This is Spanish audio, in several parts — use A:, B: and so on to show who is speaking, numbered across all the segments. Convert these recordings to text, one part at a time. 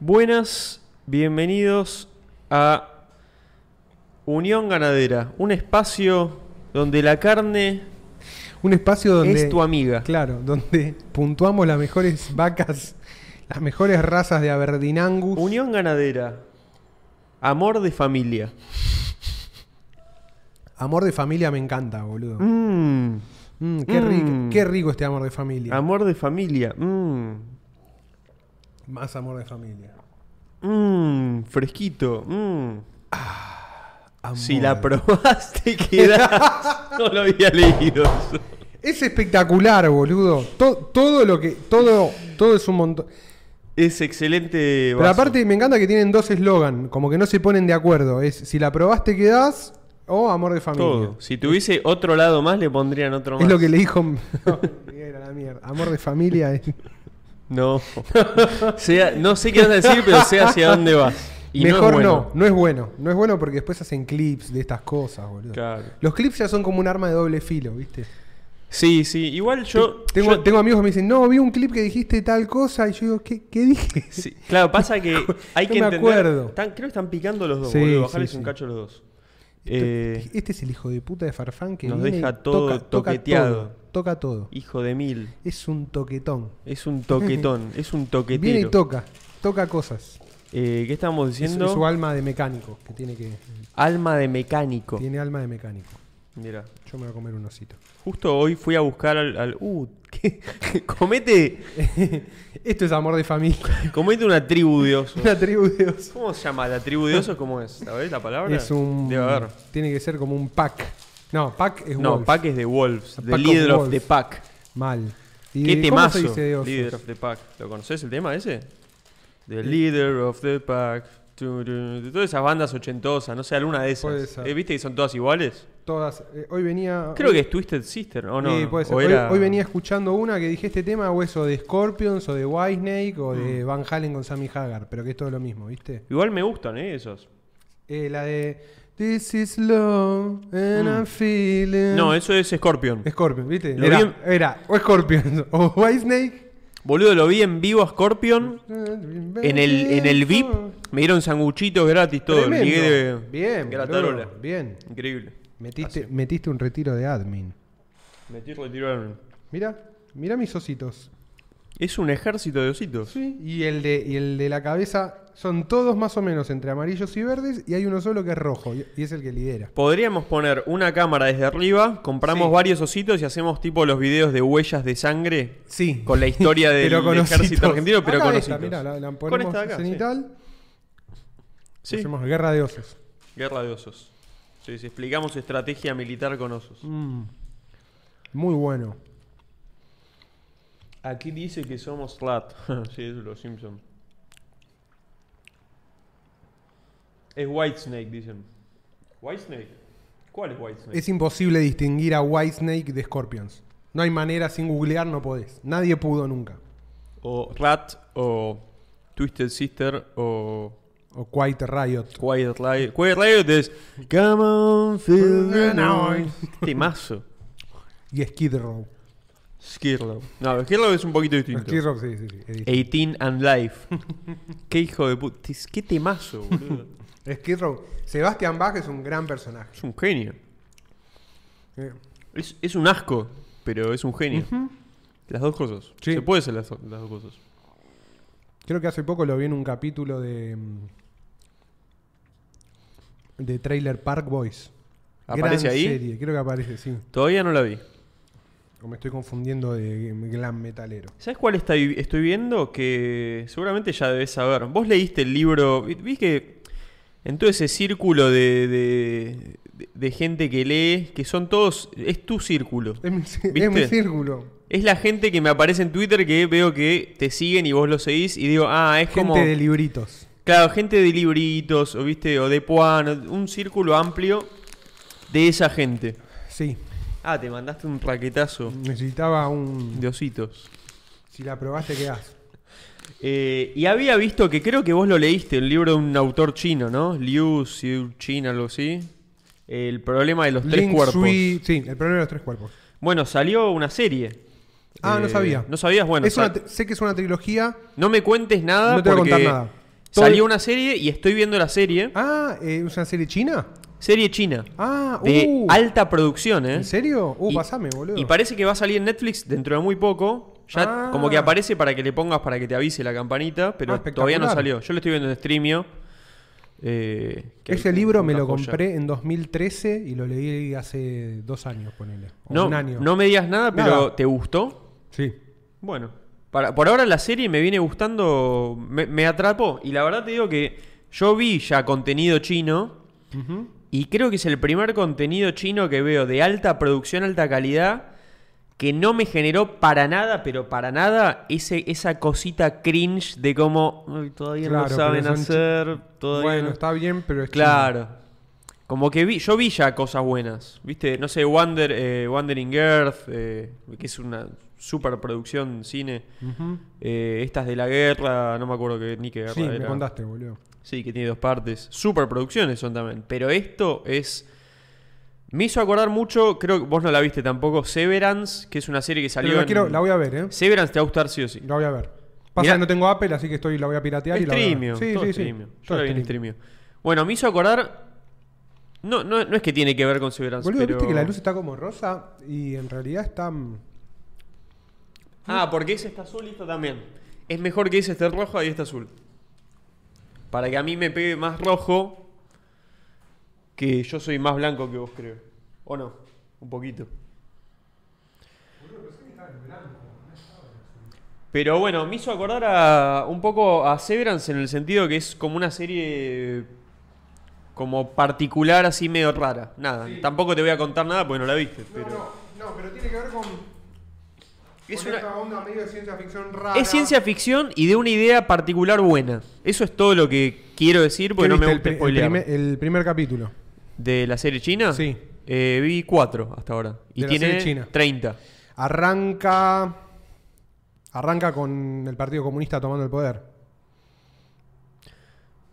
A: Buenas, bienvenidos a Unión Ganadera, un espacio donde la carne
B: Un espacio donde.
A: es tu amiga.
B: Claro, donde puntuamos las mejores vacas, las mejores razas de Aberdeen Angus.
A: Unión Ganadera, amor de familia.
B: Amor de familia me encanta, boludo.
A: Mm,
B: Mm, qué, rico,
A: Mm.
B: qué rico este amor de familia.
A: amor de familia. mm,
B: Más amor de familia.
A: mm, fresquito. mm.
B: Amor.
A: Si la probaste, quedás. no lo había leído. eso.
B: Es espectacular, boludo. To- todo lo que. Todo, todo es un montón.
A: Es excelente.
B: Pero
A: vaso.
B: aparte me encanta que tienen dos eslogan, como que no se ponen de acuerdo. Es si la probaste quedás o amor de familia.
A: Todo. Si tuviese otro lado más, le pondrían otro más.
B: Es lo que le dijo. No, era la mierda. Amor de familia es.
A: No. Sea- no sé qué vas a decir, pero sé hacia dónde vas. Y
B: Mejor no,
A: no. es
B: no,
A: bueno.
B: es bueno. No es bueno porque después hacen clips de estas cosas, boludo.
A: Claro.
B: Los clips ya son como un arma de doble filo, ¿viste?
A: Sí, sí. Igual yo.
B: Te- tengo,
A: yo-
B: tengo amigos que me dicen, no, vi un clip que dijiste tal cosa, y yo digo, ¿qué, qué dije?
A: sí, claro, pasa que hay
B: No
A: que
B: me
A: entender.
B: acuerdo.
A: están- creo que están picando los dos,
B: Sí,
A: boludo.
B: sí,
A: Bajarles un
B: sí.
A: cacho los dos. Eh,
B: Esto- este es el hijo de puta de Farfán que
A: nos
B: viene y
A: deja todo toqueteado.
B: todo, toca todo.
A: hijo de mil.
B: Es un toquetón.
A: Es un toquetón. es un toquetero.
B: Viene y toca, toca cosas.
A: Eh, ¿Qué estábamos
B: Es,
A: diciendo?
B: es su alma de mecánico, que tiene que
A: Alma de mecánico.
B: tiene alma de mecánico.
A: Mira.
B: Yo me voy a comer un osito.
A: Justo hoy fui a buscar al. al- uh, ¿qué? comete,
B: Esto es amor de familia,
A: comete una tribu de osos.
B: una tribu de osos.
A: ¿Cómo se llama? ¿La tribu de osos? ¿Cómo es? ¿Sabés la palabra?
B: Es un.
A: Debe haber.
B: Tiene que ser como un pack. No, pack es
A: No,
B: wolf.
A: pack es de Wolves.
B: A
A: The
B: pack of
A: Leader of,
B: wolves.
A: the Pack.
B: Mal. ¿Y
A: ¿Qué
B: cómo
A: temazo?
B: se dice de osos?
A: Leader of the Pack. ¿Lo conocés el tema ese? The Leader of the Pack. Tu, tu, tu. Todas esas bandas ochentosas, no sé, alguna de
B: Puede
A: esas.
B: ser.
A: Eh, ¿Viste que son todas iguales?
B: Todas. eh, hoy venía.
A: Creo que es Twisted Sister, ¿o no?
B: Sí, puede ser.
A: O
B: Hoy,
A: era-
B: hoy venía escuchando una que dije este tema o eso de Scorpions o de Whitesnake o
A: Mm.
B: de Van Halen con Sammy Hagar, pero que es todo lo mismo, ¿viste?
A: Igual me gustan, ¿eh? Esos.
B: Eh, la de This is love and
A: Mm.
B: I'm feeling.
A: No, eso es Scorpion.
B: Scorpion, ¿viste?
A: Lo
B: Era,
A: vi en-
B: era o Scorpions o Whitesnake.
A: Boludo, lo vi en vivo a Scorpion. En el, en el VIP me dieron sanguchitos gratis todo.
B: Tremendo.
A: Llegué de
B: Bien,
A: gratarola.
B: boludo, bien.
A: Increíble.
B: Metiste, metiste un retiro de admin.
A: Metí retiraron.
B: Mira, mira mis ositos.
A: Es un ejército de ositos.
B: Sí. Y el de, y el de la cabeza son todos más o menos entre amarillos y verdes y hay uno solo que es rojo y, y es el que lidera.
A: Podríamos poner una cámara desde arriba, compramos
B: Sí.
A: varios ositos y hacemos tipo los videos de huellas de sangre
B: Sí.
A: con la historia del
B: Pero con
A: ejército
B: ositos.
A: argentino, pero
B: Acá
A: con
B: esta,
A: ositos.
B: mirá, la, la ponemos
A: esta de acá, sí.
B: cenital,
A: Sí,
B: hacemos guerra de osos.
A: guerra de osos. Sí, sí, explicamos estrategia militar con osos.
B: Muy bueno.
A: Aquí dice que somos Slat. sí, es los Simpson. Es Whitesnake, dicen. ¿Whitesnake? ¿Cuál es Whitesnake?
B: Es imposible distinguir a Whitesnake de Scorpions. No hay manera, sin googlear no podés. Nadie pudo nunca.
A: O Rat, o Twisted Sister, o
B: O Quiet Riot.
A: Quiet Riot. Quiet Riot es Come on, feel the noise. Temazo.
B: Y Skid Row.
A: Skirlow. No, Skirlow es un poquito distinto.
B: Skid Row, sí, sí, sí. es
A: 18
B: distinto.
A: and Life. Qué hijo de puta. Qué temazo, boludo.
B: Skid Row. Sebastian Bach es un gran personaje.
A: Es un genio.
B: Eh,
A: Es, es un asco, pero es un genio. Las dos cosas.
B: Sí.
A: Se puede hacer las, do- las dos cosas.
B: Creo que hace poco lo vi en un capítulo de. mm, de Trailer Park Boys.
A: ¿Aparece
B: Gran
A: ahí?
B: serie, creo que aparece, sí.
A: Todavía no la vi.
B: O me estoy confundiendo de mm, glam metalero.
A: ¿Sabes cuál está- estoy viendo? Que seguramente ya debes saber. Vos leíste el libro. vi- Vi que en todo ese círculo de, de- de- de gente que lee, que son todos. Es tu círculo.
B: Es mi, ci- es
A: ¿Viste?
B: mi círculo.
A: Es la gente que me aparece en Twitter que veo que te siguen y vos lo seguís y digo, ah, es como.
B: Gente de libritos.
A: Claro, gente de libritos, o viste, o de Puan, o- un círculo amplio de esa gente.
B: Sí.
A: Ah, te mandaste un raquetazo
B: Necesitaba un.
A: de ositos.
B: Si la probaste, quedás.
A: Eh, y había visto que creo que vos lo leíste, el libro de un autor chino, ¿no? Liu Chin, algo así. El problema de los tres
B: Link
A: cuerpos.
B: Sui- Sí, el problema de los tres cuerpos.
A: Bueno, salió una serie.
B: Ah, no
A: Eh,
B: sabía.
A: No sabías, bueno.
B: Es una
A: sa-
B: tri- sé que es una trilogía.
A: No me cuentes nada
B: No te voy a
A: porque
B: contar nada. Todo-
A: Salió una serie y estoy viendo la serie.
B: Ah, eh, ¿es una serie china?
A: Serie china.
B: Ah,
A: de
B: uh,
A: alta producción, ¿eh?
B: ¿En serio? Uh,
A: Y-
B: pasame, boludo.
A: Y parece que va a salir en Netflix dentro de muy poco. Ya
B: Ah.
A: como que aparece para que le pongas para que te avise la campanita, pero
B: Ah,
A: todavía no
B: espectacular.
A: salió. Yo lo estoy viendo en streamio. eh, que
B: Ese
A: hay
B: libro
A: una
B: me lo
A: joya.
B: compré en 2013 y lo leí hace dos años, ponele. O
A: No,
B: un año.
A: no me digas nada, pero
B: Nada.
A: ¿te gustó?
B: Sí.
A: Bueno, para, por ahora la serie me viene gustando, me, me atrapó. Y la verdad te digo que yo vi ya contenido chino
B: Ujú.
A: y creo que es el primer contenido chino que veo de alta producción, alta calidad, que no me generó para nada, pero para nada, ese, esa cosita cringe de cómo "Ay, todavía
B: Claro,
A: no
B: pero
A: saben
B: son chi-
A: hacer, todavía
B: Bueno,
A: no".
B: está bien, pero es
A: Claro. Como que vi, yo vi ya cosas buenas. ¿Viste? No sé, Wander, eh, Wandering Earth, eh, que es una super producción cine.
B: chino. Ujú.
A: Eh, estas de la guerra, no me acuerdo que, ni qué guerra
B: Sí, me
A: era.
B: contaste, boludo.
A: Sí, que tiene dos partes. Super producciones son también. Pero esto es. Me hizo acordar mucho, creo que vos no la viste tampoco, Severance, que es una serie que salió.
B: Pero la,
A: en-
B: quiero- la voy a ver, ¿eh?
A: Severance te va a gustar sí o sí.
B: La voy a ver. Pasa
A: Mirá-
B: que no tengo Apple, así que estoy, la voy a piratear y la voy a ver.
A: Streamio,
B: Sí,
A: todo
B: sí,
A: streamio.
B: sí.
A: Yo
B: Todo
A: la vi en
B: streamio.
A: streamio. Bueno, me hizo acordar. No, no, no es que tiene que ver con Severance,
B: Boludo,
A: pero...
B: viste que la luz está como rosa y en realidad está. mm,
A: Ah, porque ese está azul y esta también. Es mejor que ese esté rojo y este azul. Para que a mí me pegue más rojo, que yo soy más blanco que vos, creo. ¿O no? Un poquito. Pero bueno, me hizo acordar a, un poco a Severance en el sentido que es como una serie como particular, así medio rara. Nada, tampoco te voy a contar nada porque no la viste. pero
B: no, pero tiene que ver con.
A: Es
B: con
A: una-
B: esta onda medio de ciencia ficción rara.
A: Es ciencia ficción y de una idea particular buena. Eso es todo lo que quiero decir porque
B: ¿Qué
A: no me gusta
B: viste el, pri- el
A: spoilear.
B: primer, el primer capítulo.
A: ¿De la serie china?
B: Sí.
A: Eh, vi cuatro hasta ahora. Y
B: De la
A: tiene
B: serie china.
A: 30.
B: Arranca. Arranca con el Partido Comunista tomando el poder.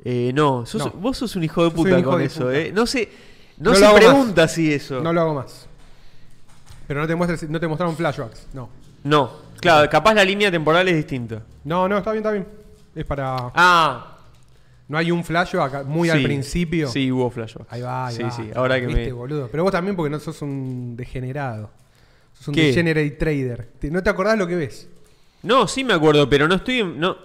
A: Eh, no, sos-
B: No.
A: vos sos un hijo de
B: Yo soy un
A: puta
B: hijo
A: con
B: de
A: eso,
B: puta.
A: ¿eh? No se, no
B: No
A: se
B: lo hago
A: pregunta si eso.
B: No lo hago más. Pero no te, muestres- no te mostraron flashbacks. No.
A: No, claro, capaz la línea temporal es distinta.
B: No, no, está bien, está bien. Es para.
A: Ah,
B: No hay un flashback muy al
A: sí.
B: principio.
A: Sí, hubo flashback.
B: Ahí va, ahí
A: sí,
B: va.
A: sí, ahora que
B: Viste,
A: me.
B: boludo. Pero vos también porque no sos un degenerado. Sos un
A: ¿Qué?
B: degenerate trader. Te- No te acordás lo que ves.
A: No, sí me acuerdo, pero no estoy. en- No,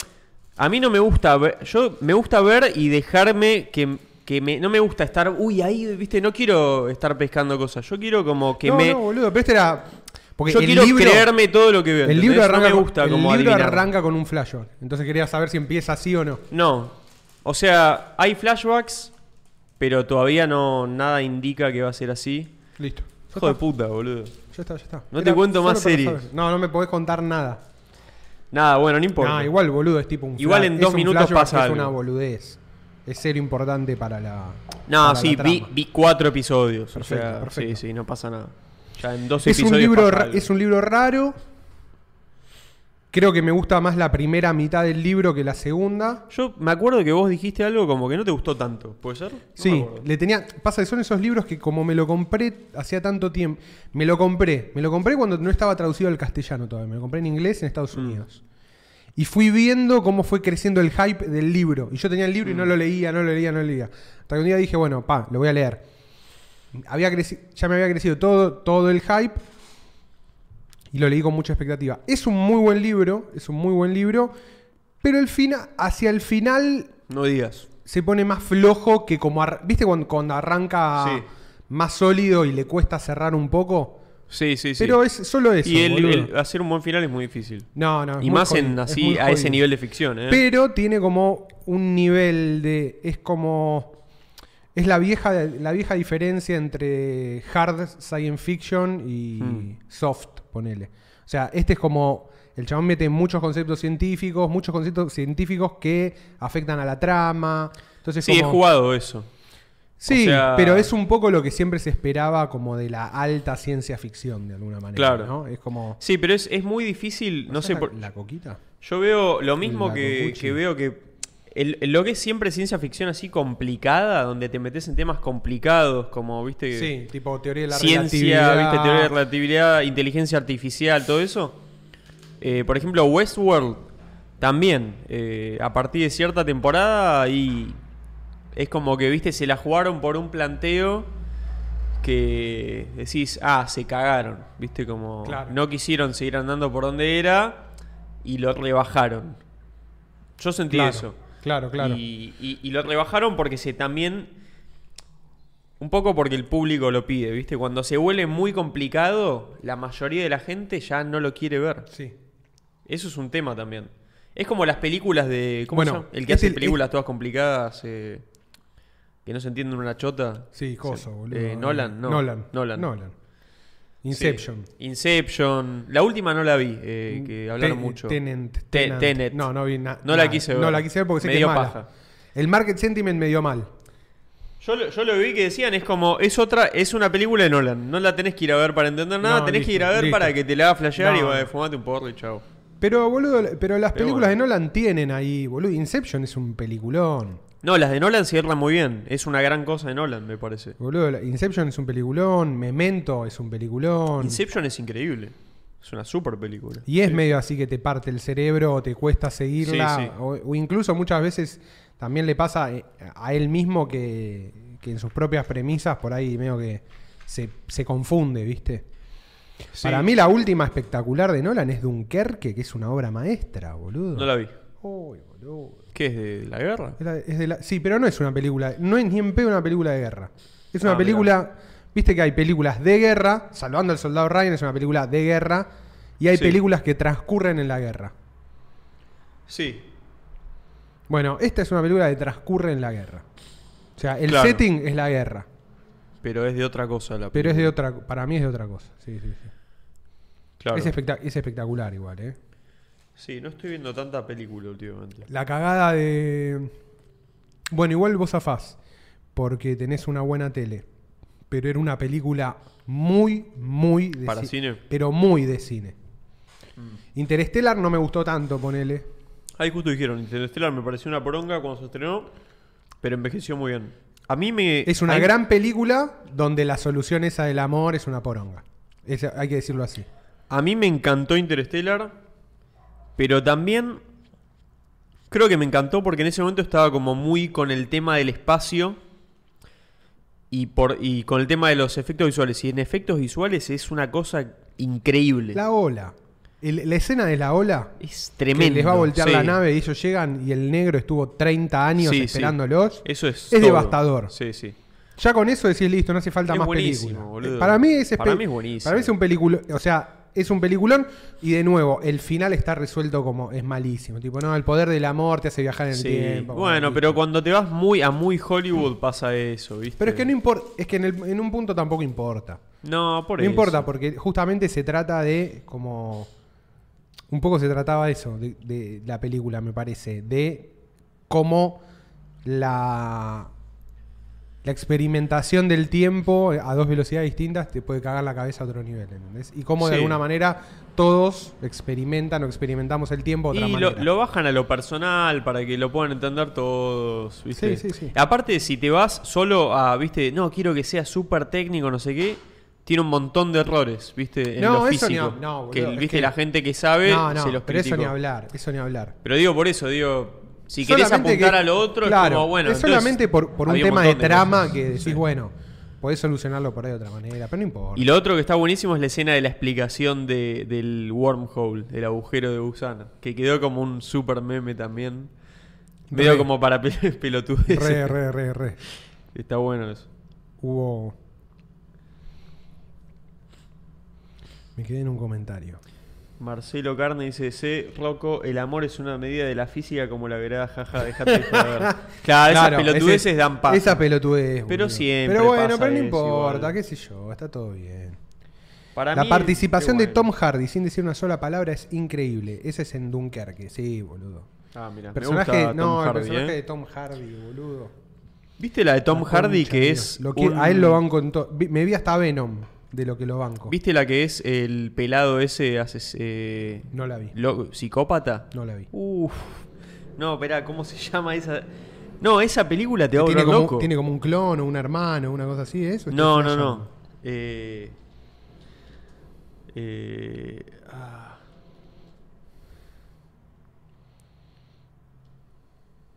A: a mí no me gusta ver. Yo me gusta ver y dejarme que, que me, no me gusta estar. Uy, ahí, viste, no quiero estar pescando cosas. Yo quiero como que
B: no,
A: me.
B: no, boludo. Pero este era... Porque
A: yo
B: el
A: quiero
B: libro,
A: creerme todo lo que veo.
B: El
A: ¿entendés?
B: libro, arranca,
A: no me gusta
B: con,
A: como
B: el libro
A: adivinar.
B: arranca con un flashback. Entonces quería saber si empieza así o no.
A: No. O sea, hay flashbacks, pero todavía no nada indica que va a ser así.
B: Listo. Ya
A: Hijo de
B: está.
A: puta, boludo.
B: Ya está, ya está.
A: No te cuento
B: solo
A: más
B: para
A: series.
B: saber. No, no me podés contar nada.
A: Nada, bueno, no importa.
B: No, igual, boludo, es tipo un
A: Igual
B: flash-
A: en
B: es
A: dos
B: un
A: minutos
B: flashback,
A: pasa
B: Es
A: algo.
B: una boludez. Es ser importante para la.
A: No,
B: para la
A: sí, vi,
B: trama.
A: vi cuatro episodios.
B: Perfecto,
A: o sea,
B: perfecto.
A: sí, sí, no pasa nada. Ya en dos
B: Es
A: episodios.
B: un, libro,
A: pasa
B: ra-
A: algo.
B: es un libro raro. Creo que me gusta más la primera mitad del libro que la segunda.
A: Yo me acuerdo que vos dijiste algo como que no te gustó tanto, ¿puede ser? No me
B: Sí,
A: acuerdo.
B: le tenía. Pasa que son esos libros que, como me lo compré hacía tanto tiempo. Me lo compré. Me lo compré cuando no estaba traducido al castellano todavía. Me lo compré en inglés en Estados
A: Mm.
B: Unidos. Y fui viendo cómo fue creciendo el hype del libro. Y yo tenía el
A: Mm.
B: libro y no lo leía, no lo leía, no lo leía. Hasta que un día dije, bueno, pa, lo voy a leer. Había creci- ya me había crecido todo, todo el hype. Y lo leí con mucha expectativa. Es un muy buen libro, es un muy buen libro. Pero el fina- hacia el final
A: No digas.
B: se pone más flojo que como... ar- ¿Viste cuando, cuando arranca
A: Sí.
B: más sólido y le cuesta cerrar un poco?
A: Sí, sí, sí.
B: Pero es solo eso.
A: y el-
B: boludo.
A: el hacer un buen final es muy difícil.
B: no, no. es
A: y
B: muy
A: más en
B: jodido, es
A: así
B: muy
A: a ese
B: jodido.
A: nivel de ficción, ¿eh?
B: Pero tiene como un nivel de... Es como... Es la vieja, la vieja diferencia entre hard science fiction y
A: Mm.
B: soft, ponele. O sea, este es como... El chabón mete muchos conceptos científicos, muchos conceptos científicos que afectan a la trama. Entonces
A: sí, he
B: como-
A: jugado eso.
B: Sí,
A: O sea-
B: pero es un poco lo que siempre se esperaba como de la alta ciencia ficción, de alguna manera.
A: Claro.
B: ¿no? Es como...
A: Sí, pero es, es muy difícil, no sé
B: ¿Pasás
A: por...
B: La, la coquita?
A: Yo veo lo mismo
B: La
A: que,
B: Gucci.
A: que veo que... el- el- lo que es siempre ciencia ficción así complicada, donde te metes en temas complicados, como, viste...
B: Sí, tipo teoría de la
A: ciencia,
B: relatividad.
A: ¿viste? teoría de relatividad, inteligencia artificial, todo eso. Eh, por ejemplo, Westworld también eh, a partir de cierta temporada y es como que, viste, se la jugaron por un planteo que decís, ah, se cagaron, viste, como
B: Claro.
A: no quisieron seguir andando por donde era y lo rebajaron. Yo sentí
B: Claro,
A: eso.
B: claro, claro.
A: Y, y- y lo rebajaron porque se también... Un poco porque el público lo pide, ¿viste? Cuando se vuelve muy complicado, la mayoría de la gente ya no lo quiere ver.
B: Sí.
A: Eso es un tema también. Es como las películas de. ¿Cómo
B: Bueno,
A: se llama? El que
B: es
A: hace
B: el-
A: películas todas complicadas. eh, que no se entienden una chota.
B: Sí, coso,
A: Eh,
B: boludo.
A: Nolan, no.
B: Nolan.
A: Nolan.
B: Inception.
A: Sí. Inception. La última no la vi, eh, que hablaron
B: Mm, Te-
A: mucho.
B: Tenant,
A: Te-
B: Tenant.
A: Tenet.
B: No, no vi nada.
A: No la quise ver.
B: No la quise ver porque sé
A: Me
B: que
A: dio
B: es mala.
A: paja.
B: El market sentiment me dio mal.
A: Yo, lo- yo lo que vi que decían es como. Es otra. Es una película de Nolan. No la tenés que ir a ver para entender nada.
B: No,
A: tenés que ir
B: listo,
A: a ver
B: listo.
A: para que te la haga flashear y
B: No.
A: va, fumate un porro y chao.
B: Pero, boludo, pero las
A: Pero
B: películas
A: bueno.
B: de Nolan tienen ahí, boludo. Inception es un peliculón.
A: No, las de Nolan cierran muy bien. Es una gran cosa de Nolan, me parece.
B: Boludo, la- Inception es un peliculón. Memento es un peliculón.
A: Inception es increíble. Es una super película.
B: Y es medio así que te parte el cerebro, o te cuesta seguirla,
A: Sí, sí.
B: O, o incluso muchas veces también le pasa eh, a él mismo que, que en sus propias premisas por ahí medio que se, se confunde, ¿viste?
A: Sí.
B: Para mí la última espectacular de Nolan es Dunkerque, que es una obra maestra, boludo.
A: No la vi.
B: Uy, boludo.
A: ¿Qué es de la guerra?
B: Es la- es de la- sí, pero no es una película, no es ni en pedo una película de guerra. Es una
A: Ah,
B: película, viste que hay películas de guerra, Salvando al Soldado Ryan es una película de guerra, y hay
A: Sí.
B: películas que transcurren en la guerra.
A: Sí.
B: Bueno, esta es una película que transcurre en la guerra. O sea, el
A: Claro.
B: setting es la guerra,
A: Pero es de otra cosa la
B: pero es de
A: película.
B: otra, para mí es de otra cosa. Sí, sí, sí.
A: Claro.
B: Es, espectac- es espectacular igual, ¿eh?
A: Sí, no estoy viendo tanta película últimamente.
B: La cagada de... Bueno, igual vos afás, porque tenés una buena tele, pero era una película muy, muy... De
A: ¿Para cine? Mm.
B: Pero muy de cine. Interstellar no me gustó tanto, ponele.
A: Ahí justo dijeron, Interstellar me pareció una poronga cuando se estrenó, pero envejeció muy bien. A mí me...
B: Es una
A: hay-
B: gran película donde la solución esa del amor es una poronga. Es- hay que decirlo así.
A: A mí me encantó Interstellar, pero también creo que me encantó porque en ese momento estaba como muy con el tema del espacio y, por, y con el tema de los efectos visuales. Y en efectos visuales es una cosa increíble.
B: La ola. El- la escena de la ola.
A: Es
B: que
A: tremendo.
B: les va a voltear
A: sí.
B: la nave y ellos llegan y el negro estuvo 30 años
A: Sí, sí.
B: esperándolos.
A: Eso es.
B: Es
A: todo.
B: devastador.
A: Sí, sí.
B: Ya con eso decís listo, no hace falta
A: Es
B: más
A: buenísimo,
B: película. Eh,
A: boludo.
B: Para mí es espe-
A: Para mí es buenísimo.
B: Para mí es un peliculón. O sea, es un peliculón. Y de nuevo, el final está resuelto como es malísimo. Tipo, no, el poder del amor te hace viajar en el
A: Sí.
B: tiempo.
A: Bueno,
B: listo.
A: pero cuando te vas muy a muy Hollywood pasa eso, ¿viste?
B: Pero es que no importa, es que en, el- en un punto tampoco importa.
A: No, por
B: no
A: eso.
B: importa, porque justamente se trata de como. Un poco se trataba eso, de, de la película, me parece. De cómo la. La experimentación del tiempo a dos velocidades distintas te puede cagar la cabeza a otro nivel, ¿entendés? Y cómo de
A: Sí.
B: alguna manera todos experimentan o experimentamos el tiempo de otra
A: Y lo,
B: manera.
A: lo bajan a lo personal para que lo puedan entender todos, ¿viste?
B: Sí, sí, sí.
A: Aparte, si te vas solo a, ¿viste? No, quiero que sea súper técnico, no sé qué. Tiene un montón de errores, ¿viste? En
B: No,
A: lo
B: eso ni
A: físico.
B: hab- no, boludo,
A: que,
B: es
A: ¿viste?
B: que-
A: La gente que sabe
B: no, no,
A: se los
B: pero eso ni
A: criticó.
B: hablar, eso ni hablar.
A: Pero digo por eso, digo, si querés
B: Solamente
A: apuntar
B: que-
A: a lo otro, es
B: claro,
A: como, bueno,
B: es
A: entonces
B: solamente por, por un
A: había
B: tema de
A: montón
B: trama
A: cosas.
B: que decís,
A: Sí.
B: bueno, podés solucionarlo por ahí de otra manera, pero no importa.
A: Y lo otro que está buenísimo es la escena de la explicación de- del wormhole, del agujero de gusano, que quedó como un super meme también. Medio
B: Re.
A: como para pel- pelotudeces.
B: Re, re, re, re.
A: Está bueno eso.
B: Hubo. Me quedé en un comentario.
A: Marcelo Carne dice, C, Rocco, el amor es una medida de la física como la verada, jaja, dejate de joder. claro, esas pelotudeces
B: ese-
A: dan paz.
B: Esa pelotudez.
A: Pero
B: boludo.
A: siempre
B: Pero bueno,
A: pasa
B: pero no
A: eso
B: importa,
A: igual.
B: qué sé yo, está todo bien. la participación de Tom Hardy sin decir una sola palabra es increíble. Ese es en Dunkerque, sí, boludo.
A: Ah, mira,
B: Personaje,
A: me gusta
B: no,
A: Tom
B: el
A: Hardy,
B: personaje
A: eh.
B: de Tom Hardy, boludo.
A: ¿Viste la de Tom
B: La
A: Hardy
B: concha,
A: que
B: tío.
A: es...
B: Lo que-
A: un-
B: A él lo banco en todo. Vi- Me vi hasta Venom de lo que lo banco.
A: ¿Viste la que es el pelado ese ases- eh,
B: No la vi.
A: lo- psicópata?
B: No la vi.
A: Uf. No, espera, ¿cómo se llama esa? No, esa película te va a
B: Tiene
A: volver
B: como,
A: loco.
B: tiene como un clon o un hermano, una cosa así, ¿eso?
A: No, no,
B: Estoy
A: no.
B: flasheando.
A: Eh, eh, ah.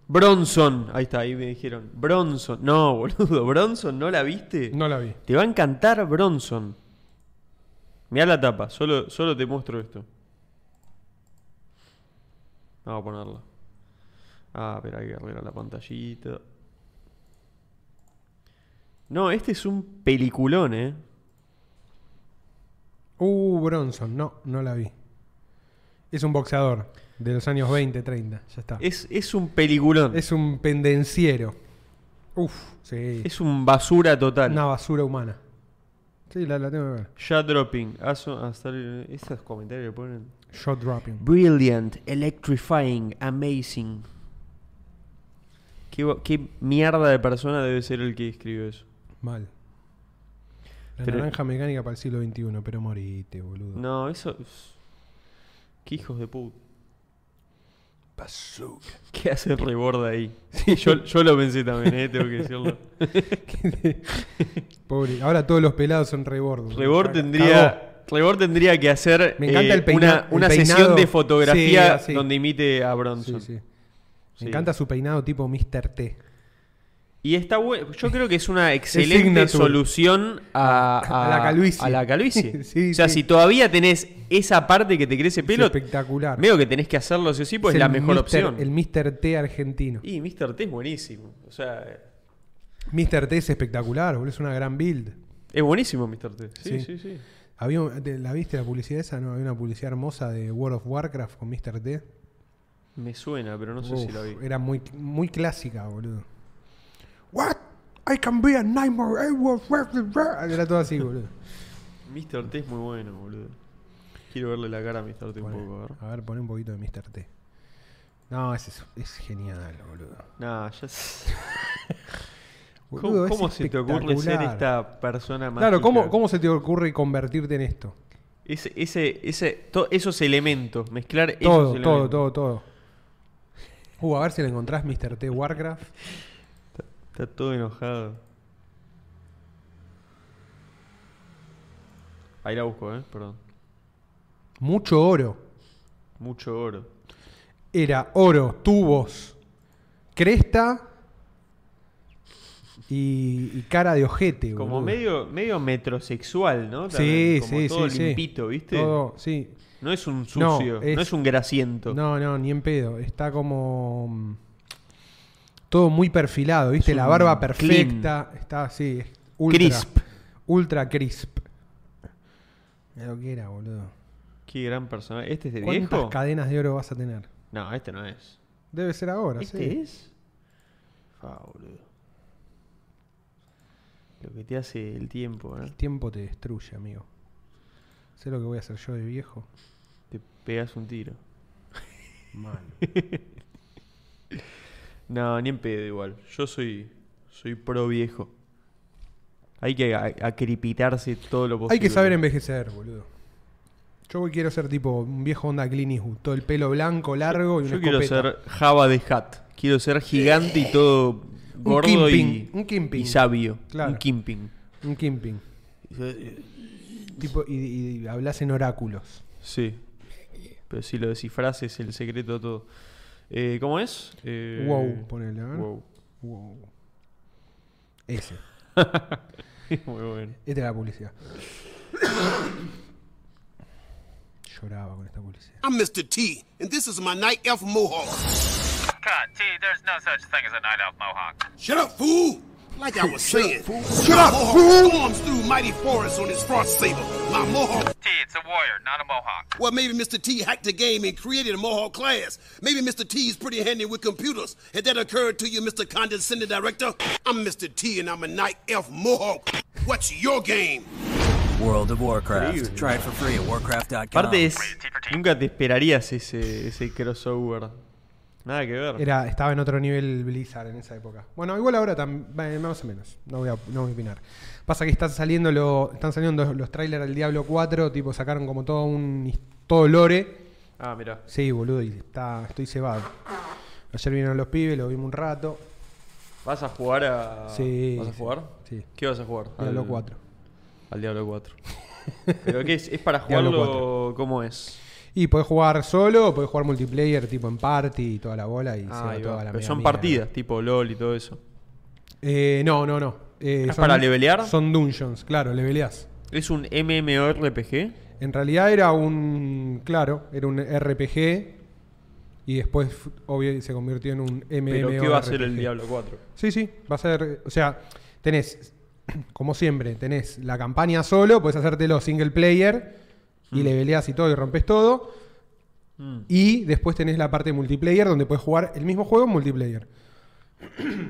A: Bronson. Ahí está, ahí me dijeron. Bronson. No, boludo. Bronson, ¿no la viste?
B: No la vi.
A: Te va a encantar Bronson. Mirá la tapa. Solo, solo te muestro esto. Vamos a ponerla. Ah, pero hay que arreglar la pantallita. No, este es un peliculón, eh.
B: Uh, Bronson, no, no la vi. Es un boxeador de los años 20, 30, ya está. Es,
A: Es, es un peliculón. Es,
B: un pendenciero. Uf, sí. Es
A: un basura total.
B: una basura humana. Sí, la, la tengo que ver.
A: Ya dropping. Ah, Aso- hasta- eh, Esos comentarios que ponen.
B: Shot dropping.
A: Brilliant, electrifying, amazing. ¿Qué, bo- qué mierda de persona debe ser el que escribe eso?
B: Mal. La
A: Pero-
B: naranja mecánica para el siglo XXI, pero morite, boludo.
A: No, eso. es- Qué hijos de puta.
B: Bazooka.
A: ¿Qué hace Reborda ahí? Sí, yo, yo lo pensé también, eh, tengo que decirlo.
B: Pobre. Ahora todos los pelados son rebord. boludo.
A: Rebord
B: Pues Cagó.
A: tendría, Rebord tendría que hacer eh,
B: Me encanta el peina-
A: una,
B: el
A: una
B: peinado.
A: sesión de fotografía
B: Sí, así.
A: donde imite a
B: Sí,
A: Bronson.
B: sí.
A: Sí.
B: Me encanta su peinado tipo Mr. T.
A: Y está bueno. Yo creo que es una excelente
B: signature.
A: solución a,
B: A la calvicie.
A: a la calvicie.
B: Sí,
A: o sea,
B: sí.
A: si todavía tenés esa parte que te crece
B: Es
A: pelo,
B: espectacular.
A: veo que tenés que hacerlo sí o sí, pues es
B: el
A: la mejor
B: Mr.
A: opción.
B: El Mr. T argentino.
A: Y Mr. T es buenísimo. O sea,
B: Mr. T es espectacular, boludo. Es una gran build.
A: es buenísimo Mr. T. Sí,
B: Sí.
A: sí, sí.
B: Había, un- ¿te- ¿La viste la publicidad esa? No, había una publicidad hermosa de World of Warcraft con Mr. T.
A: Me suena, pero no sé si
B: Uf, eh.
A: la vi.
B: Era muy, muy clásica, boludo. What? I can be a nightmare. eh, I will- Era todo así, boludo.
A: Mr. T es muy bueno, boludo. Quiero verle la cara a Mr. T un
B: Poné,
A: poco, a ver.
B: a ver, poné un poquito de Mr. T. No, es, es- es genial, boludo.
A: Nah, ya sé.
B: Boludo,
A: ¿Cómo,
B: es
A: cómo se te ocurre ser
B: espectacular.
A: esta persona más?
B: Claro, ¿cómo, ¿cómo se te ocurre convertirte en esto?
A: Ese, ese, ese, to- esos elementos, mezclar
B: Todo,
A: esos
B: todo,
A: elementos.
B: todo, todo. Uh, a ver si le encontrás Mr. T Warcraft.
A: Está todo enojado. Ahí la busco, eh, perdón.
B: Mucho oro.
A: Mucho oro.
B: Era oro, tubos, cresta y, y cara de ojete.
A: Como
B: boludo.
A: medio, medio metrosexual, ¿no?
B: Sí,
A: También, como
B: sí,
A: todo
B: sí, sí.
A: limpito, ¿viste?
B: Todo, sí.
A: No es un sucio, no es,
B: es-
A: un grasiento.
B: No, no, ni en pedo. Está como. mm, Todo muy perfilado, ¿viste?
A: Es
B: La
A: un clean.
B: barba perfecta. Está así. es Ultra,
A: Crisp.
B: Ultra crisp. Mirá lo que era, boludo.
A: Qué gran personaje. ¿Este es de
B: ¿Cuántas
A: viejo?
B: cadenas de oro vas a tener?
A: No, este no es.
B: Debe ser ahora,
A: ¿Este
B: sí.
A: es? Fa, boludo. Lo que te hace el tiempo, ¿eh?
B: El tiempo te destruye, amigo. Sé lo que voy a hacer yo de viejo.
A: Te pegas un tiro.
B: Mal.
A: No, ni en pedo igual. Yo soy, soy pro viejo. Hay que a- acripitarse todo lo posible.
B: Hay que saber envejecer, boludo. Yo hoy quiero ser tipo un viejo onda Clint Eastwood, todo el pelo blanco, largo y una
A: Yo quiero
B: escopeta.
A: ser Java de Hat. Quiero ser gigante y todo gordo y,
B: Kingpin, un Kingpin.
A: y sabio.
B: Claro.
A: Un Kimping.
B: Un Kimping. Tipo, y, y hablas en oráculos.
A: Sí. Pero si lo descifras es el secreto de todo. Eh, ¿Cómo es? Eh,
B: wow, ponele, a ver.
A: Wow.
B: Wow. Ese.
A: Muy bueno.
B: Esta era la publicidad. Lloraba con esta publicidad.
C: I'm Mr. T, and this is my Night Elf Mohawk.
D: God, T, there's no such thing as a night elf mohawk.
C: Shut up, fool! Like I was saying, shut up, fool! Storms through mighty forests on his frost saber. My Mohawk.
D: T, it's a warrior, not a mohawk.
C: Well, maybe Mr. T hacked the game and created a Mohawk class. Maybe Mr. T's pretty handy with computers. Had that occurred to you, Mr. Condescending Director? I'm Mr. T, and I'm a Night Elf Mohawk. What's your game?
E: World of Warcraft. Try it for free at warcraft.com.
A: Aparte es. Nunca te esperarías ese, ese crossover. Nada que ver.
B: Era, estaba en otro nivel Blizzard en esa época. Bueno, igual ahora también, más o menos. No voy, a, no voy a opinar. Pasa que están saliendo, lo- están saliendo los, los trailers del Diablo 4, tipo sacaron como todo un his- todo lore.
A: Ah, mirá.
B: Sí, boludo, y está, estoy cebado. Ayer vinieron los pibes, lo vimos un rato.
A: ¿Vas a jugar a.
B: Sí,
A: ¿Vas a
B: sí,
A: jugar?
B: sí.
A: ¿Qué vas a jugar?
B: Diablo
A: Al-
B: 4.
A: Al Diablo 4. ¿Pero qué es? ¿Es para
B: Diablo
A: jugarlo como es?
B: Y podés jugar solo o podés jugar multiplayer, tipo en party y toda la bola. Y se
A: Ah,
B: va
A: ahí va.
B: toda la
A: Pero
B: mega
A: son
B: mierda.
A: partidas, tipo LOL y todo eso.
B: Eh, no, no, no. Eh,
A: ¿Es para levelear?
B: Son dungeons, claro, leveleás.
A: ¿Es un MMORPG?
B: En realidad era un. Claro, era un RPG. Y después, f- obvio, se convirtió en un MMORPG.
A: ¿Pero qué va a ser el Diablo 4?
B: Sí, sí, va a ser. eh, O sea, tenés, como siempre, tenés la campaña solo, puedes hacértelo single player y leveleás y todo y rompes todo. Y después tenés la parte multiplayer donde puedes jugar el mismo juego en multiplayer.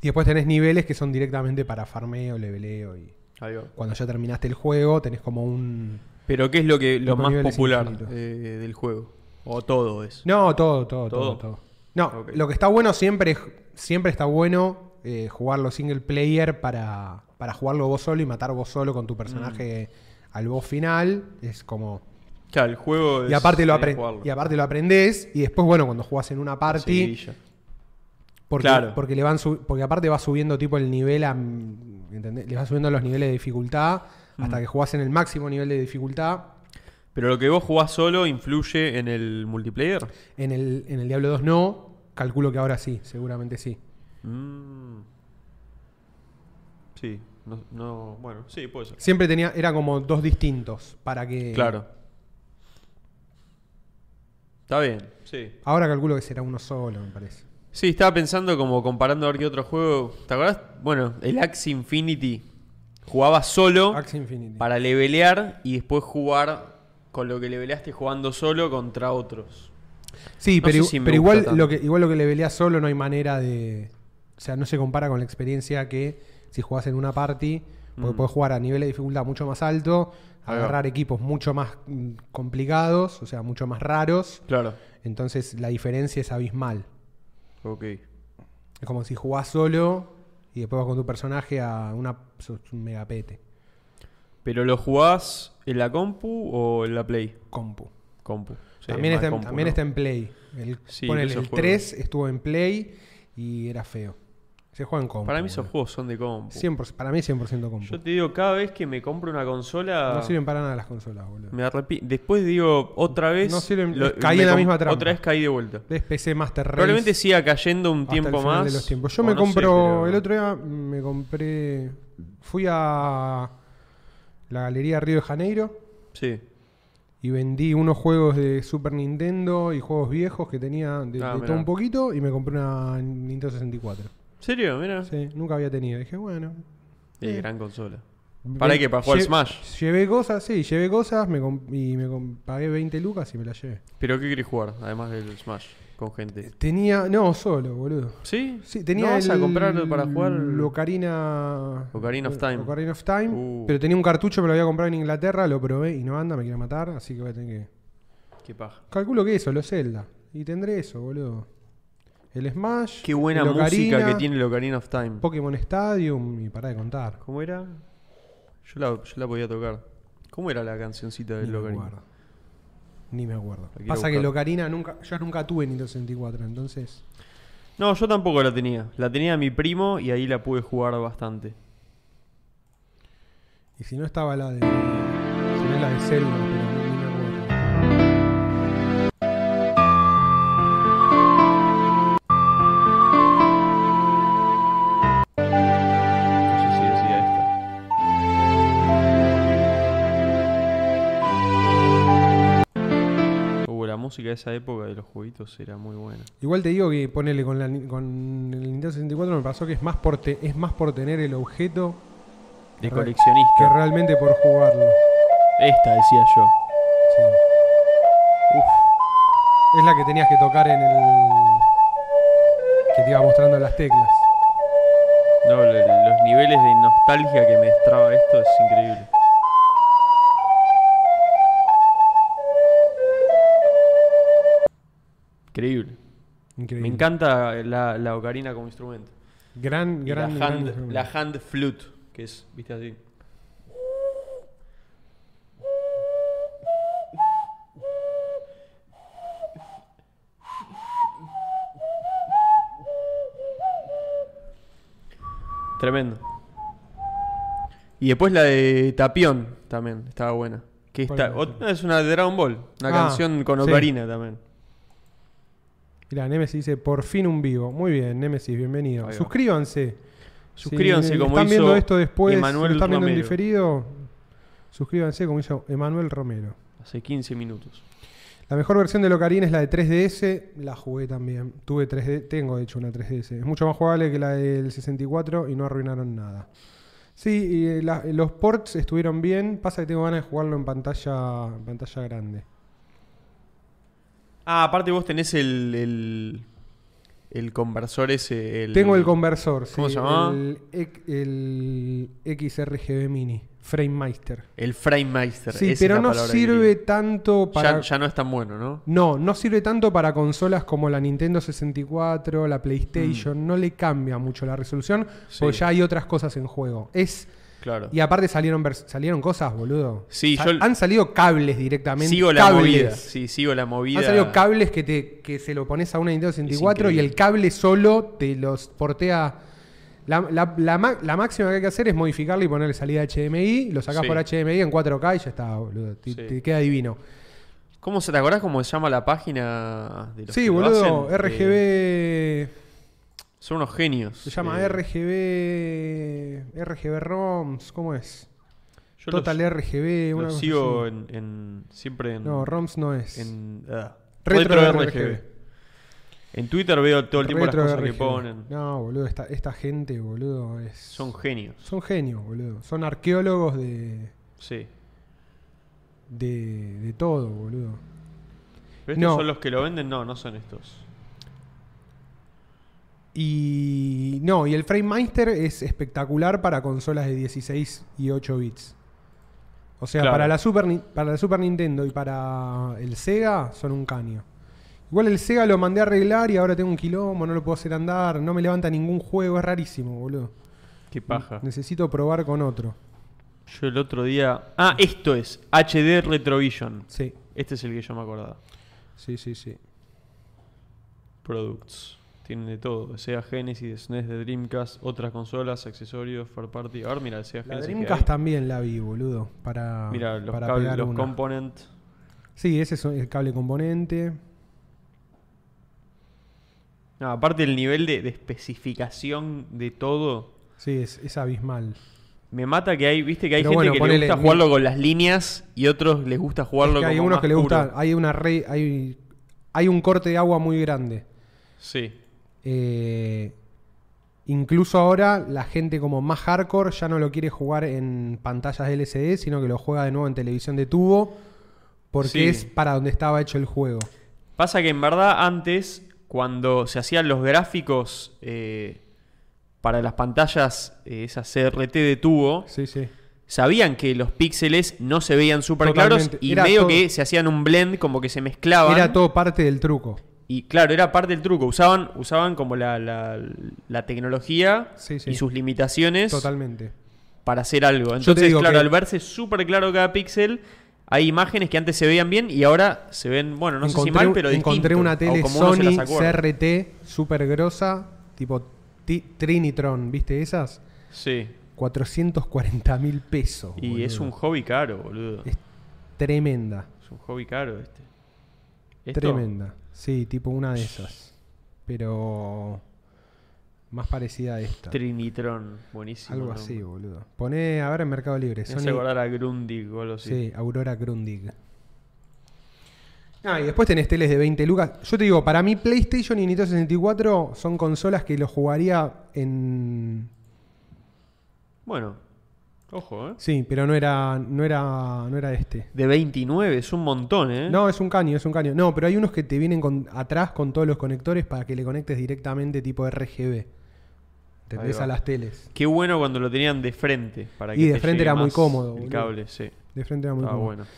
B: y después tenés niveles que son directamente para farmeo, leveleo y.
A: Ahí va.
B: Cuando ya terminaste el juego, tenés como un.
A: ¿Pero qué es lo, que, lo
B: Tipo
A: más
B: niveles
A: popular
B: infinitos.
A: eh, del juego? ¿O todo es?
B: No, todo, todo,
A: ¿Todo?
B: todo. todo, No,
A: Ok.
B: lo que está bueno siempre, es- siempre está bueno eh, jugarlo single player para, para jugarlo vos solo y matar vos solo con tu personaje al boss final. Es como.
A: Claro, el juego Mm. es...
B: Y aparte, lo
A: tenés que
B: apren-
A: jugarlo.
B: y aparte lo aprendés. Y después, bueno, cuando jugás en una
A: La
B: party.
A: seguidilla.
B: porque,
A: Claro.
B: porque le van su- porque aparte va subiendo tipo el nivel a. ¿entendés? Le va subiendo los niveles de dificultad.
A: Mm.
B: Hasta que jugás en el máximo nivel de dificultad.
A: Pero lo que vos jugás solo influye en el multiplayer.
B: En el, en el Diablo 2 no. Calculo que ahora sí, seguramente sí.
A: Sí, no, no- bueno, sí, puede ser.
B: Siempre tenía, era como dos distintos para que.
A: Claro. Está bien, sí.
B: Ahora calculo que será uno solo, me parece.
A: Sí, estaba pensando como comparando a ver qué otro juego... ¿Te acordás? Bueno, el Axe Infinity. Jugaba solo
B: Axie Infinity.
A: para levelear y después jugar con lo que leveleaste jugando solo contra otros.
B: Sí,
A: no
B: pero,
A: sé
B: igu-
A: si me
B: pero
A: gusta
B: igual,
A: tanto.
B: lo que, igual lo que le velea solo no hay manera de. O sea, no se compara con la experiencia que si jugás en una party, porque podés jugar a nivel de dificultad mucho más alto,
A: Mm. Ahí va.
B: agarrar equipos mucho más mm, complicados, o sea, mucho más raros.
A: Claro.
B: Entonces la diferencia es abismal.
A: Ok.
B: Es como si jugás solo y después vas con tu personaje a una sos un megapete.
A: ¿Pero lo jugás en la compu o en la Play?
B: Compu.
A: Compu. Sí,
B: también
A: más
B: está, en-
A: compu,
B: también
A: ¿no?
B: está en Play. El,
A: Sí,
B: ponele,
A: esos
B: el
A: juegos.
B: 3 estuvo en Play y era feo. Se juega en compu.
A: Para mí esos
B: boludo.
A: juegos son de compu.
B: 100%, para mí 100% compu.
A: Yo te digo, cada vez que me compro una consola,
B: No sirven para nada las consolas, boludo.
A: me arrepi- Después digo, otra vez...
B: No sirven-
A: lo-
B: caí
A: me
B: en la
A: com-
B: misma trampa.
A: Otra vez caí de vuelta.
B: Es PC Master Race.
A: Probablemente siga cayendo un
B: hasta
A: tiempo
B: el final
A: más.
B: de los tiempos. Yo
A: o
B: me
A: no sé,
B: compro.
A: pero-
B: El otro día me compré. Fui a la Galería Río de Janeiro
A: Sí.
B: y vendí unos juegos de Super Nintendo y juegos viejos que tenía de,
A: Ah,
B: de
A: mirá.
B: todo un poquito y me compré una Nintendo 64.
A: ¿En serio? Mira.
B: Sí, nunca había tenido. Dije, bueno,
A: Eh, gran consola. ¿Para qué? ¿Para jugar
B: Lle-
A: Smash?
B: Llevé cosas, sí, llevé cosas me com- y me com- pagué 20 lucas y me las llevé.
A: ¿Pero qué querés jugar? Además del Smash, con gente.
B: Tenía, no, solo, boludo.
A: ¿Sí?
B: Sí, tenía
A: ¿No vas a
B: el-
A: comprarlo para jugar?
B: Ocarina
A: Ocarina of Time.
B: Ocarina of Time,
A: Uh.
B: pero tenía un cartucho, me lo había comprado en Inglaterra, lo probé y no anda, me quiere matar, así que voy a tener que
A: Qué paja.
B: Calculo que eso, los Zelda y tendré eso, boludo. El Smash,
A: Qué buena
B: el
A: música
B: Ocarina,
A: que tiene el Ocarina of Time.
B: Pokémon Stadium y para de contar.
A: ¿Cómo era? Yo la, yo la podía tocar. ¿Cómo era la cancioncita
B: Ni
A: del
B: me
A: Ocarina?
B: acuerdo. Ni me acuerdo.
A: quiero
B: Pasa que
A: buscar.
B: el Ocarina nunca, yo nunca tuve Nintendo 64, entonces
A: No, yo tampoco la tenía. La tenía de mi primo y ahí la pude jugar bastante.
B: Y si no estaba la de. Si no la de Selva, pero no, no me acuerdo.
A: No sé si decía esta. Uh, la música de esa época de los jueguitos era muy buena.
B: Igual te digo que ponele con, la, ni- con el Nintendo 64 me pasó que es más por, te- es más por tener el objeto
A: De
B: Re- que
A: coleccionista.
B: realmente por jugarlo.
A: Esta decía yo.
B: Sí. Es la que tenías que tocar en el. que te iba mostrando las teclas.
A: No, lo- los niveles de nostalgia que me destraba esto es increíble. Increíble. Me
B: Increíble.
A: encanta la, la ocarina como instrumento.
B: Gran,
A: Y
B: gran.
A: la,
B: gran
A: hand,
B: instrumento.
A: la hand flute, que es, viste así. Tremendo. Y después la de Tapión también, estaba buena. Que
B: ¿Cuál
A: está,
B: es la otra?
A: otra es una de Dragon Ball, una
B: Ah,
A: canción con
B: sí.
A: ocarina también.
B: Mirá, Nemesis dice, por fin un vivo. Muy bien, Nemesis, bienvenido.
A: Ahí va.
B: Suscríbanse.
A: Suscríbanse
B: Si
A: como
B: están
A: hizo
B: viendo esto después,
A: Emanuel
B: lo están viendo en
A: Romero.
B: diferido, suscríbanse como hizo Emanuel Romero.
A: Hace 15 minutos.
B: La mejor versión de Locarina es la de 3DS, la jugué también. Tuve 3D, tengo de hecho una 3DS. Es mucho más jugable que la del 64 y no arruinaron nada. Sí, y eh, la- los ports estuvieron bien. Pasa que tengo ganas de jugarlo en pantalla, en pantalla grande.
A: Ah, aparte vos tenés el. el, el conversor ese. el-
B: Tengo el conversor,
A: ¿Cómo
B: sí,
A: se llamaba?
B: El, X- el XRGB Mini, FrameMeister.
A: El Framemeister.
B: Sí,
A: esa es
B: pero
A: la
B: no
A: palabra que
B: sirve
A: quería.
B: tanto
A: Ya,
B: para...
A: ya no es tan bueno, ¿no?
B: No, no sirve tanto para consolas como la Nintendo 64, la PlayStation. No le cambia mucho la resolución
A: Mm. Sí.
B: porque ya hay otras cosas en juego. Es...
A: Claro.
B: Y aparte salieron, vers- salieron cosas, boludo.
A: Sí,
B: Sa-
A: yo-
B: Han salido cables directamente.
A: Sigo la
B: cables.
A: movida. Sí, sigo la movida.
B: Han salido cables que, te, que se lo pones a una Nintendo 64 y
A: increíble.
B: el cable solo te los portea. La, la- la ma- la máxima que hay que hacer es modificarlo y ponerle salida HDMI, lo sacás
A: Sí.
B: por HDMI en 4K y ya está, boludo. Te,
A: Sí.
B: te queda divino.
A: ¿Cómo se, ¿Te acordás cómo se llama la página de los
B: Sí,
A: que lo
B: boludo,
A: hacen?
B: RGB.
A: Eh, son unos genios.
B: se llama
A: Eh,
B: RGB. RGB ROMs, ¿cómo es?
A: yo los-
B: Total RGB,
A: los
B: una cosa
A: sigo
B: así.
A: en, en- siempre en.
B: No, ROMs no es.
A: en ah,
B: Retro
A: Retro,
B: RGB.
A: RGB. En Twitter veo todo el tiempo
B: Retro
A: las cosas que
B: RGB.
A: ponen.
B: No, boludo, esta, esta gente, boludo, es.
A: Son genios.
B: Son genios, boludo. Son arqueólogos de,
A: Sí.
B: de, de todo, boludo.
A: Pero estos
B: No.
A: son los que lo venden, no, no son estos.
B: Y no, y el FrameMeister es espectacular para consolas de 16 y 8 bits. O sea,
A: Claro.
B: para, la Super, Ni- para la Super Nintendo y para el Sega son un caño. Igual el Sega lo mandé a arreglar y ahora tengo un quilombo, no lo puedo hacer andar, no me levanta ningún juego, es rarísimo, boludo.
A: Qué paja.
B: Necesito probar con otro.
A: Mm. Yo el otro día. Ah, esto es HD Retrovision.
B: Sí,
A: Este es el que yo me acordaba.
B: sí, sí, sí.
A: Products. Tienen de todo. de Sega Genesis, de SNES, de Dreamcast, otras consolas, accesorios, third party. Ahora mira, el Sega
B: La
A: Genesis.
B: Dreamcast también la vi, boludo. Para,
A: Mira, los
B: para
A: cables,
B: pegar
A: los
B: una.
A: component.
B: Sí, ese es el cable componente.
A: No, aparte el nivel de, de especificación de todo.
B: Sí, es, es abismal.
A: Me mata que hay, viste que hay
B: Pero
A: gente
B: bueno,
A: que
B: ponele,
A: le gusta
B: mi-
A: jugarlo con las líneas y otros les gusta jugarlo
B: Es que hay
A: como
B: unos
A: más
B: que le gusta,
A: puro.
B: hay una re- hay, hay un corte de agua muy grande.
A: Sí.
B: Eh, incluso ahora la gente como más hardcore ya no lo quiere jugar en pantallas LCD, sino que lo juega de nuevo en televisión de tubo, porque
A: Sí.
B: es para donde estaba hecho el juego.
A: Pasa que en verdad antes, cuando se hacían los gráficos eh, para las pantallas, eh, esas CRT de tubo,
B: Sí, sí.
A: sabían que los píxeles no se veían súper claros
B: Totalmente.
A: y
B: Era
A: medio
B: todo-
A: que se hacían un blend, como que se mezclaban.
B: Era todo parte del truco.
A: Y claro, era parte del truco. Usaban, usaban como la, la- la tecnología
B: Sí, sí.
A: y sus limitaciones
B: Totalmente.
A: para hacer algo.
B: Yo te
A: Entonces,
B: digo
A: claro,
B: que-
A: al verse súper claro cada píxel, hay imágenes que antes se veían bien y ahora se ven, bueno, no sé si mal, pero
B: encontré
A: distinto,
B: una
A: o
B: tele
A: como uno se
B: Sony
A: las acuerda.
B: CRT super grosa, tipo Ti- Trinitron, ¿viste esas?
A: Sí.
B: 440 mil pesos.
A: Y
B: boludo.
A: es un hobby caro, boludo.
B: Es tremenda,
A: Es un hobby caro este. ¿Esto?
B: tremenda. Sí, tipo una de esas. Pero más parecida a esta.
A: Trinitron, buenísimo.
B: Algo
A: ¿no?
B: así, boludo. Poné a ver en Mercado Libre.
A: Me hace
B: Sony-
A: acordar a Grundig o algo así.
B: Sí, Aurora Grundig. Ah, y después tenés teles de 20 lucas. Yo te digo, para mí PlayStation y Nintendo 64 son consolas que lo jugaría en...
A: Bueno, ojo, ¿eh?
B: Sí, pero no era, no era, no era este.
A: De 29, es un montón, ¿eh?
B: No, es un caño, es un caño. No, pero hay unos que te vienen con, atrás con todos los conectores para que le conectes directamente tipo RGB. ¿Entendés?
A: Ahí va.
B: A las teles.
A: Qué bueno cuando lo tenían de frente. Para
B: Y
A: que
B: de
A: te
B: frente
A: llegue
B: era muy
A: más
B: cómodo,
A: El
B: boludo.
A: cable, sí.
B: De frente era muy
A: Estaba
B: cómodo.
A: bueno.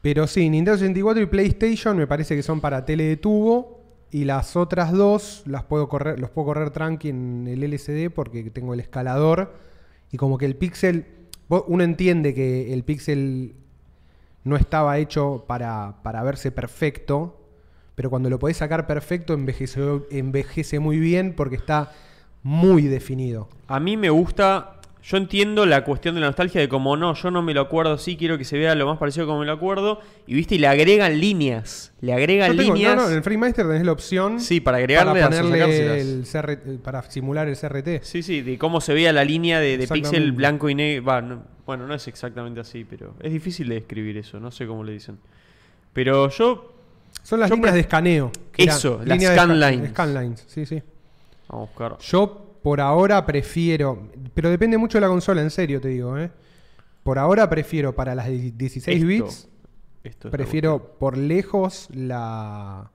B: Pero sí, Nintendo 64 y PlayStation me parece que son para tele de tubo. Y las otras dos las puedo correr, los puedo correr tranqui en el LCD porque tengo el escalador. Y como que el pixel. vo- Uno entiende que el pixel no estaba hecho para, para verse perfecto. Pero cuando lo podés sacar perfecto, envejece, envejece muy bien porque está muy definido.
A: A mí me gusta. Yo entiendo la cuestión de la nostalgia de como no, yo no me lo acuerdo así, quiero que se vea lo más parecido como me lo acuerdo. Y viste, y le agregan líneas. Le agregan
B: Yo tengo-
A: líneas.
B: no, no, en el FrameMeister tenés la opción
A: Sí, para agregarle
B: para
A: o
B: ponerle
A: sacárselas.
B: el CRT, para simular el CRT.
A: Sí, sí, de cómo se veía la línea de, de
B: Exactamente.
A: píxel blanco y negro. Va, no- bueno, no es exactamente así, pero es difícil de describir eso, no sé cómo le dicen. Pero yo.
B: Son las
A: Yo
B: líneas
A: pre-
B: de escaneo. que eran
A: Eso, las
B: líneas de
A: scan
B: esca-
A: lines.
B: scanlines, sí, sí.
A: Vamos a buscar.
B: Yo por ahora prefiero, pero depende mucho de la consola, en serio te digo, ¿eh? Por ahora prefiero para las 16
A: Esto.
B: bits,
A: Esto es la
B: prefiero por lejos la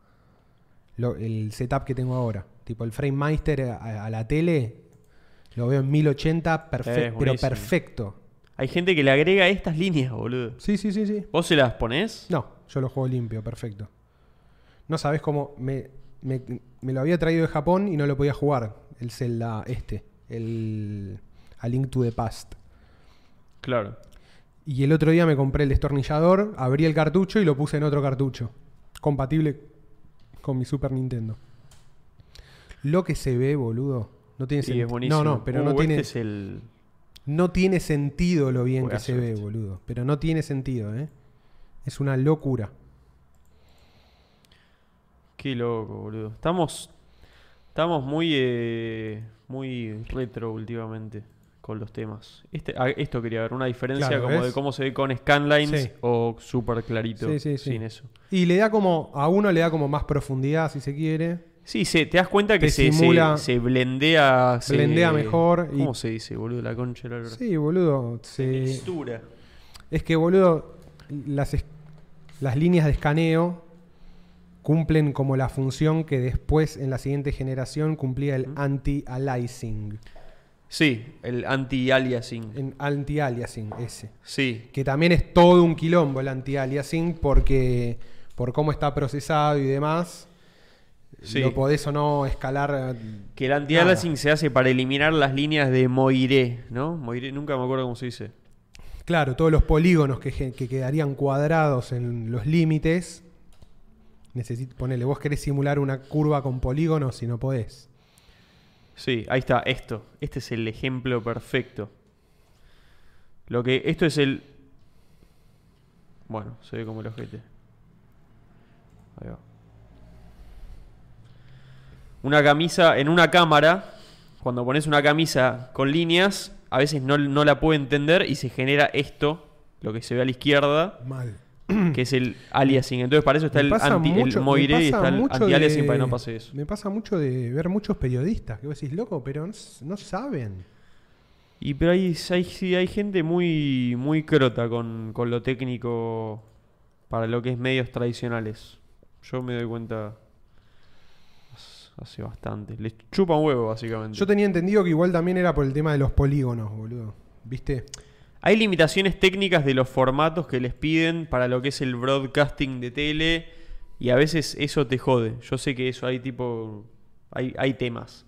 B: lo- el setup que tengo ahora. Tipo el FrameMeister a, a la tele, lo veo en 1080, perfe-
A: Es
B: pero
A: buenísimo.
B: perfecto.
A: cuestión. Hay gente que le agrega estas líneas, boludo.
B: Sí, sí, sí, sí.
A: ¿Vos se las ponés?
B: No, yo lo juego limpio, perfecto. No sabes cómo me, me- me lo había traído de Japón y no lo podía jugar. El Zelda este, el A Link to the Past.
A: Claro.
B: Y el otro día me compré el destornillador, abrí el cartucho y lo puse en otro cartucho, compatible con mi Super Nintendo. Lo que se ve, boludo, no tiene
A: Sí, es
B: sentido.
A: buenísimo.
B: No, no, pero
A: Uh,
B: no
A: este
B: tiene
A: es el.
B: no tiene sentido lo bien que
A: Juegazo
B: se ve,
A: este.
B: boludo, pero no tiene sentido, ¿eh? Es una locura.
A: Qué loco, boludo. Estamos. Estamos muy. eh, muy retro últimamente con los temas. Este, ah, esto quería ver, una diferencia
B: Claro,
A: como
B: ¿ves?
A: de cómo se ve con scanlines
B: Sí.
A: o súper clarito
B: Sí, sí, sí.
A: sin eso.
B: Y le da como, a uno le da como más profundidad, si se quiere.
A: Sí, se, te das cuenta que
B: Te
A: se, se-
B: simula-
A: se blendea. se-
B: Blendea mejor y-
A: ¿Cómo se dice, boludo? La concha de la lora.
B: Sí, boludo. se-
A: Textura.
B: Es que, boludo, las, es- las líneas de escaneo cumplen como la función que después, en la siguiente generación, cumplía el anti-aliasing.
A: Sí, el anti-aliasing.
B: En anti-aliasing, ese.
A: Sí.
B: Que también es todo un quilombo el anti-aliasing porque por cómo está procesado y demás,
A: Sí.
B: lo podés o no escalar. eh,
A: Que el anti-aliasing se hace para eliminar las líneas de Moiré, ¿no? Moiré, nunca me acuerdo cómo se dice.
B: Claro, todos los polígonos que, gen- que quedarían cuadrados en los límites. Necesit ponele, vos querés simular una curva con polígonos y no podés.
A: Sí, ahí está, esto. Este es el ejemplo perfecto. Lo que. Esto es el. Bueno, se ve como el ojete. Ahí va. Una camisa en una cámara. Cuando pones una camisa con líneas, a veces no, no la puede entender y se genera esto, lo que se ve a la izquierda,
B: Mal.
A: que es el aliasing. Entonces, para eso está
B: Me
A: el,
B: pasa
A: anti, el
B: mucho- me
A: moiré y
B: pasa
A: está el
B: mucho
A: anti-aliasing
B: de-
A: para que no pase eso.
B: Me pasa mucho de ver muchos periodistas que vos decís, loco, pero no, s- no saben.
A: Y pero hay, hay, sí, hay gente muy, muy crota con, con lo técnico para lo que es medios tradicionales. Yo me doy cuenta hace- hace bastante. Les chupa un huevo, básicamente.
B: Yo tenía entendido que igual también era por el tema de los polígonos, boludo. ¿Viste?
A: Hay limitaciones técnicas de los formatos que les piden para lo que es el broadcasting de tele y a veces eso te jode. Yo sé que eso hay tipo hay, hay temas.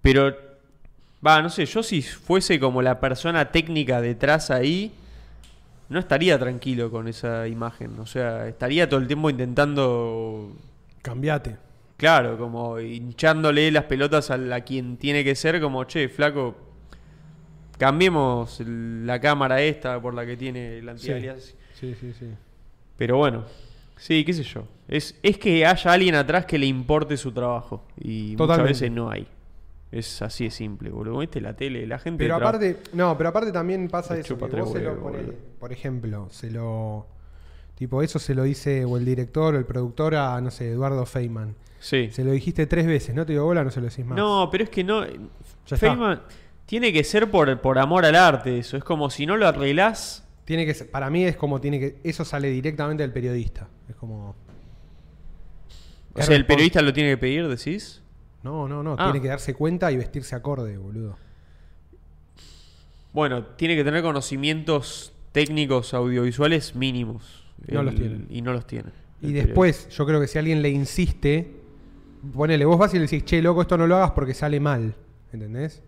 A: Pero va, no sé, yo si fuese como la persona técnica detrás ahí no estaría tranquilo con esa imagen, o sea, estaría todo el tiempo intentando
B: Cambiate.
A: Claro, como hinchándole las pelotas a, la quien tiene que ser, como, che, flaco, cambiemos el- la cámara esta por la que tiene el antialias.
B: Sí, sí, sí.
A: Pero bueno, sí, qué sé yo. Es, es que haya alguien atrás que le importe su trabajo. Y
B: Totalmente.
A: muchas veces no hay. Es así de simple, boludo. Este la tele, la gente.
B: Pero
A: tra-
B: aparte, no, pero aparte también pasa
A: Me
B: eso.
A: chupa
B: que
A: tres
B: vos se lo
A: huevos,
B: ponele,
A: boludo.
B: por ejemplo, se lo. Tipo, eso se lo dice o el director o el productor a, no sé, Eduardo Feynman.
A: Sí.
B: Se lo dijiste tres veces, no te dio bola, no se lo decís más.
A: No, pero es que no.
B: está.
A: Feynman tiene que ser por, por amor al arte, eso. Es como si no lo arreglás.
B: Tiene que, ser- para mí es como tiene que. Eso sale directamente del periodista. Es como.
A: O
B: Es
A: sea, el
B: respons-
A: periodista lo tiene que pedir, decís.
B: No, no, no.
A: Ah.
B: Tiene que darse cuenta y vestirse acorde, boludo.
A: Bueno, tiene que tener conocimientos técnicos audiovisuales mínimos.
B: No los tiene.
A: Y no los tiene.
B: Y
A: El
B: después, yo creo que si alguien le insiste, ponele, vos vas y le decís, che, loco, esto no lo hagas porque sale mal. ¿Entendés?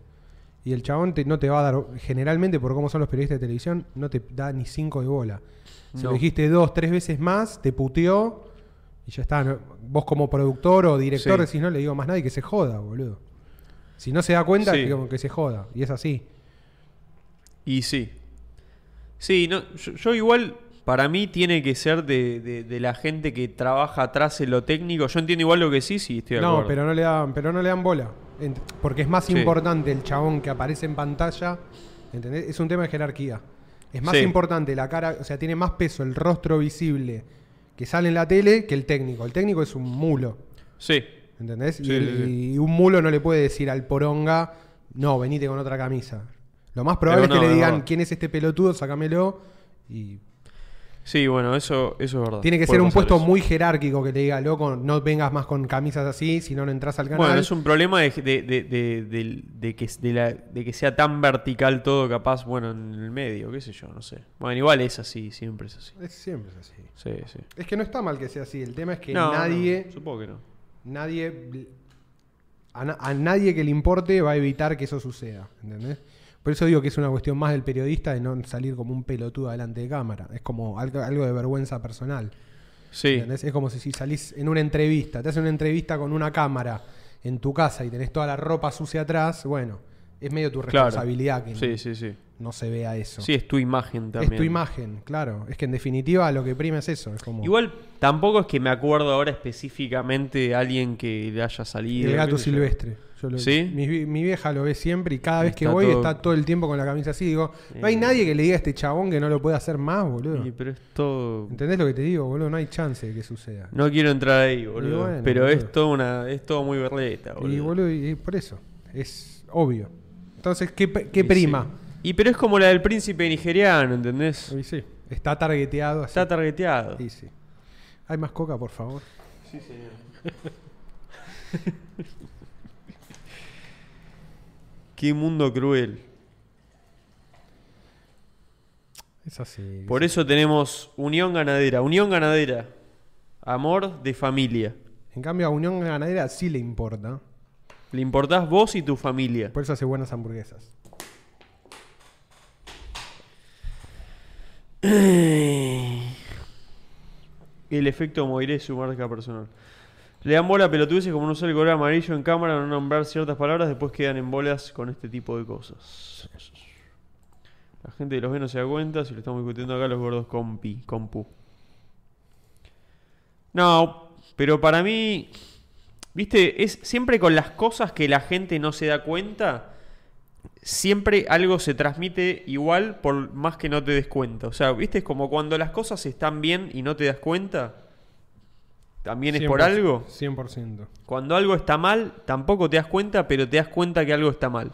B: Y el chabón te- no te va a dar, generalmente, por cómo son los periodistas de televisión, no te da ni cinco de bola. Si
A: No.
B: lo dijiste dos, tres veces más, te puteó y ya está. ¿no? Vos como productor o director
A: Sí.
B: decís, no le digo más nada y que se joda, boludo. Si no se da cuenta,
A: Sí.
B: que, como que se joda. Y es así.
A: Y sí. Sí, no, yo, yo igual, para mí tiene que ser de, de- de la gente que trabaja atrás en lo técnico. Yo entiendo igual lo que sí, sí, estoy de
B: No,
A: acuerdo.
B: pero no le dan, pero no le dan bola. Ent- Porque es más
A: Sí.
B: importante el chabón que aparece en pantalla. ¿Entendés? Es un tema de jerarquía. Es más
A: Sí.
B: importante la cara, o sea, tiene más peso el rostro visible que sale en la tele que el técnico. El técnico es un mulo.
A: Sí,
B: ¿Entendés?
A: Sí,
B: y, el-
A: sí, sí.
B: y un mulo no le puede decir al poronga, no, venite con otra camisa. Lo más probable
A: Pero
B: es
A: no,
B: que le
A: es
B: digan,
A: verdad.
B: ¿quién es este pelotudo? Sácamelo. Y
A: sí, bueno, eso, eso es verdad.
B: tiene que
A: Puede
B: ser un
A: pasar
B: puesto
A: eso.
B: muy jerárquico que le diga, loco, no vengas más con camisas así, si no, no entras al canal.
A: Bueno, es un problema de, de- de- de- de- de que, de la- de que sea tan vertical todo, capaz, bueno, en el medio, qué sé yo, no sé. Bueno, igual es así, siempre es así.
B: Es- siempre es así.
A: Sí, sí.
B: Es que no está mal que sea así. El tema es que
A: No, no,
B: nadie,
A: supongo que no.
B: nadie, a, na- a nadie que le importe va a evitar que eso suceda. ¿Entendés? Por eso digo que es una cuestión más del periodista de no salir como un pelotudo delante de cámara. Es como algo, algo de vergüenza personal.
A: Sí.
B: ¿entendés? Es como si, si salís en una entrevista, te hacen una entrevista con una cámara en tu casa y tenés toda la ropa sucia atrás. Bueno, es medio tu
A: Claro.
B: responsabilidad que
A: Sí, sí, sí.
B: no se vea eso.
A: Sí, es tu imagen también.
B: es tu imagen, claro. Es que en definitiva lo que prima es eso. Es como...
A: Igual tampoco es que me acuerdo ahora específicamente de alguien que le haya salido.
B: El gato
A: qué sé yo.
B: silvestre. Yo lo-
A: ¿Sí?
B: mi, vi- mi vieja lo ve siempre y cada vez que
A: Está
B: voy
A: todo-
B: está todo el tiempo con la camisa así. Digo, no hay
A: Eh.
B: nadie que le diga a este chabón que no lo puede hacer más, boludo.
A: Y, pero es todo.
B: ¿Entendés lo que te digo, boludo? No hay chance de que suceda.
A: No quiero entrar ahí, boludo.
B: bueno,
A: pero
B: boludo.
A: es todo una. es todo muy berleta, boludo.
B: Y boludo, y, y por eso. Es obvio. Entonces, ¿qué, pe- qué
A: Y sí.
B: prima?
A: Y pero es como la del príncipe nigeriano, ¿entendés?
B: Y sí, Está targeteado así.
A: Está targeteado.
B: Y sí. ¿Hay más coca, por favor?
A: Qué mundo cruel.
B: Es así.
A: Por e- eso tenemos unión ganadera, unión ganadera. Amor de familia.
B: En cambio, a Unión Ganadera sí le importa.
A: Le importás vos y tu familia.
B: Por eso hace buenas hamburguesas.
A: El efecto Moiré, su marca personal. Le dan bola a pelotudeces como no usar el color amarillo en cámara, no nombrar ciertas palabras, después quedan en bolas con este tipo de cosas. La gente de los ve no se da cuenta, si lo estamos discutiendo acá los gordos compi, compu. No, pero para mí, viste, es siempre con las cosas que la gente no se da cuenta, siempre algo se transmite igual por más que no te des cuenta. O sea, viste, es como cuando las cosas están bien y no te das cuenta, también es por
B: 100%,
A: algo.
B: 100%.
A: Cuando algo está mal, tampoco te das cuenta, pero te das cuenta que algo está mal.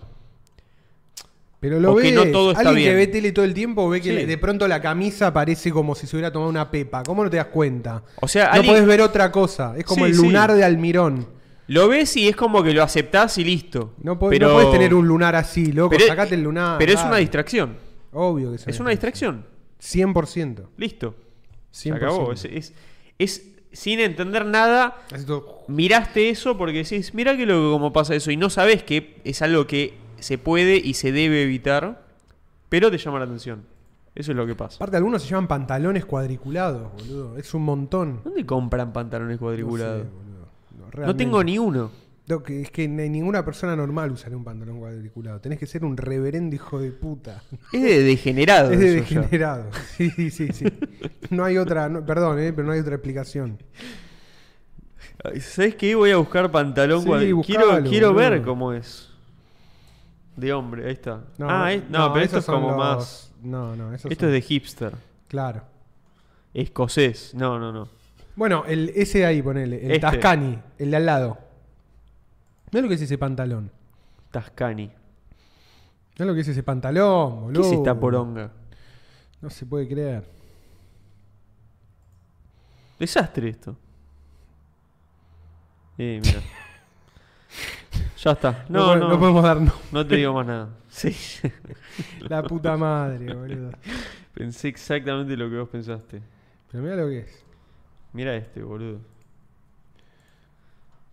B: Pero lo
A: O
B: ve,
A: que no todo está
B: alguien que
A: bien.
B: ve tele todo el tiempo ve que
A: Sí.
B: le- de pronto la camisa parece como si se hubiera tomado una pepa. ¿Cómo no te das cuenta?
A: O sea,
B: no
A: alguien-
B: podés ver otra cosa. Es como
A: Sí,
B: el lunar
A: sí.
B: de Almirón.
A: Lo ves y es como que lo aceptás y listo.
B: No, po-
A: Pero-
B: no podés tener un lunar así, loco.
A: pero-
B: Sacate el lunar.
A: Pero es una
B: dale.
A: distracción.
B: Obvio que
A: Es una distracción.
B: 100%.
A: Listo. Se
B: 100%.
A: acabó. Es, es- es- sin entender nada,
B: Así todo-
A: miraste eso porque decís, mirá que loco cómo pasa eso. Y no sabes que es algo que se puede y se debe evitar, pero te llama la atención. Eso es lo que pasa.
B: Aparte, algunos se llaman pantalones cuadriculados, boludo. Es un montón. No sé,
A: ¿Dónde compran pantalones cuadriculados?
B: boludo. No,
A: No,
B: realmente.
A: tengo ni uno.
B: No, que- es que ni- ninguna persona normal usaría un pantalón cuadriculado. Tenés que ser un reverendo hijo de puta.
A: Es de degenerado.
B: Es de
A: eso ya.
B: degenerado. Sí, sí, sí, sí. No hay otra, no- perdón, eh, pero no hay otra explicación.
A: Ay, ¿Sabes qué? Voy a buscar pantalón.
B: Sí,
A: cuadri- quiero
B: buscalo,
A: quiero
B: boludo.
A: ver cómo es. De hombre, ahí está.
B: No,
A: ah, es- no, pero esto
B: esos
A: es como
B: son los-
A: más.
B: No, no, eso
A: Esto es de hipster.
B: Claro.
A: Escocés. No, no, no.
B: Bueno, el, ese de ahí, ponele, el
A: Este.
B: Tascani, el de al lado. Mirá lo que es ese pantalón.
A: Tascani.
B: Mirá lo que es ese pantalón,
A: ¿Qué
B: boludo.
A: es esta poronga?
B: No se puede creer.
A: Desastre esto. Eh, mira. ya está. No,
B: pode-
A: no, no,
B: podemos dar no.
A: te digo más nada. Sí.
B: La puta madre, boludo.
A: Pensé exactamente lo que vos pensaste.
B: Pero mirá lo que es.
A: Mira este, boludo.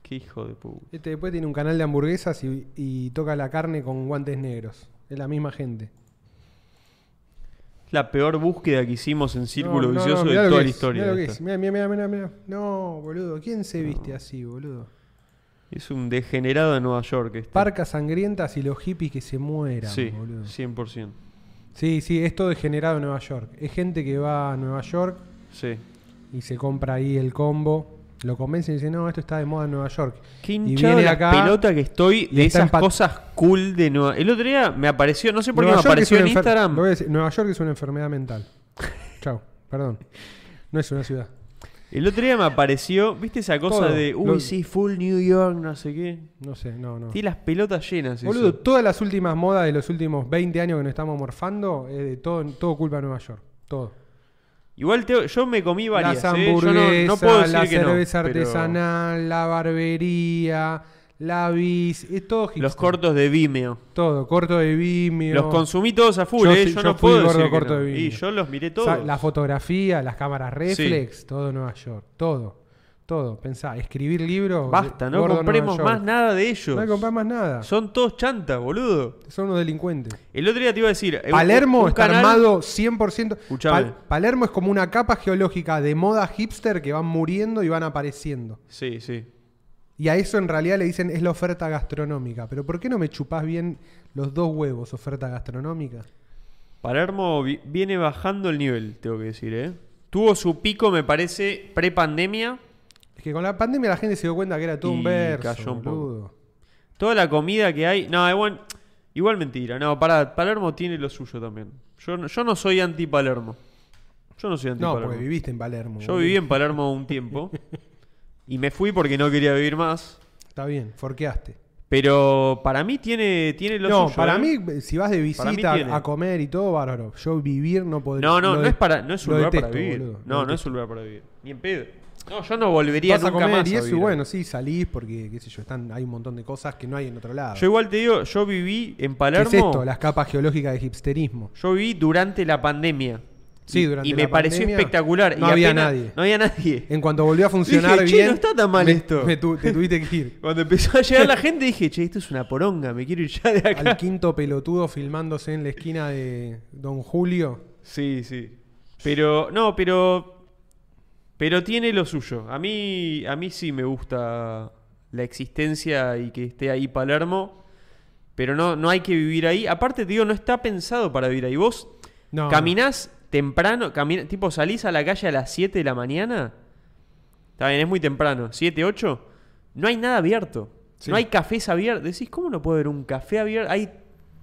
A: Qué hijo de puta.
B: Este después tiene un canal de hamburguesas y, y toca la carne con guantes negros. Es la misma gente.
A: La peor búsqueda que hicimos en Círculo
B: No, no,
A: Vicioso
B: no, mirá
A: de
B: lo
A: toda
B: que
A: la
B: es,
A: historia.
B: mirá lo que
A: esta.
B: es. Mirá, mirá, mirá, mirá, mirá. No, boludo. ¿Quién se viste así, boludo?
A: Es un degenerado de Nueva York. Este.
B: Parcas sangrientas y los hippies que se mueran,
A: Sí,
B: boludo.
A: 100%.
B: Sí, sí, es todo degenerado en Nueva York. Es gente que va a Nueva York
A: Sí.
B: y se compra ahí el combo. Lo convencen y dicen, no, esto está de moda en Nueva York.
A: Qué
B: y
A: hinchado
B: viene
A: la
B: acá.
A: pelota que estoy
B: y
A: de
B: está
A: esas
B: empat-
A: cosas cool de Nueva... El otro día me apareció, no sé por
B: Nueva
A: qué me
B: York es
A: apareció en
B: una enfer-
A: Instagram.
B: lo voy a decir, Nueva York es una enfermedad mental. Chau, perdón. No es una ciudad.
A: El otro día me apareció, ¿viste esa cosa
B: Todo.
A: de, uy,
B: Lo-
A: sí, full New York, no sé qué?
B: No sé, no, no.
A: Tiene las pelotas llenas.
B: Boludo,
A: eso.
B: todas las últimas modas de los últimos 20 años que nos estamos morfando, es de todo, todo culpa de Nueva York. Todo.
A: Igual Teo, yo me comí varias.
B: las
A: ¿eh? Yo
B: hamburguesas,
A: no, no puedo decir
B: la
A: que no,
B: cerveza
A: pero
B: artesanal, la barbería, la bis, es todo hipster.
A: Los cortos de Vimeo.
B: Todo, corto de Vimeo.
A: Los consumí todos a full,
B: Yo
A: yo,
B: sí,
A: yo,
B: yo
A: no
B: fui
A: puedo
B: gordo
A: decir que
B: corto
A: no.
B: de Vimeo.
A: Y yo los miré
B: O
A: todos.
B: sea, la fotografía, las cámaras reflex, todo Nueva York, todo, todo. Pensá, escribir libros.
A: Basta, no
B: gordo
A: compremos
B: Nueva
A: más
B: York.
A: nada de ellos.
B: No hay que comprar más nada. Son,
A: Son todos chantas, boludo.
B: unos delincuentes.
A: El otro día te iba a decir. eh, un-
B: Palermo
A: un
B: está
A: canal-
B: armado 100%.
A: Escuchame.
B: Pal- Palermo es como una capa geológica de moda hipster que van muriendo y van apareciendo.
A: Sí, sí.
B: Y a eso en realidad le dicen es la oferta gastronómica. Pero ¿por qué no me chupás bien los dos huevos, oferta gastronómica?
A: Palermo vi- viene bajando el nivel, tengo que decir, ¿eh? Tuvo su pico, me parece, pre-pandemia.
B: Es que con la pandemia la gente se dio cuenta que era todo
A: Y
B: un verso,
A: cayó un poco.
B: boludo.
A: Toda la comida que hay. No, igual, igual mentira. No, pará, Palermo tiene lo suyo también. Yo, no- yo no soy anti-Palermo. Yo no soy
B: No, pues
A: anti-Palermo.
B: porque viviste en Palermo.
A: Yo
B: boludo.
A: viví en Palermo un tiempo. y me fui porque no quería vivir más.
B: Está bien, forqueaste.
A: Pero para mí tiene, tiene lo
B: no,
A: suyo,
B: para
A: ¿eh?
B: mí, si vas de
A: Para mí
B: visita
A: tiene.
B: a comer y todo, bárbaro. Yo vivir no podría.
A: No, no,
B: lo
A: no
B: de-
A: es, para, no es un
B: lo
A: lugar para
B: detesto,
A: vivir.
B: boludo.
A: no,
B: Lo
A: no es
B: detesto.
A: un lugar para vivir. Ni en pedo. No, yo no volvería
B: Vas a
A: nunca
B: comer
A: más.
B: y
A: a
B: eso, y
A: vivir.
B: bueno, sí, salís porque, qué sé yo, están, hay un montón de cosas que no hay en otro lado.
A: Yo igual te digo, yo viví en
B: ¿Qué
A: Palermo.
B: es esto? Las capas geológicas de hipsterismo.
A: Yo viví durante la pandemia.
B: Sí,
A: Y-
B: durante
A: Y
B: la
A: me pareció
B: pandemia
A: espectacular.
B: no
A: y
B: había
A: apenas-
B: nadie.
A: No había nadie.
B: En cuanto volvió a funcionar
A: Dije, "Che,
B: bien.
A: no está tan mal
B: me-
A: esto".
B: me tu- te tuviste que ir.
A: Cuando empezó a llegar la gente dije, che, esto es una poronga, me quiero ir ya de acá.
B: Al quinto pelotudo filmándose en la esquina de Don Julio.
A: Sí, sí. Pero, no, pero. Pero tiene lo suyo. A mí, a mí sí me gusta la existencia y que esté ahí Palermo. Pero no, no hay que vivir ahí. Aparte, te digo, no está pensado para vivir ahí. Vos
B: No.
A: caminás temprano, camina- tipo salís a la calle a las 7 de la mañana. Está bien, es muy temprano. 7, 8. No hay nada abierto.
B: Sí.
A: No hay cafés abiertos. Decís, ¿cómo no puede haber un café abierto? Hay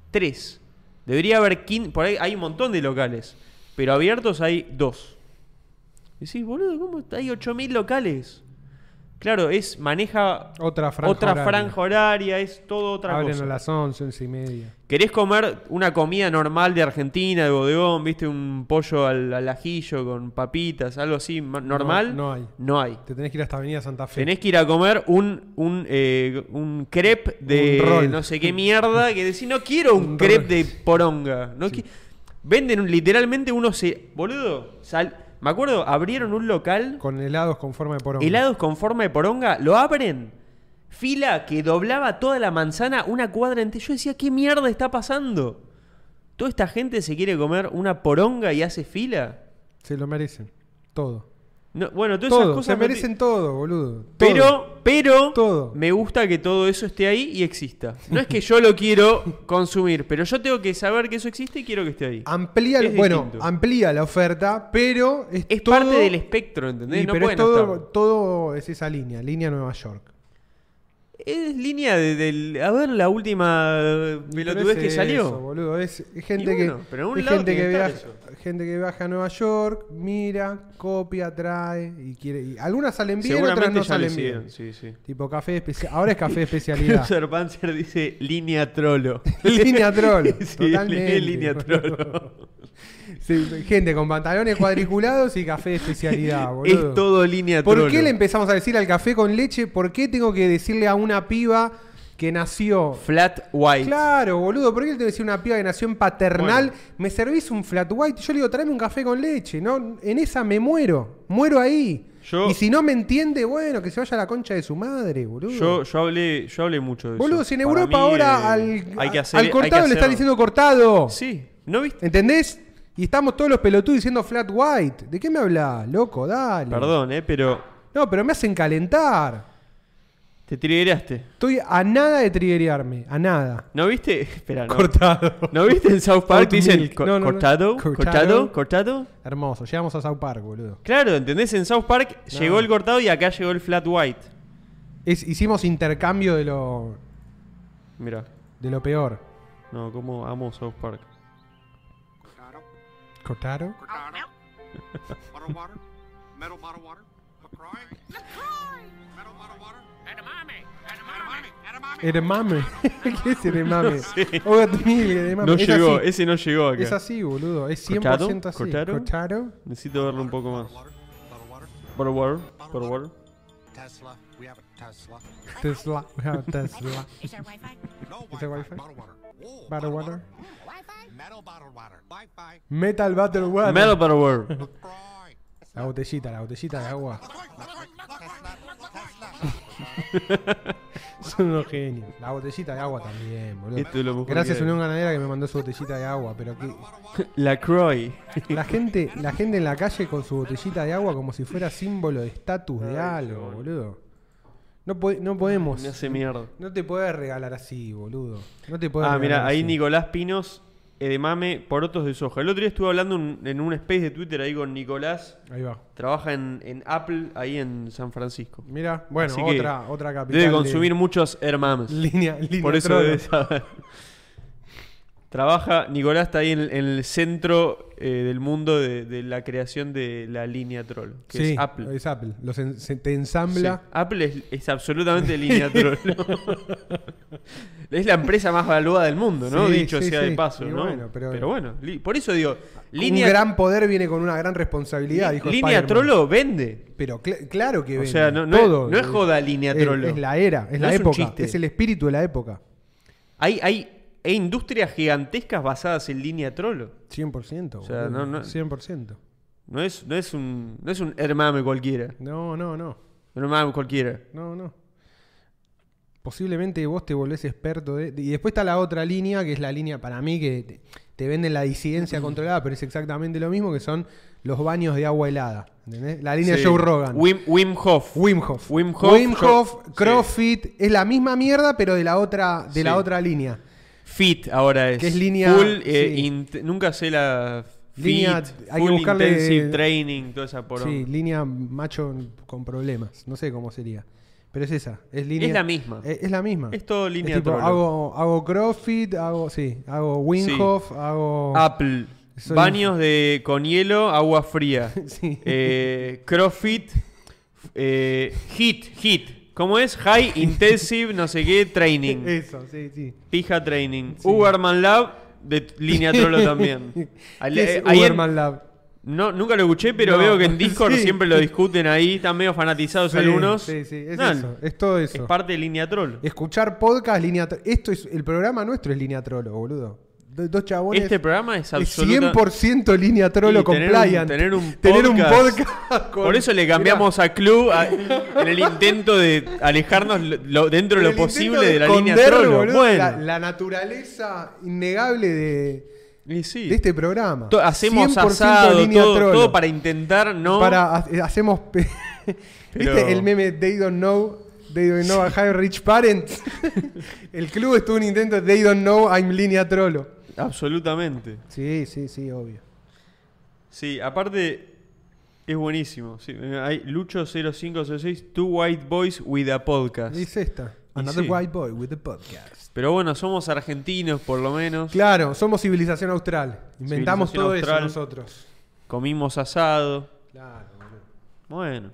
A: tres. Debería haber 15. Por ahí hay un montón de locales. Pero abiertos hay dos. Decís, boludo, ¿cómo está? hay 8.000 locales? Claro, es maneja
B: Otra franja
A: otra
B: horaria.
A: franja horaria, es todo otra
B: Abren
A: cosa.
B: a las 11, 11 y media.
A: ¿Querés comer una comida normal de Argentina, de bodegón, viste, un pollo al, al ajillo con papitas, algo así ma- normal?
B: no hay.
A: No hay.
B: Te tenés que ir hasta Avenida Santa Fe.
A: Tenés que ir a comer un, un, eh, un crepe de
B: Un roll.
A: no sé qué mierda que decís, no quiero un,
B: Un
A: crepe
B: roll.
A: de poronga. No qui- Venden un- literalmente uno se... Boludo, sal... me acuerdo, abrieron un local
B: Con helados con forma de poronga.
A: Helados con forma de poronga, lo abren. Fila que doblaba toda la manzana, una cuadra entera. Yo decía, ¿qué mierda está pasando? ¿Toda esta gente se quiere comer una poronga y hace fila?
B: Se lo merecen. Todo.
A: No, bueno, todas esas
B: Todo.
A: cosas.
B: Se
A: me-
B: merecen todo, boludo. Todo.
A: Pero, pero,
B: Todo.
A: me gusta que todo eso esté ahí y exista. No es que yo lo quiero consumir, pero yo tengo que saber que eso existe y quiero que esté ahí.
B: Amplía,
A: Es
B: bueno,
A: distinto.
B: amplía la oferta, pero es,
A: es
B: todo-
A: parte del espectro, ¿entendés?
B: y-
A: no
B: pero
A: pueden
B: es
A: no
B: todo,
A: estar.
B: todo es esa línea, línea Nueva York.
A: Es línea de- del. A ver, la última eh,
B: Pero
A: pelotudez
B: es
A: que salió.
B: eso, boludo, es, es gente
A: Y bueno,
B: que,
A: pero en un
B: es
A: lado
B: gente, que
A: tiene que
B: viaja,
A: estar
B: gente que viaja a Nueva York, mira, copia, trae y quiere. y algunas salen bien, otras
A: Seguramente
B: no
A: ya lo
B: salen
A: hicieron,
B: bien.
A: sí, sí.
B: Tipo café especial. Ahora es café de especialidad.
A: Cruiser Panzer dice línea trolo.
B: Línea trolo,
A: sí,
B: totalmente.
A: línea trolo.
B: Sí, gente con pantalones cuadriculados y café de especialidad, boludo.
A: es todo línea trolo.
B: ¿Por qué le empezamos a decir al café con leche? ¿Por qué tengo que decirle a una piba que nació
A: Flat white.
B: Claro, boludo, ¿por qué le tengo que decir a una piba que nació en paternal?
A: Bueno.
B: Me servís un flat white, yo le digo, tráeme un café con leche, ¿no? En esa me muero, muero ahí.
A: Yo-
B: y si no me entiende, bueno, que se vaya a la concha de su madre, boludo.
A: Yo, yo, hablé, yo hablé mucho de
B: boludo,
A: eso.
B: si en
A: Para mí,
B: Europa
A: eh,
B: ahora al,
A: hay que
B: al
A: hacer- hay que
B: cortado le están
A: hacer-
B: diciendo cortado.
A: Sí, ¿no viste?
B: ¿Entendés? Y estamos todos los pelotudos diciendo flat white. ¿De qué me habla, loco? Dale.
A: Perdón, eh, pero
B: No, pero me hacen calentar.
A: Te triggeraste.
B: Estoy a nada de triggerearme, a nada.
A: ¿No viste? Espera, no.
B: Cortado.
A: ¿No viste en South Park?
B: Oat
A: Dicen
B: milk.
A: co-
B: No, no, no.
A: cortado,
B: Cortado.
A: cortado, cortado.
B: Hermoso, llegamos a South Park, boludo.
A: Claro, ¿entendés? En South Park llegó el cortado y acá llegó el flat white.
B: Es- hicimos intercambio de lo,
A: Mira,
B: de lo peor.
A: no, como amo South Park.
B: ¿Cortado?
F: Oh, Bottled water, metal bottled water, LaCroix, metal bottled water,
D: Edamame,
F: edamame, edamame.
B: Edamame. ¿Qué es edamame? Oat milk, edamame.
A: No
B: Es
A: llegó,
B: así.
A: ese no llegó acá.
B: Es así, boludo. Es 100%
A: ¿Cortado?
B: así.
A: ¿Cortado?
B: ¿Cortado?
A: Necesito verlo un poco más.
F: Water, bottled water,
A: Por War, por War.
F: Tesla, we have a Tesla.
B: Tesla. Ah, Tesla.
G: Is there Wi-Fi?
F: No
B: Is there Wi-Fi?
F: Bottled water. Whoa,
B: Bottled water.
G: Wi-Fi?
F: Metal bottled water. Wi-Fi.
B: Metal Battle Water.
A: Metal por War.
F: LaCroix.
B: La botellita, la botellita de agua. Son unos genios. La botellita de agua también, boludo.
A: Esto es lo mejor
B: Gracias
A: que
B: a
A: hay.
B: Unión Ganadera que me mandó su botellita de agua, pero que
A: La Croy.
B: la gente, la gente en la calle con su botellita de agua como si fuera símbolo de estatus de algo, boludo. No, po- no podemos.
A: Me hace mierda.
B: No te puedes regalar así, boludo. No te puedes
A: Ah,
B: regalar
A: mira, ahí
B: así.
A: Nicolás Pinos, edemame, porotos de soja. El otro día estuve hablando un- en un space de Twitter ahí con Nicolás.
B: Ahí va.
A: Trabaja en, en Apple, ahí en San Francisco.
B: Mira, bueno,
A: Así que
B: otra, otra capital.
A: Debe
B: de-
A: consumir muchos hermames.
B: línea, línea
A: Por eso
B: Trono.
A: debe saber. Trabaja, Nicolás está ahí en, en el centro eh, del mundo de, de la creación de la línea troll, que
B: sí,
A: es Apple.
B: Es Apple. Los en- se- te
A: Sí.
B: ensambla.
A: Apple es, es absolutamente línea troll. es la empresa más valuada del mundo, ¿no?
B: Sí,
A: Dicho
B: sí,
A: sea
B: sí.
A: de paso,
B: Y
A: ¿no?
B: bueno, pero-
A: bueno, li- por eso digo,
B: Línea,
A: línea,
B: Un gran poder viene con una gran responsabilidad, dijo
A: línea
B: Spider-Man.
A: trolo vende.
B: Pero cl- claro que
A: O
B: vende.
A: sea, no- no es- no es joda Línea
B: Es-
A: Trollo.
B: Es, la era, es
A: No
B: la
A: es un
B: época.
A: chiste.
B: Es el espíritu de la época.
A: Hay, hay, hay industrias gigantescas basadas en línea trolo.
B: 100%.
A: O sea, no-
B: boludo,
A: no-
B: 100%.
A: No es, no es un, no es un hermame cualquiera.
B: No, no, no.
A: Un hermame cualquiera.
B: No, no. Posiblemente vos te volvés experto de... Y después está la otra línea, que es la línea para mí que te, te venden la disidencia controlada, pero es exactamente lo mismo, que son los baños de agua helada. ¿entendés? La línea
A: Sí.
B: Joe Rogan.
A: Wim, Wim Hof.
B: Wim Hof.
A: Wim Hof.
B: Hof,
A: Yo-
B: CrossFit, es la misma mierda, pero de la otra, de la
A: Sí.
B: otra línea.
A: Fit ahora es.
B: Que es línea-
A: Full, eh,
B: sí.
A: int- nunca sé la. Fit,
B: Línea- hay que
A: full
B: buscarle-
A: intensive training, toda esa poronga.
B: Sí, línea macho con problemas. No sé cómo sería. Pero es esa. Es, línea, Eh,
A: la misma.
B: Es, es la misma.
A: Es todo línea
B: tipo,
A: trolo.
B: hago, hago CrossFit, hago, sí, hago Winghoff, hago.
A: Apple.
B: Soy-
A: Baños de con hielo, agua fría.
B: Sí.
A: Eh, CrossFit. Eh, hit, hit. ¿Cómo es? High Intensive, no sé qué, training.
B: Eso, sí, sí.
A: Pija training. Uberman Lab, de t- línea trolo también. Al-
B: ¿Qué es
A: eh, ahí en-
B: Uberman Lab?
A: No, nunca lo escuché, pero
B: No.
A: veo que en Discord
B: Sí.
A: siempre lo discuten ahí, están medio fanatizados
B: Sí,
A: algunos.
B: Sí, sí, es
A: No,
B: eso. Es todo
A: es
B: eso. Eh,
A: parte de línea troll.
B: Escuchar podcast, línea. tro- Esto es. El programa nuestro es línea trolo, boludo. Do- Dos chabones.
A: Este programa es
B: es
A: absoluta-
B: 100% línea trolo
A: Y tener un-
B: compliant.
A: tener un
B: podcast con-
A: Por eso le cambiamos a Club a- en el intento de alejarnos lo- lo- dentro de lo
B: El intento
A: posible de la línea
B: esconder,
A: troll.
B: boludo,
A: Bueno,
B: la, la naturaleza innegable de,
A: y sí.
B: de este programa.
A: To- hacemos
B: 100%
A: asado,
B: línea
A: todo,
B: trolo.
A: todo para intentar no.
B: Para- ha- hacemos. pe-
A: Pero-
B: ¿Viste el meme They Don't Know? They don't know I have rich parents. el club estuvo un intento They don't know I'm línea trolo.
A: Absolutamente.
B: Sí, sí, sí, obvio.
A: Sí, aparte es buenísimo. Sí, eh, hay Lucho0506, Two White Boys with a Podcast.
B: Es esta.
A: Y
B: Another
A: sí.
B: white boy with a podcast.
A: Pero bueno, somos argentinos por lo menos.
B: Claro, somos civilización austral. Inventamos
A: Civilización
B: todo
A: austral.
B: eso nosotros.
A: Comimos asado.
B: Claro, boludo.
A: Bueno.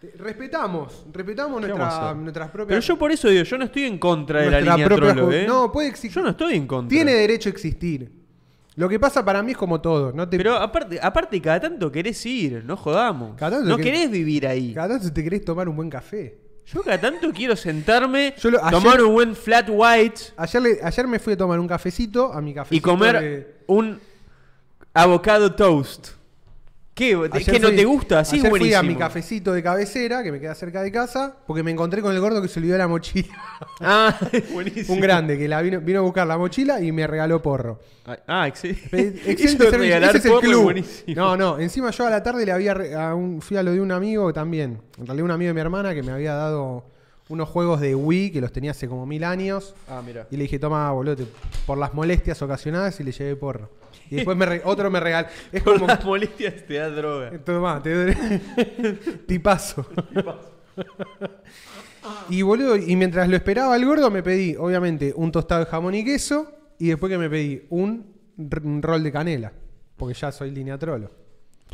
B: Te- Respetamos, respetamos
A: ¿qué
B: nuestra-
A: vamos a hacer?
B: nuestras propias.
A: Pero yo por eso digo, yo no estoy en contra de la
B: Nuestra
A: línea
B: propia
A: trolo,
B: ju-
A: ¿eh?
B: No, puede existir.
A: Yo no estoy en contra.
B: Tiene derecho a existir. Lo que pasa para mí es como todo. No te,
A: Pero aparte, aparte cada tanto querés ir, no jodamos.
B: Cada tanto
A: no
B: que-
A: querés vivir ahí.
B: cada tanto te querés tomar un buen café.
A: Yo cada tanto quiero sentarme,
B: Yo lo- ayer-
A: tomar un buen flat white
B: Ayer, le- ayer me fui a tomar un cafecito a mi cafecito.
A: y comer
B: de-
A: un avocado toast. ¿Qué? ¿Es
B: ayer
A: que no
B: fui-
A: te gusta? Sí,
B: ayer
A: es buenísimo.
B: fui a mi cafecito de cabecera, que me queda cerca de casa, porque me encontré con el gordo que se olvidó la mochila.
A: Ah, buenísimo.
B: un grande que la vino, vino a buscar la mochila y me regaló porro.
A: Ah, excelente.
B: Exento de servicio. Ese es el club. No, no, encima yo a la tarde le había re- a un, fui a lo de un amigo también. En realidad un amigo de mi hermana que me había dado unos juegos de Wii que los tenía hace como mil años.
A: Ah, mira.
B: Y le dije, toma, boludo, te- por las molestias ocasionadas y le llevé porro. Y después me re- otro me regaló. Es
A: Por
B: como.
A: las molestias te da droga.
B: Toma, te doy. Tipazo. y boludo, y mientras lo esperaba el gordo, me pedí, obviamente, un tostado de jamón y queso. Y después que me pedí un, r- un rol de canela. Porque ya soy línea trolo.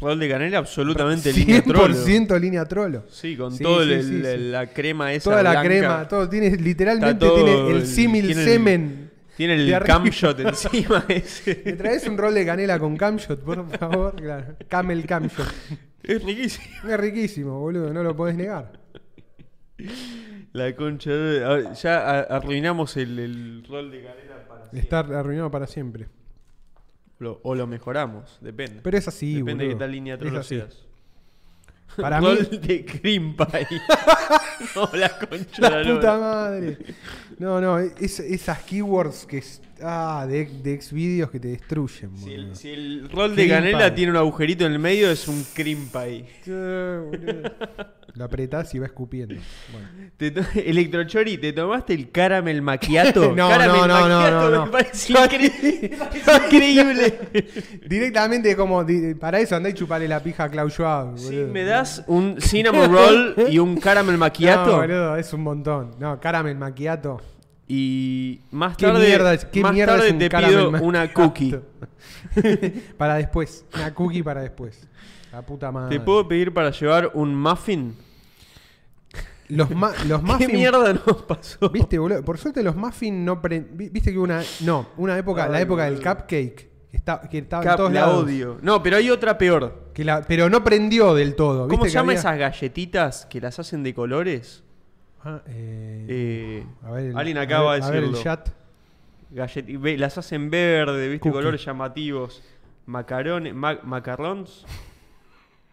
A: Rol de canela absolutamente línea trolo.
B: 100% línea trolo.
A: Sí, con
B: Sí,
A: todo
B: sí,
A: el-
B: sí,
A: el-
B: sí.
A: la crema esa
B: Toda la
A: blanca.
B: crema, todo. Tiene,
A: Está
B: literalmente
A: todo
B: tiene el símil
A: tiene el-
B: semen.
A: Tiene el
B: de arriba.
A: cam shot encima
B: ¿Me
A: ese.
B: traes un rol de canela con camshot, por favor? Claro. Camel camshot.
A: Es riquísimo.
B: Es riquísimo, boludo, no lo podés negar.
A: La concha. de- a ver, Ya a- arruinamos el, el rol de canela para siempre.
B: Estar arruinado para siempre.
A: Lo- o lo mejoramos, depende.
B: Pero es así,
A: depende de
B: boludo.
A: qué tal línea
B: Es
A: trolo
B: así.
A: seas.
B: Para mí,
A: rol de cream pie. no, la concha de
B: la
A: lora.
B: puta madre. No, no, es- esas keywords que es, ah, de, de ex vídeos que te destruyen,
A: Si
B: boludo.
A: el, si el rol de
B: Cream
A: canela
B: pie.
A: tiene un agujerito en el medio, es un cream pie.
B: Eh, boludo. Lo apretás y va escupiendo. Bueno.
A: Te to- Electrochori, ¿te tomaste el caramel macchiato?
B: No,
A: caramel
B: no, no, no,
A: macchiato
B: no, no.
A: me parece, incre- me parece increíble.
B: Directamente como di- para eso andá y chupale la pija a Klaus Schwab,
A: Si
B: boludo.
A: me das un cinnamon roll y un caramel
B: No,
A: macchiato
B: boludo, es un montón. No, caramel maquiato.
A: y más
B: ¿Qué
A: tarde,
B: mierda es, qué
A: más
B: mierda es
A: tarde
B: un
A: te
B: caramel
A: pido
B: mac-
A: una cookie.
B: para después. Una cookie para después. La puta madre.
A: ¿Te puedo pedir para llevar un muffin?
B: Los, ma- los muffins.
A: ¿Qué mierda nos pasó?
B: Viste, boludo. Por suerte los muffins no. pre- vi- Viste que una. No, una época. la
A: Ay,
B: época del
A: boludo.
B: cupcake. Que, está, que estaba en
A: Cap,
B: todos
A: la
B: lados.
A: odio. No, pero hay otra peor.
B: Que la- pero no prendió del todo. ¿viste
A: ¿Cómo se
B: que
A: llama
B: había-
A: esas galletitas que las hacen de colores?
B: Ah, eh,
A: Eh,
B: a ver el-
A: alguien
B: a
A: acaba
B: ver-
A: de
B: a ver el
A: decirlo.
B: chat.
A: Gallet- ve- las hacen verde, ¿viste?
B: Cookie.
A: Colores llamativos. Macarones, ma- macarons.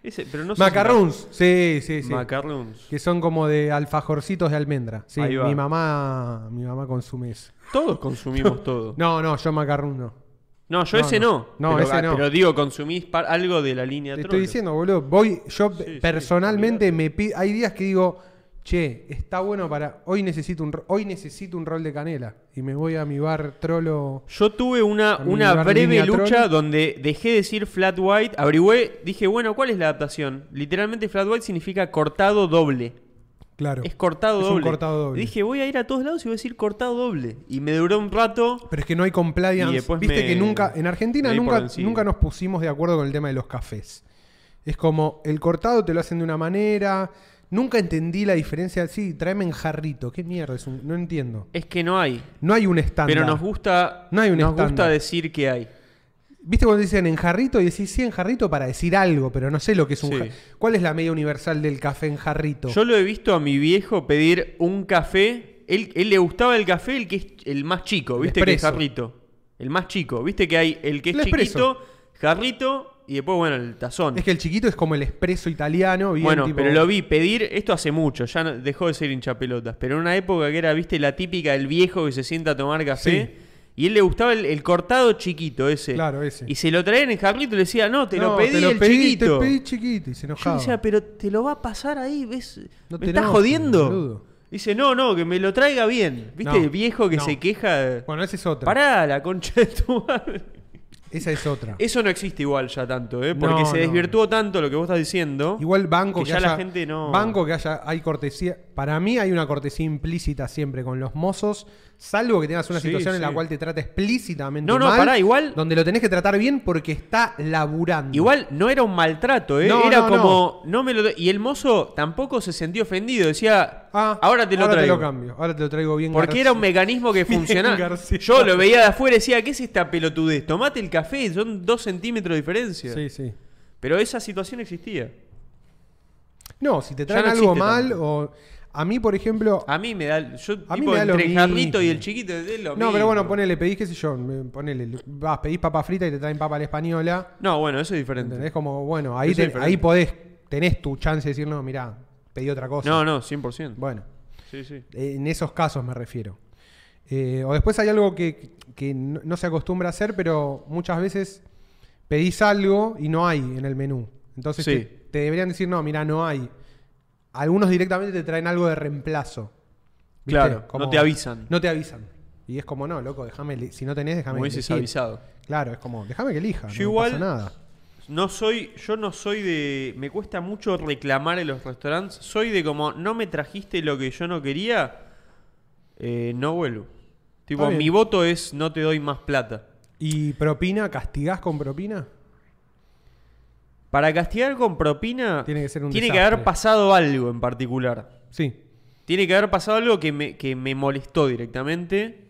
A: Ese, pero no sé si-
B: Macarons. Sí, sí, sí.
A: Macarons.
B: Que son como de alfajorcitos de almendra. Sí,
A: Ahí va.
B: mi mamá, mi mamá consume eso.
A: Todos consumimos todo.
B: No, no, yo macarrón no.
A: No, yo
B: No,
A: ese no.
B: no. No,
A: pero,
B: ese
A: ah,
B: no.
A: Pero digo, consumís par- algo de la línea
B: Te estoy
A: Trollo.
B: diciendo, boludo. Voy, yo personalmente me pi- Hay días que digo, che, está bueno para. Hoy necesito un ro- hoy necesito un rol de canela. Y me voy a mi bar trolo.
A: Yo tuve una,
B: Con mi
A: una
B: lugar de
A: breve
B: línea
A: lucha
B: troll.
A: donde dejé de decir flat white, averigüé, dije, bueno, ¿cuál es la adaptación? Literalmente flat white significa cortado doble.
B: Claro.
A: Es cortado
B: Es un
A: doble.
B: cortado doble.
A: Dije, voy a ir a todos lados y voy a decir cortado doble. Y me duró un rato.
B: Pero es que no hay compliance.
A: Y después
B: Viste
A: me-
B: que nunca. En Argentina
A: me di por
B: nunca,
A: vencido.
B: nunca nos pusimos de acuerdo con el tema de los cafés. Es como el cortado te lo hacen de una manera. Nunca entendí la diferencia. Sí, tráeme en jarrito. ¿Qué mierda? Es un- no entiendo.
A: Es que no hay.
B: No hay un estándar.
A: Pero nos gusta,
B: No hay un
A: nos gusta
B: estándar.
A: decir que hay.
B: ¿Viste cuando dicen en jarrito? Y decís, sí, en jarrito para decir algo, pero no sé lo que es un
A: Sí.
B: jarrito. ¿Cuál es la media universal del café en jarrito?
A: Yo lo he visto a mi viejo pedir un café. Él, él le gustaba el café, el que es el más chico,
B: El
A: ¿viste? que es
B: espresso.
A: jarrito. El más chico. ¿Viste que hay el que es
B: El espresso.
A: chiquito, jarrito y después, bueno, el tazón?
B: Es que el chiquito es como el espresso italiano. bien
A: bueno,
B: tipo-
A: pero lo vi pedir, esto hace mucho, ya no- dejó de ser hinchapelotas, pero en una época que era, viste, la típica del viejo que se sienta a tomar café, y él le gustaba el, el cortado chiquito ese.
B: Claro, ese.
A: Y se lo traían en jarrito y le decía, no, te lo
B: No,
A: pedí el chiquito.
B: Te pedí chiquito y se
A: Yo
B: enojaba.
A: decía, pero te lo va a pasar ahí, ¿ves?
B: No
A: ¿Me
B: te
A: estás
B: enojes,
A: jodiendo?
B: boludo.
A: Dice, no, no, que me lo traiga bien. ¿Viste?
B: No,
A: el viejo que
B: no.
A: se queja. de-
B: Bueno, esa es otra.
A: Pará, la concha de tu madre.
B: Esa es otra.
A: Eso no existe igual ya tanto, ¿eh? Porque
B: No,
A: se
B: no.
A: desvirtuó tanto lo que vos estás diciendo.
B: Igual banco
A: que
B: que,
A: ya
B: haya,
A: la gente no-
B: banco que haya hay cortesía. Para mí hay una cortesía implícita siempre con los mozos, salvo que tengas una
A: Sí,
B: situación en la
A: sí.
B: cual te trata explícitamente
A: No, no,
B: mal,
A: pará, igual-
B: donde lo tenés que tratar bien porque está laburando.
A: Igual no era un maltrato, ¿eh?
B: No,
A: era
B: no,
A: como. No. me lo. Y el mozo tampoco se sentía ofendido. Decía,
B: Ah,
A: ahora te lo traigo.
B: cambio, ahora te lo traigo bien.
A: porque era un
B: García.
A: mecanismo que
B: Bien,
A: funcionaba.
B: García.
A: Yo lo veía de afuera y decía, ¿qué es esta pelotudez? Tomate el café, son dos centímetros de diferencia.
B: Sí, sí.
A: Pero esa situación existía.
B: No, si te
A: Ya
B: traen
A: no
B: algo
A: existe Ah,
B: mal
A: tanto.
B: o a mí, por ejemplo,
A: A mí me da. Yo,
B: A mí
A: tipo,
B: me da lo
A: entre el jarrito
B: mismo.
A: y el chiquito, es lo
B: no, pero
A: mismo.
B: bueno, ponele, pedís qué sé yo, me- ponele, le- vas, pedís papa frita y te traen papa a la española.
A: No, bueno, eso es diferente.
B: ¿Entendés? Como, bueno, ahí,
A: Eso es
B: te-
A: diferente.
B: ahí podés, tenés tu chance de decir, no, mirá, pedí otra cosa.
A: No, no, 100%.
B: Bueno,
A: Sí, sí.
B: en esos casos me refiero. Eh, o después hay algo que, que no no se acostumbra a hacer, pero muchas veces pedís algo y no hay en el menú. Entonces
A: Sí.
B: te, te deberían decir, no, mirá, no hay. Algunos directamente te traen algo de reemplazo. ¿viste?
A: Claro, no te avisan.
B: No te avisan. Y es como, no, loco, déjame, le- si no tenés, déjame
A: Me hubieses
B: elegir.
A: avisado.
B: Claro, es como, déjame que elija.
A: Yo
B: no
A: igual-
B: pasa nada.
A: No soy, yo no soy de, me cuesta mucho reclamar en los restaurantes. Soy de como, no me trajiste lo que yo no quería, eh, no vuelvo. Tipo,
B: Está bien.
A: mi voto es no te doy más plata.
B: ¿Y propina? ¿Castigás con propina?
A: Para castigar con propina,
B: Tiene que ser un
A: que
B: desastre.
A: haber pasado algo en particular.
B: Sí.
A: Tiene que haber pasado algo que me, que me molestó directamente,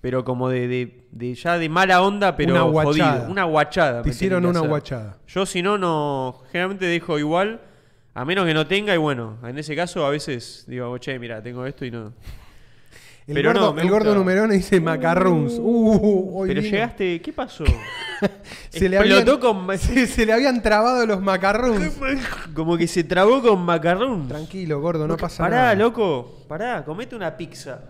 A: pero como de, de- de- ya de mala onda, pero
B: Una
A: jodido.
B: guachada.
A: Una guachada.
B: Te
A: me
B: hicieron
A: tienen que
B: una
A: hacer.
B: guachada.
A: Yo si no, no, generalmente dejo igual, a menos que no tenga y bueno, en ese caso a veces digo, che, mira, tengo esto y no.
B: El
A: Pero
B: gordo,
A: no, me
B: el gordo
A: gusta.
B: numerone dice macarrons. Uh, hoy
A: pero
B: vino.
A: llegaste, ¿qué pasó?
B: Se le
A: Explotó
B: habían-
A: con-
B: se, se le habían trabado los macarrons.
A: como que se trabó con macarrón.
B: Tranquilo, gordo, no pasa
A: pará,
B: nada.
A: loco, pará, comete una pizza.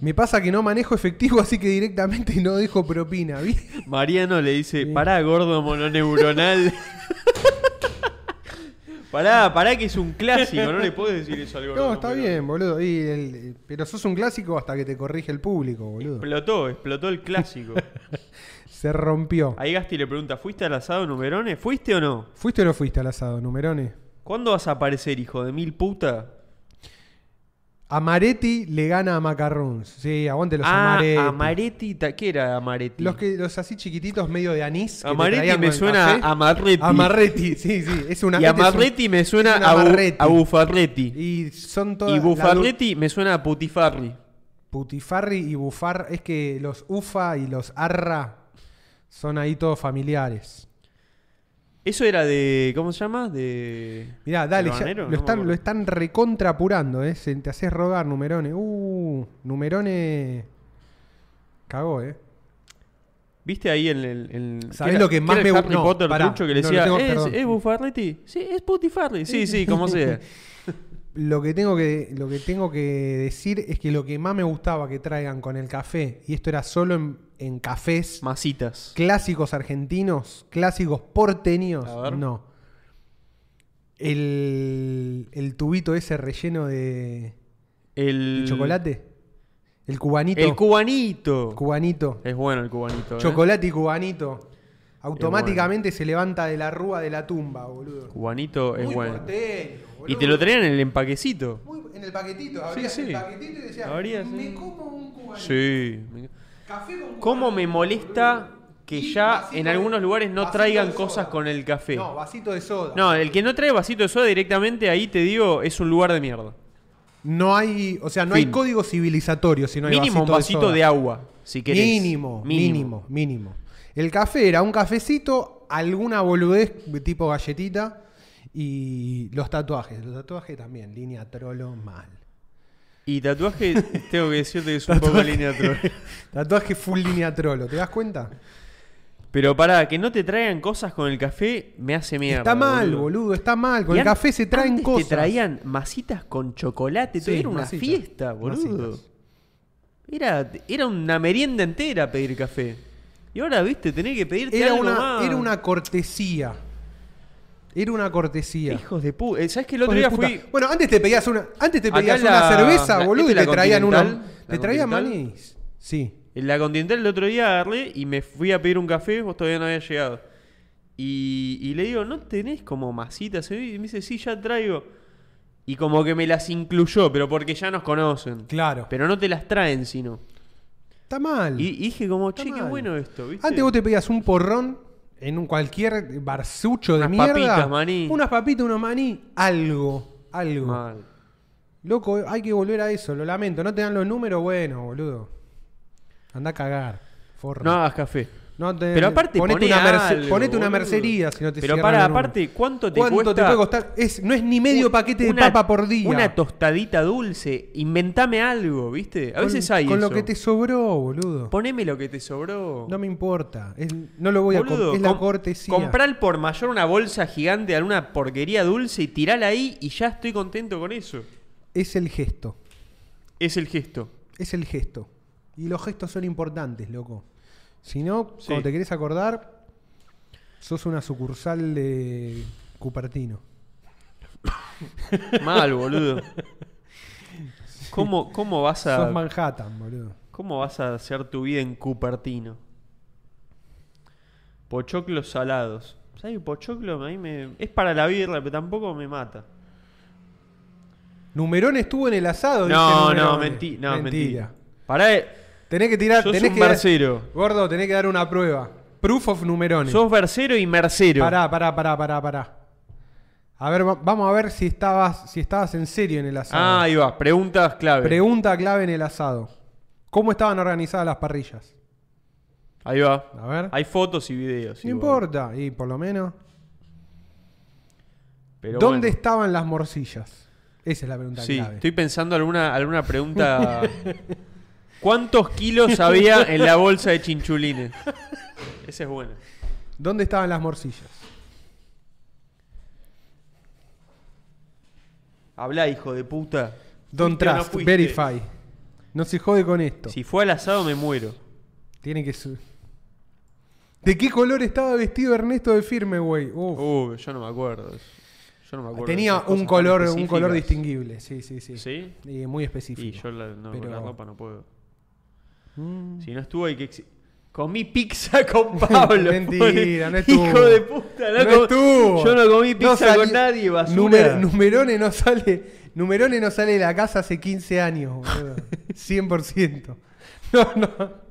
B: Me pasa que no manejo efectivo, así que directamente no dejo propina. ¿viste?
A: Mariano le dice, pará, gordo mononeuronal. pará, pará, que es un clásico, no le puedes decir eso al gordo.
B: No, está
A: mononeuronal.
B: bien, boludo. Y el- eh, pero sos un clásico hasta que te corrige el público, boludo.
A: Explotó, explotó el clásico.
B: Se rompió.
A: Ahí Gasti le pregunta, ¿fuiste al asado Numerone? ¿Fuiste o no?
B: ¿Fuiste o no fuiste al asado, numerone?
A: ¿Cuándo vas a aparecer, hijo de mil puta?
B: Amaretti le gana a macarrons. Sí, aguante los
A: ah,
B: amaretti.
A: Amaretti. ta- ¿Qué era Amaretti?
B: Los, que, los así chiquititos, medio de anís. que te
A: Amaretti
B: traían
A: me
B: con el
A: suena
B: café.
A: a Amarretti.
B: Amarretti, sí, sí. Es una,
A: y
B: este es un-
A: Amarretti me suena
B: es un
A: a, bu-
B: amarretti.
A: a Bufarretti.
B: Y son
A: Y,
B: todas. la du-
A: Bufarretti me suena a Putifarri.
B: Putifarri y bufar. Es que los ufa y los arra son ahí todos familiares.
A: Eso era de. ¿Cómo se llama? De.
B: Mirá, dale,
A: ¿El
B: ya-
A: Habanero? No
B: lo,
A: me
B: están,
A: acuerdo.
B: lo están recontrapurando, ¿eh? Se- te haces rogar, Numerone. Uh, Numerone. Cagó, ¿eh?
A: ¿Viste ahí en el. en-
B: ¿Sabés
A: era-
B: lo que más
A: era
B: me-
A: Harry
B: no,
A: Potter
B: pará,
A: trucho que
B: no,
A: le
B: lo
A: decía.
B: tengo-
A: ¿Es,
B: perdón.
A: ¿Es Bufarretti? Sí, es Putifarri. Sí, sí, como sea.
B: Lo que, tengo que, lo que tengo que decir es que lo que más me gustaba que traigan con el café, y esto era solo en, en cafés
A: Masitas.
B: clásicos argentinos, clásicos porteños,
A: A ver.
B: no. El, el tubito ese relleno de, de
A: El.
B: chocolate, el cubanito,
A: El cubanito.
B: cubanito,
A: Es bueno el cubanito. ¿eh?
B: chocolate y cubanito, automáticamente se levanta de la rúa de la tumba, boludo.
A: Cubanito es
B: Muy
A: bueno.
B: porteño,
A: Y
B: boludo.
A: te lo traían en el empaquecito.
B: Muy- en el paquetito, abrías
A: sí.
B: el paquetito y decías,
A: Abrías,
B: me
A: sí.
B: como un cubanito.
A: Sí. me-
B: Café con
A: ¿Cómo
B: cubanito,
A: me molesta
B: boludo.
A: que
B: Y
A: ya
B: vasito
A: en
B: de-
A: algunos lugares no
B: vasito
A: traigan
B: de soda.
A: cosas con el café?
B: No, vasito de soda.
A: No, el que no trae vasito de soda directamente ahí te digo es un lugar de mierda.
B: No hay, o sea, no
A: Fin.
B: hay código civilizatorio si no hay
A: mínimo un vasito
B: soda.
A: de agua, si querés.
B: Mínimo, mínimo, mínimo, El café era un cafecito, alguna boludez de tipo galletita y los tatuajes. Los tatuajes también, línea trolo mal.
A: Y tatuaje, tengo que decirte que es un poco línea troll.
B: Tatuaje full línea trolo, ¿te das cuenta?
A: Pero pará, que no te traigan cosas con el café me hace mierda.
B: está mal, boludo. está mal. Con
A: Y
B: el
A: an-
B: café se traen
A: antes
B: cosas.
A: Te traían masitas con chocolate, todo.
B: Sí,
A: era una
B: masitas,
A: fiesta, boludo.
B: masitas.
A: Era, era una merienda entera pedir café. Y ahora, viste, tenés que pedirte
B: Era
A: algo
B: una,
A: más.
B: era una cortesía. Era una cortesía.
A: Hijos de puta. ¿Sabes que el otro
B: Hijos de
A: día
B: puta.
A: fui.
B: Bueno, antes te pedías una, antes te
A: Acá
B: pedías
A: la-
B: una cerveza,
A: la-
B: boludo,
A: ¿viste
B: y
A: la
B: te traían una.
A: Continental?
B: Te
A: ¿La
B: traían
A: Continental?
B: manis. Sí.
A: En la Continental el otro día agarré y me fui a pedir un café, vos todavía no habías llegado. Y, y le digo, ¿no tenés como masitas? Y me dice, sí, ya traigo. Y como que me las incluyó, pero porque ya nos conocen.
B: Claro.
A: Pero no te las traen, sino.
B: Está mal.
A: Y, y dije como,
B: Está
A: che, qué
B: mal.
A: bueno esto, ¿viste?
B: Antes vos te pedías un porrón en un cualquier barsucho de
A: Unas
B: mierda.
A: papitas, maní.
B: Unas papitas, unos maní, algo. Algo.
A: Mal.
B: Loco, hay que volver a eso, lo lamento. No te dan los números, bueno, boludo. Anda a cagar. Forro.
A: No hagas café.
B: No te-
A: Pero aparte,
B: ponete,
A: poné
B: una, merce-
A: algo,
B: ponete una
A: boludo.
B: mercería si no te
A: Pero
B: cierran
A: para,
B: el número.
A: aparte, ¿cuánto te
B: ¿Cuánto
A: cuesta
B: te puede costar? Es, no es ni medio
A: un-
B: paquete de
A: una-
B: papa por día.
A: Una tostadita dulce. Inventame algo, ¿viste? A
B: Con-
A: veces hay
B: Con lo
A: eso.
B: que te sobró, boludo.
A: Poneme lo que te sobró.
B: No me importa. Es- no lo voy a
A: Boludo,
B: com- Es la
A: com-
B: cortesía.
A: Comprar al por mayor una bolsa gigante de alguna porquería dulce y tirala ahí y ya estoy contento con eso.
B: Es el gesto.
A: Es el gesto.
B: Es el gesto. Y los gestos son importantes, loco. Si no,
A: Sí.
B: cuando te querés acordar, sos una sucursal de Cupertino.
A: Mal, boludo. ¿Cómo, cómo vas a.
B: Sos Manhattan, boludo.
A: ¿Cómo vas a hacer tu vida en Cupertino? Pochoclos salados. ¿Sabes? Pochoclo a mí me... Es para la birra, pero tampoco me mata.
B: Numerón estuvo en el asado.
A: No,
B: dice
A: no,
B: Numerón.
A: mentira. No, mentira. Pará, eh,
B: Tenés que tirar.
A: Sos
B: tenés
A: un
B: que dar-
A: barcero.
B: gordo, tenés que dar una prueba. Proof of numerones.
A: sos versero y mercero.
B: Pará, pará, pará, pará, pará. A ver, va- vamos a ver si estabas, si estabas en serio en el asado.
A: Ah, ahí va. Preguntas clave.
B: Pregunta clave en el asado. ¿Cómo estaban organizadas las parrillas?
A: ahí va.
B: A ver.
A: Hay fotos y videos.
B: no
A: igual.
B: importa. Y por lo menos.
A: Pero
B: ¿Dónde
A: bueno.
B: estaban las morcillas? Esa es la pregunta
A: Sí,
B: clave.
A: estoy pensando alguna, alguna pregunta. ¿Cuántos kilos había en la bolsa de chinchulines? Esa es buena.
B: ¿Dónde estaban las morcillas?
A: Habla, hijo de puta.
B: Don't
A: ¿Fuiste o no
B: trust,
A: fuiste?
B: verify. No se jode con esto.
A: Si fue al asado me muero.
B: Tiene que su- ¿De qué color estaba vestido Ernesto de Firme, güey? Uf.
A: Uh, yo no me acuerdo. Yo no me acuerdo. de
B: Tenía
A: esas cosas
B: un
A: tan
B: color, un color
A: específicas.
B: distinguible, sí, sí, sí.
A: ¿Sí?
B: Y muy específico.
A: Y yo la, no,
B: Pero- Mm.
A: la ropa no puedo. Si no estuvo hay que... exi- Comí pizza con Pablo.
B: Mentira,
A: pobre.
B: no estuvo.
A: Hijo de puta, no,
B: No
A: com-
B: estuvo.
A: Yo no comí
B: No
A: pizza
B: salió-
A: con nadie, basura.
B: Numer- numerone no sale, Numerone no sale de la casa hace 15 años, boludo. 100%. No, no.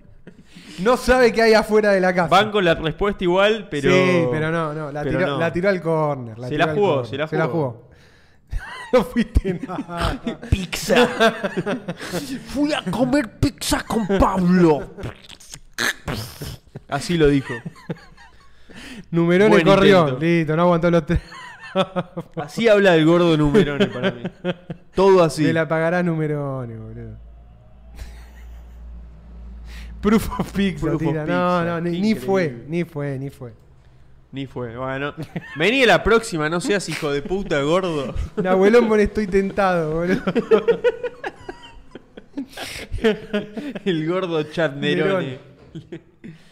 B: No sabe qué hay afuera de la casa.
A: Van con la respuesta igual, pero...
B: Sí, pero no, no. La,
A: pero
B: tiró,
A: no.
B: la tiró al córner.
A: Se
B: tiró
A: la
B: al
A: jugó,
B: córner,
A: se la jugó.
B: jugó. no fuiste nada.
A: Pizza.
G: Fui a comer pizza con Pablo.
A: Así lo dijo.
B: Numerone
A: Buen
B: corrió.
A: intento.
B: Listo, no aguantó los tres.
A: Así habla el gordo Numerone para mí. Todo así.
B: Te la pagará Numerone, boludo. Proof of Pizza,
A: Proof of
B: tira.
A: Pizza,
B: No, no, ni,
A: qué
B: ni fue,
A: increíble.
B: ni fue, ni fue.
A: Ni fue. Bueno, vení a la próxima, no seas hijo de puta gordo.
B: Nahuelón por estoy tentado, boludo.
A: El gordo Chad Nerone.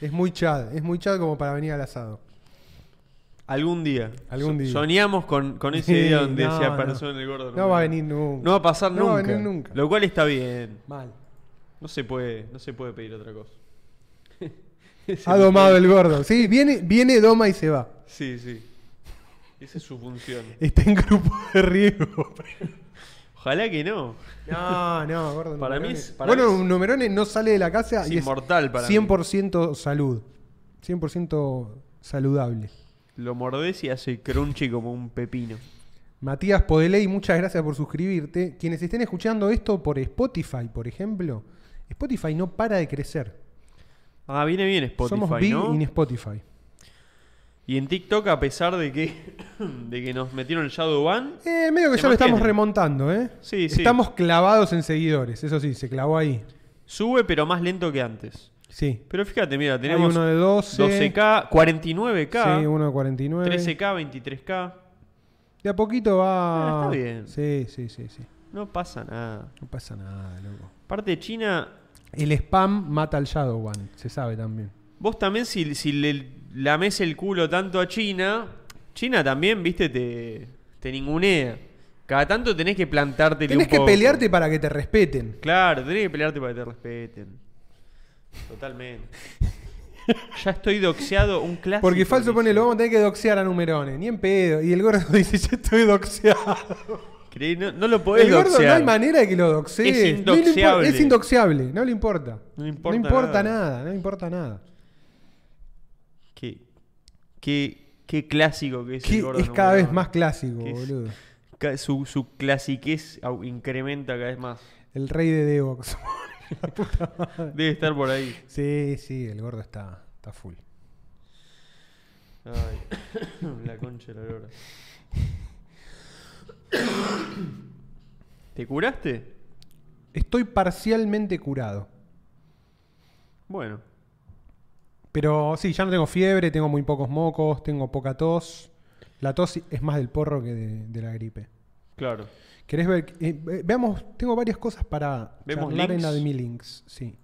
B: Es muy chad, es muy chad como para venir al asado.
A: Algún día.
B: Algún
A: So-
B: día.
A: Soñamos con, con ese
B: Sí,
A: día donde
B: no,
A: se
B: no.
A: apareció el gordo.
B: No va a venir nunca.
A: No va a pasar
B: No
A: nunca.
B: va a venir nunca.
A: Lo cual está bien.
B: Mal.
A: No se puede, no se puede pedir otra cosa.
B: Ha domado el gordo. Sí, viene, viene, doma y se va.
A: Sí, sí. Esa es su función.
B: Está en grupo de riesgo.
A: Ojalá que no.
B: No, no, gordo.
A: Para
B: Numerone.
A: mí es- para
B: bueno,
A: mí es-
B: Numerone no sale de la casa
A: Es
B: y es
A: inmortal para mí.
B: 100% salud. 100% saludable.
A: Lo mordés y hace crunchy como un pepino.
B: Matías Podeley, muchas gracias por suscribirte. Quienes estén escuchando esto por Spotify, por ejemplo, Spotify no para de crecer.
A: Ah, viene bien Spotify,
B: Somos big
A: ¿no?
B: in Spotify.
A: Y en TikTok, a pesar de que, de que nos metieron el Shadow Ban,
B: Eh, medio que
A: Se
B: ya lo estamos
A: mantiene.
B: remontando, ¿eh?
A: Sí, sí.
B: Estamos clavados en seguidores, eso sí, se clavó ahí.
A: sube pero más lento que antes.
B: Sí.
A: Pero fíjate, mira, tenemos
B: uno de 12.
A: 12K, 49K,
B: Sí, uno de 49.
A: 13K, 23K.
B: De a poquito va.
A: Ah, está bien.
B: Sí, sí, sí, sí.
A: No pasa nada.
B: No pasa nada, loco.
A: Aparte, China,
B: El spam mata al Shadow One, se sabe también.
A: vos también si, si le lames el culo tanto a China, China también, viste, te, te ningunea. Cada tanto tenés que plantarte
B: Tenés que pelearte para que te respeten.
A: Claro, tenés que pelearte para que te respeten. Totalmente. ya estoy doxeado un clásico.
B: Porque falso
A: dice.
B: pone, lo vamos a tener que doxear a numerones, ni en pedo. Y el gordo dice, yo estoy doxeado.
A: Creí- No, no lo podés
B: El gordo no
A: doxear.
B: hay manera de que lo doxees.
A: Es
B: No le impo-
A: indoxeable.
B: es indoxeable, no le importa.
A: No importa nada.
B: nada. no importa nada.
A: Qué, qué- qué clásico que es
B: Que
A: el gordo.
B: es cada vez
A: Numerón.
B: más clásico,
A: Que es-
B: boludo.
A: Ca- Su, su clasiquez au- incrementa cada vez más.
B: El rey de Devox. La puta madre.
A: Debe estar por ahí.
B: sí, sí, el gordo está, está full.
A: Ay, la concha de la lora. ¿Te curaste?
B: Estoy parcialmente curado.
A: Bueno,
B: Pero sí, ya no tengo fiebre, tengo muy pocos mocos, tengo poca tos. La tos es más del porro que de, de la gripe.
A: claro.
B: ¿Querés ver? Eh, ve- veamos, tengo varias cosas para
A: ¿Vemos
B: charlar en
A: links?
B: la de mi links. Sí.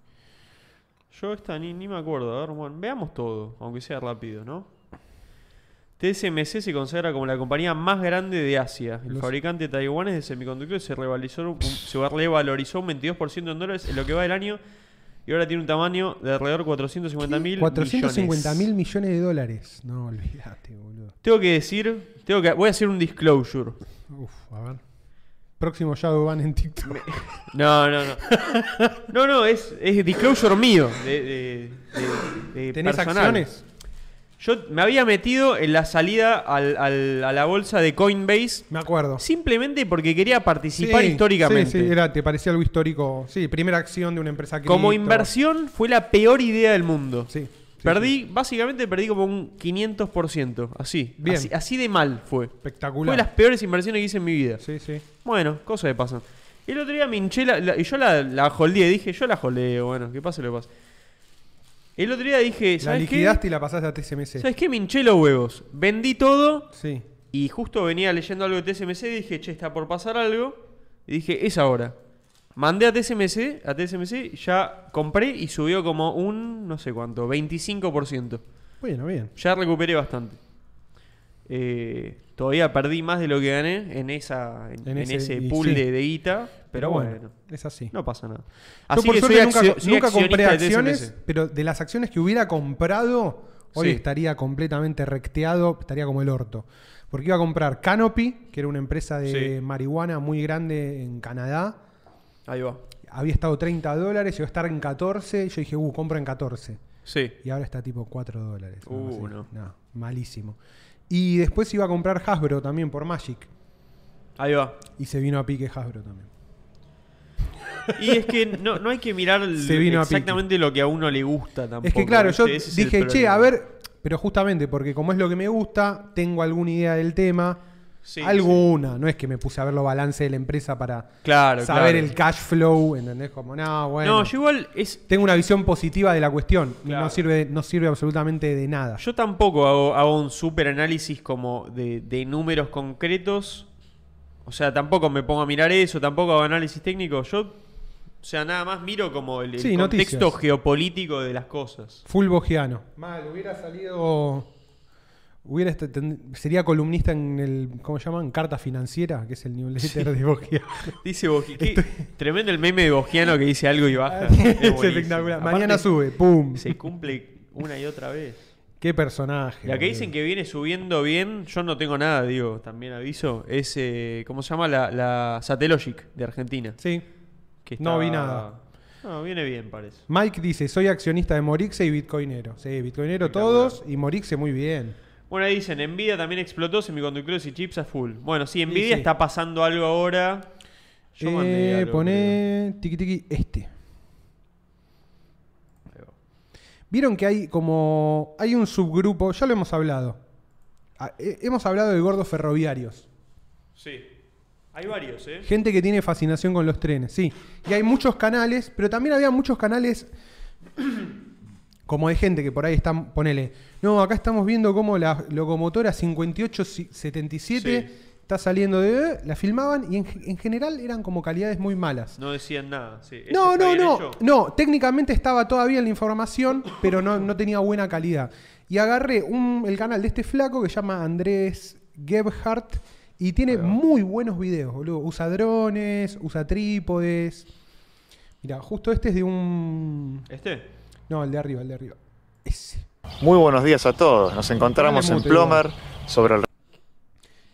A: Yo esta ni, ni me acuerdo. A ver, bueno, veamos todo, aunque sea rápido, ¿no? TSMC se consagra como la compañía más grande de Asia. El
B: Los-
A: fabricante de taiwanes de semiconductores se, revalorizó un- se revalorizó un 22% en dólares en lo que va del año y ahora tiene un tamaño de alrededor 450 mil
B: 450 mil millones de dólares. No, olvídate, boludo.
A: Tengo que decir, tengo que, voy a hacer un disclosure.
B: Uf, a ver. Próximo Shadowban en TikTok.
A: eh, No, no, no. No, no, es, es disclosure mío. De, de- de- de
B: ¿Tenés
A: personal.
B: acciones?
A: Yo me había metido en la salida al- al- a la bolsa de Coinbase
B: Me acuerdo.
A: simplemente porque quería participar
B: Sí,
A: históricamente.
B: Sí, sí, era, te parecía algo histórico. Sí, primera acción de una empresa que.
A: Como inversión fue la peor idea del mundo.
B: Sí, sí,
A: perdí, básicamente perdí como un 500%, así.
B: Bien.
A: Así, así de mal fue.
B: Espectacular.
A: Fue de las peores inversiones que hice en mi vida.
B: Sí, sí.
A: Bueno, cosas que pasan. Y el otro día me hinché la, la- y yo la, la holdeé, dije, yo la holdeo, bueno, que pase lo que pase. El otro día dije,
B: La
A: ¿sabes
B: liquidaste
A: qué?
B: y la pasaste a TSMC.
A: ¿Sabes qué? Me hinché los huevos. Vendí todo
B: Sí.
A: y justo venía leyendo algo de TSMC y dije, che, está por pasar algo. Y dije, es ahora. Mandé a TSMC, a TSMC, ya compré y subió como un, no sé cuánto, 25%.
B: Bueno, bien.
A: Ya recuperé bastante. Eh, todavía perdí más de lo que gané en esa en, en
B: En ese-
A: ese,
B: y
A: pool
B: sí.
A: de, de guita, pero, bueno,
B: Es así.
A: no pasa nada.
B: Yo por
A: que soy
B: suerte nunca,
A: accio- soy
B: nunca compré
A: accionista de
B: acciones,
A: TSMC.
B: pero de las acciones que hubiera comprado, hoy
A: Sí.
B: estaría completamente recteado, estaría como el orto. Porque iba a comprar Canopy, que era una empresa de
A: Sí.
B: marihuana muy grande en Canadá.
A: Ahí va.
B: Había estado 30 dólares, llegó a estar en 14. Y yo dije, uh, compro en 14.
A: Sí.
B: Y ahora está tipo 4 dólares. algo así.
A: Uh, no.
B: malísimo. Y después iba a comprar Hasbro también por Magic.
A: Ahí va.
B: Y se vino a pique Hasbro también.
A: Y es que no, no hay que mirar el-
B: Se vino a pique.
A: exactamente lo que a uno le gusta tampoco. ¿eh?
B: Es que claro, yo
A: ¿viste? Ese es el
B: dije, che,
A: problema".
B: a ver, pero justamente porque como es lo que me gusta, tengo alguna idea del tema.
A: Sí,
B: alguna, no es que me puse a ver los balances de la empresa para
A: Claro,
B: saber
A: claro.
B: el cash flow, ¿entendés? Como, no, bueno.
A: No, yo igual es
B: Tengo una visión positiva de la cuestión y
A: Claro.
B: no sirve, no sirve absolutamente de nada.
A: Yo tampoco hago, hago un super análisis como de, de números concretos. O sea, tampoco me pongo a mirar eso, tampoco hago análisis técnico. Yo, o sea, nada más miro como el, el
B: Sí,
A: contexto
B: noticias.
A: geopolítico de las cosas.
B: Full bogiano. Mal, hubiera salido. Hubiera este- ten- sería columnista en el. ¿Cómo llaman? Carta financiera, que es el newsletter de Bogiano.
A: Dice Bogi- qué Tremendo el meme de Bogiano que dice algo y baja.
B: es
A: buenísimo.
B: espectacular.
A: Aparte,
B: Mañana sube, ¡pum!
A: Se cumple una y otra vez.
B: Qué personaje.
A: La que
B: boludo.
A: dicen que viene subiendo bien, yo no tengo nada, digo, también aviso. Es, eh, ¿cómo se llama? La, la Satellogic de Argentina.
B: Sí.
A: que
B: No vi nada.
A: No, viene bien, parece.
B: Mike dice: Soy accionista de Morixe y Bitcoinero. Sí, Bitcoinero todos y Morixe muy bien.
A: Bueno, ahí dicen, Nvidia también explotó semiconductores y chips a full. Bueno, sí, Nvidia
B: sí.
A: está pasando algo ahora. Yo mandé
B: Eh,
A: algo,
B: poné tiki tiki este. Vieron que hay como. Hay un subgrupo, ya lo hemos hablado. Ah, he- Hemos hablado de gordos ferroviarios.
A: creo. Sí. Hay varios, ¿eh?
B: Gente que tiene fascinación con los trenes, sí. Y hay muchos canales, pero también había muchos canales como de gente que por ahí están, ponele, no, acá estamos viendo cómo la locomotora 5877
A: Sí.
B: está saliendo de... eh", La filmaban y en, en general eran como calidades muy malas.
A: No decían nada. sí. ¿Este
B: No,
A: está
B: no,
A: bien
B: no,
A: hecho?
B: no, técnicamente estaba todavía en la información, pero no, no tenía buena calidad. Y agarré un- el canal de este flaco que se llama Andrés Gebhardt y tiene muy buenos videos, boludo. Usa drones, usa trípodes. Mira, justo este es de un...
A: ¿Este?
B: No, el de arriba, el de arriba. Ese.
H: Muy buenos días a todos. Nos encontramos
B: Ponele
H: en
B: mute,
H: Plomer sobre el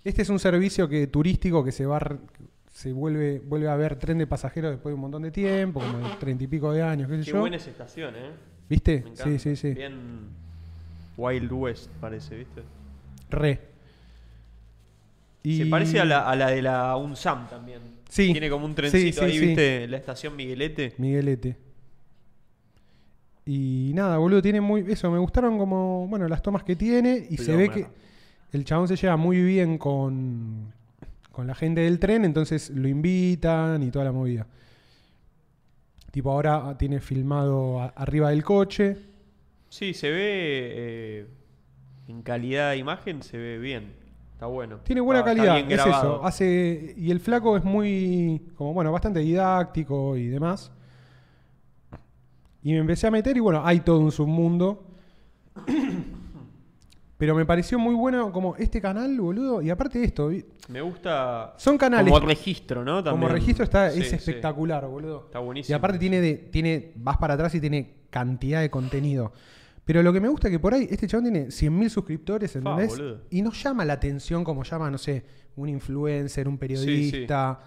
B: Este es un servicio que, turístico que se va r- se vuelve, vuelve a ver tren de pasajeros después de un montón de tiempo, como de treinta y pico de años, qué sé
A: Qué
B: yo.
A: buena es estación, ¿eh?
B: ¿Viste?
A: Me encanta.
B: Sí, sí, sí.
A: Bien Wild West, parece, ¿viste?
B: Re.
A: Se parece a la, a la de la UNSAM también.
B: Sí.
A: Tiene como un trencito
B: Sí, sí,
A: ahí,
B: sí.
A: ¿viste? La estación Miguelete.
B: Miguelete. Y nada, boludo, tiene muy. Eso, me gustaron como. Bueno, las tomas que tiene. Y se ve que
A: Plomer.
B: el chabón se lleva muy bien con. con la gente del tren, entonces lo invitan y toda la movida. Tipo, ahora tiene filmado a- arriba del coche.
A: Sí, se ve eh, en calidad de imagen, se ve bien. Está bueno.
B: Tiene buena
A: Está- está
B: calidad,
A: bien
B: es
A: grabado.
B: eso. Hace, y el flaco es muy, como bueno, bastante didáctico y demás. Y me empecé a meter y bueno, hay todo un submundo. Pero me pareció muy bueno como este canal, boludo. Y aparte de esto, vi-
A: Me gusta.
B: Son canales.
A: Como registro, ¿no?
B: como
A: También.
B: registro está,
A: Sí,
B: es
A: sí.
B: espectacular, boludo.
A: Está buenísimo.
B: Y aparte tiene, de, tiene, vas para atrás y tiene cantidad de contenido. Pero lo que me gusta es que por ahí este chabón tiene 100.000 suscriptores, ¿entendés?
A: boludo.
B: y no llama la atención como llama, no sé, un influencer, un periodista.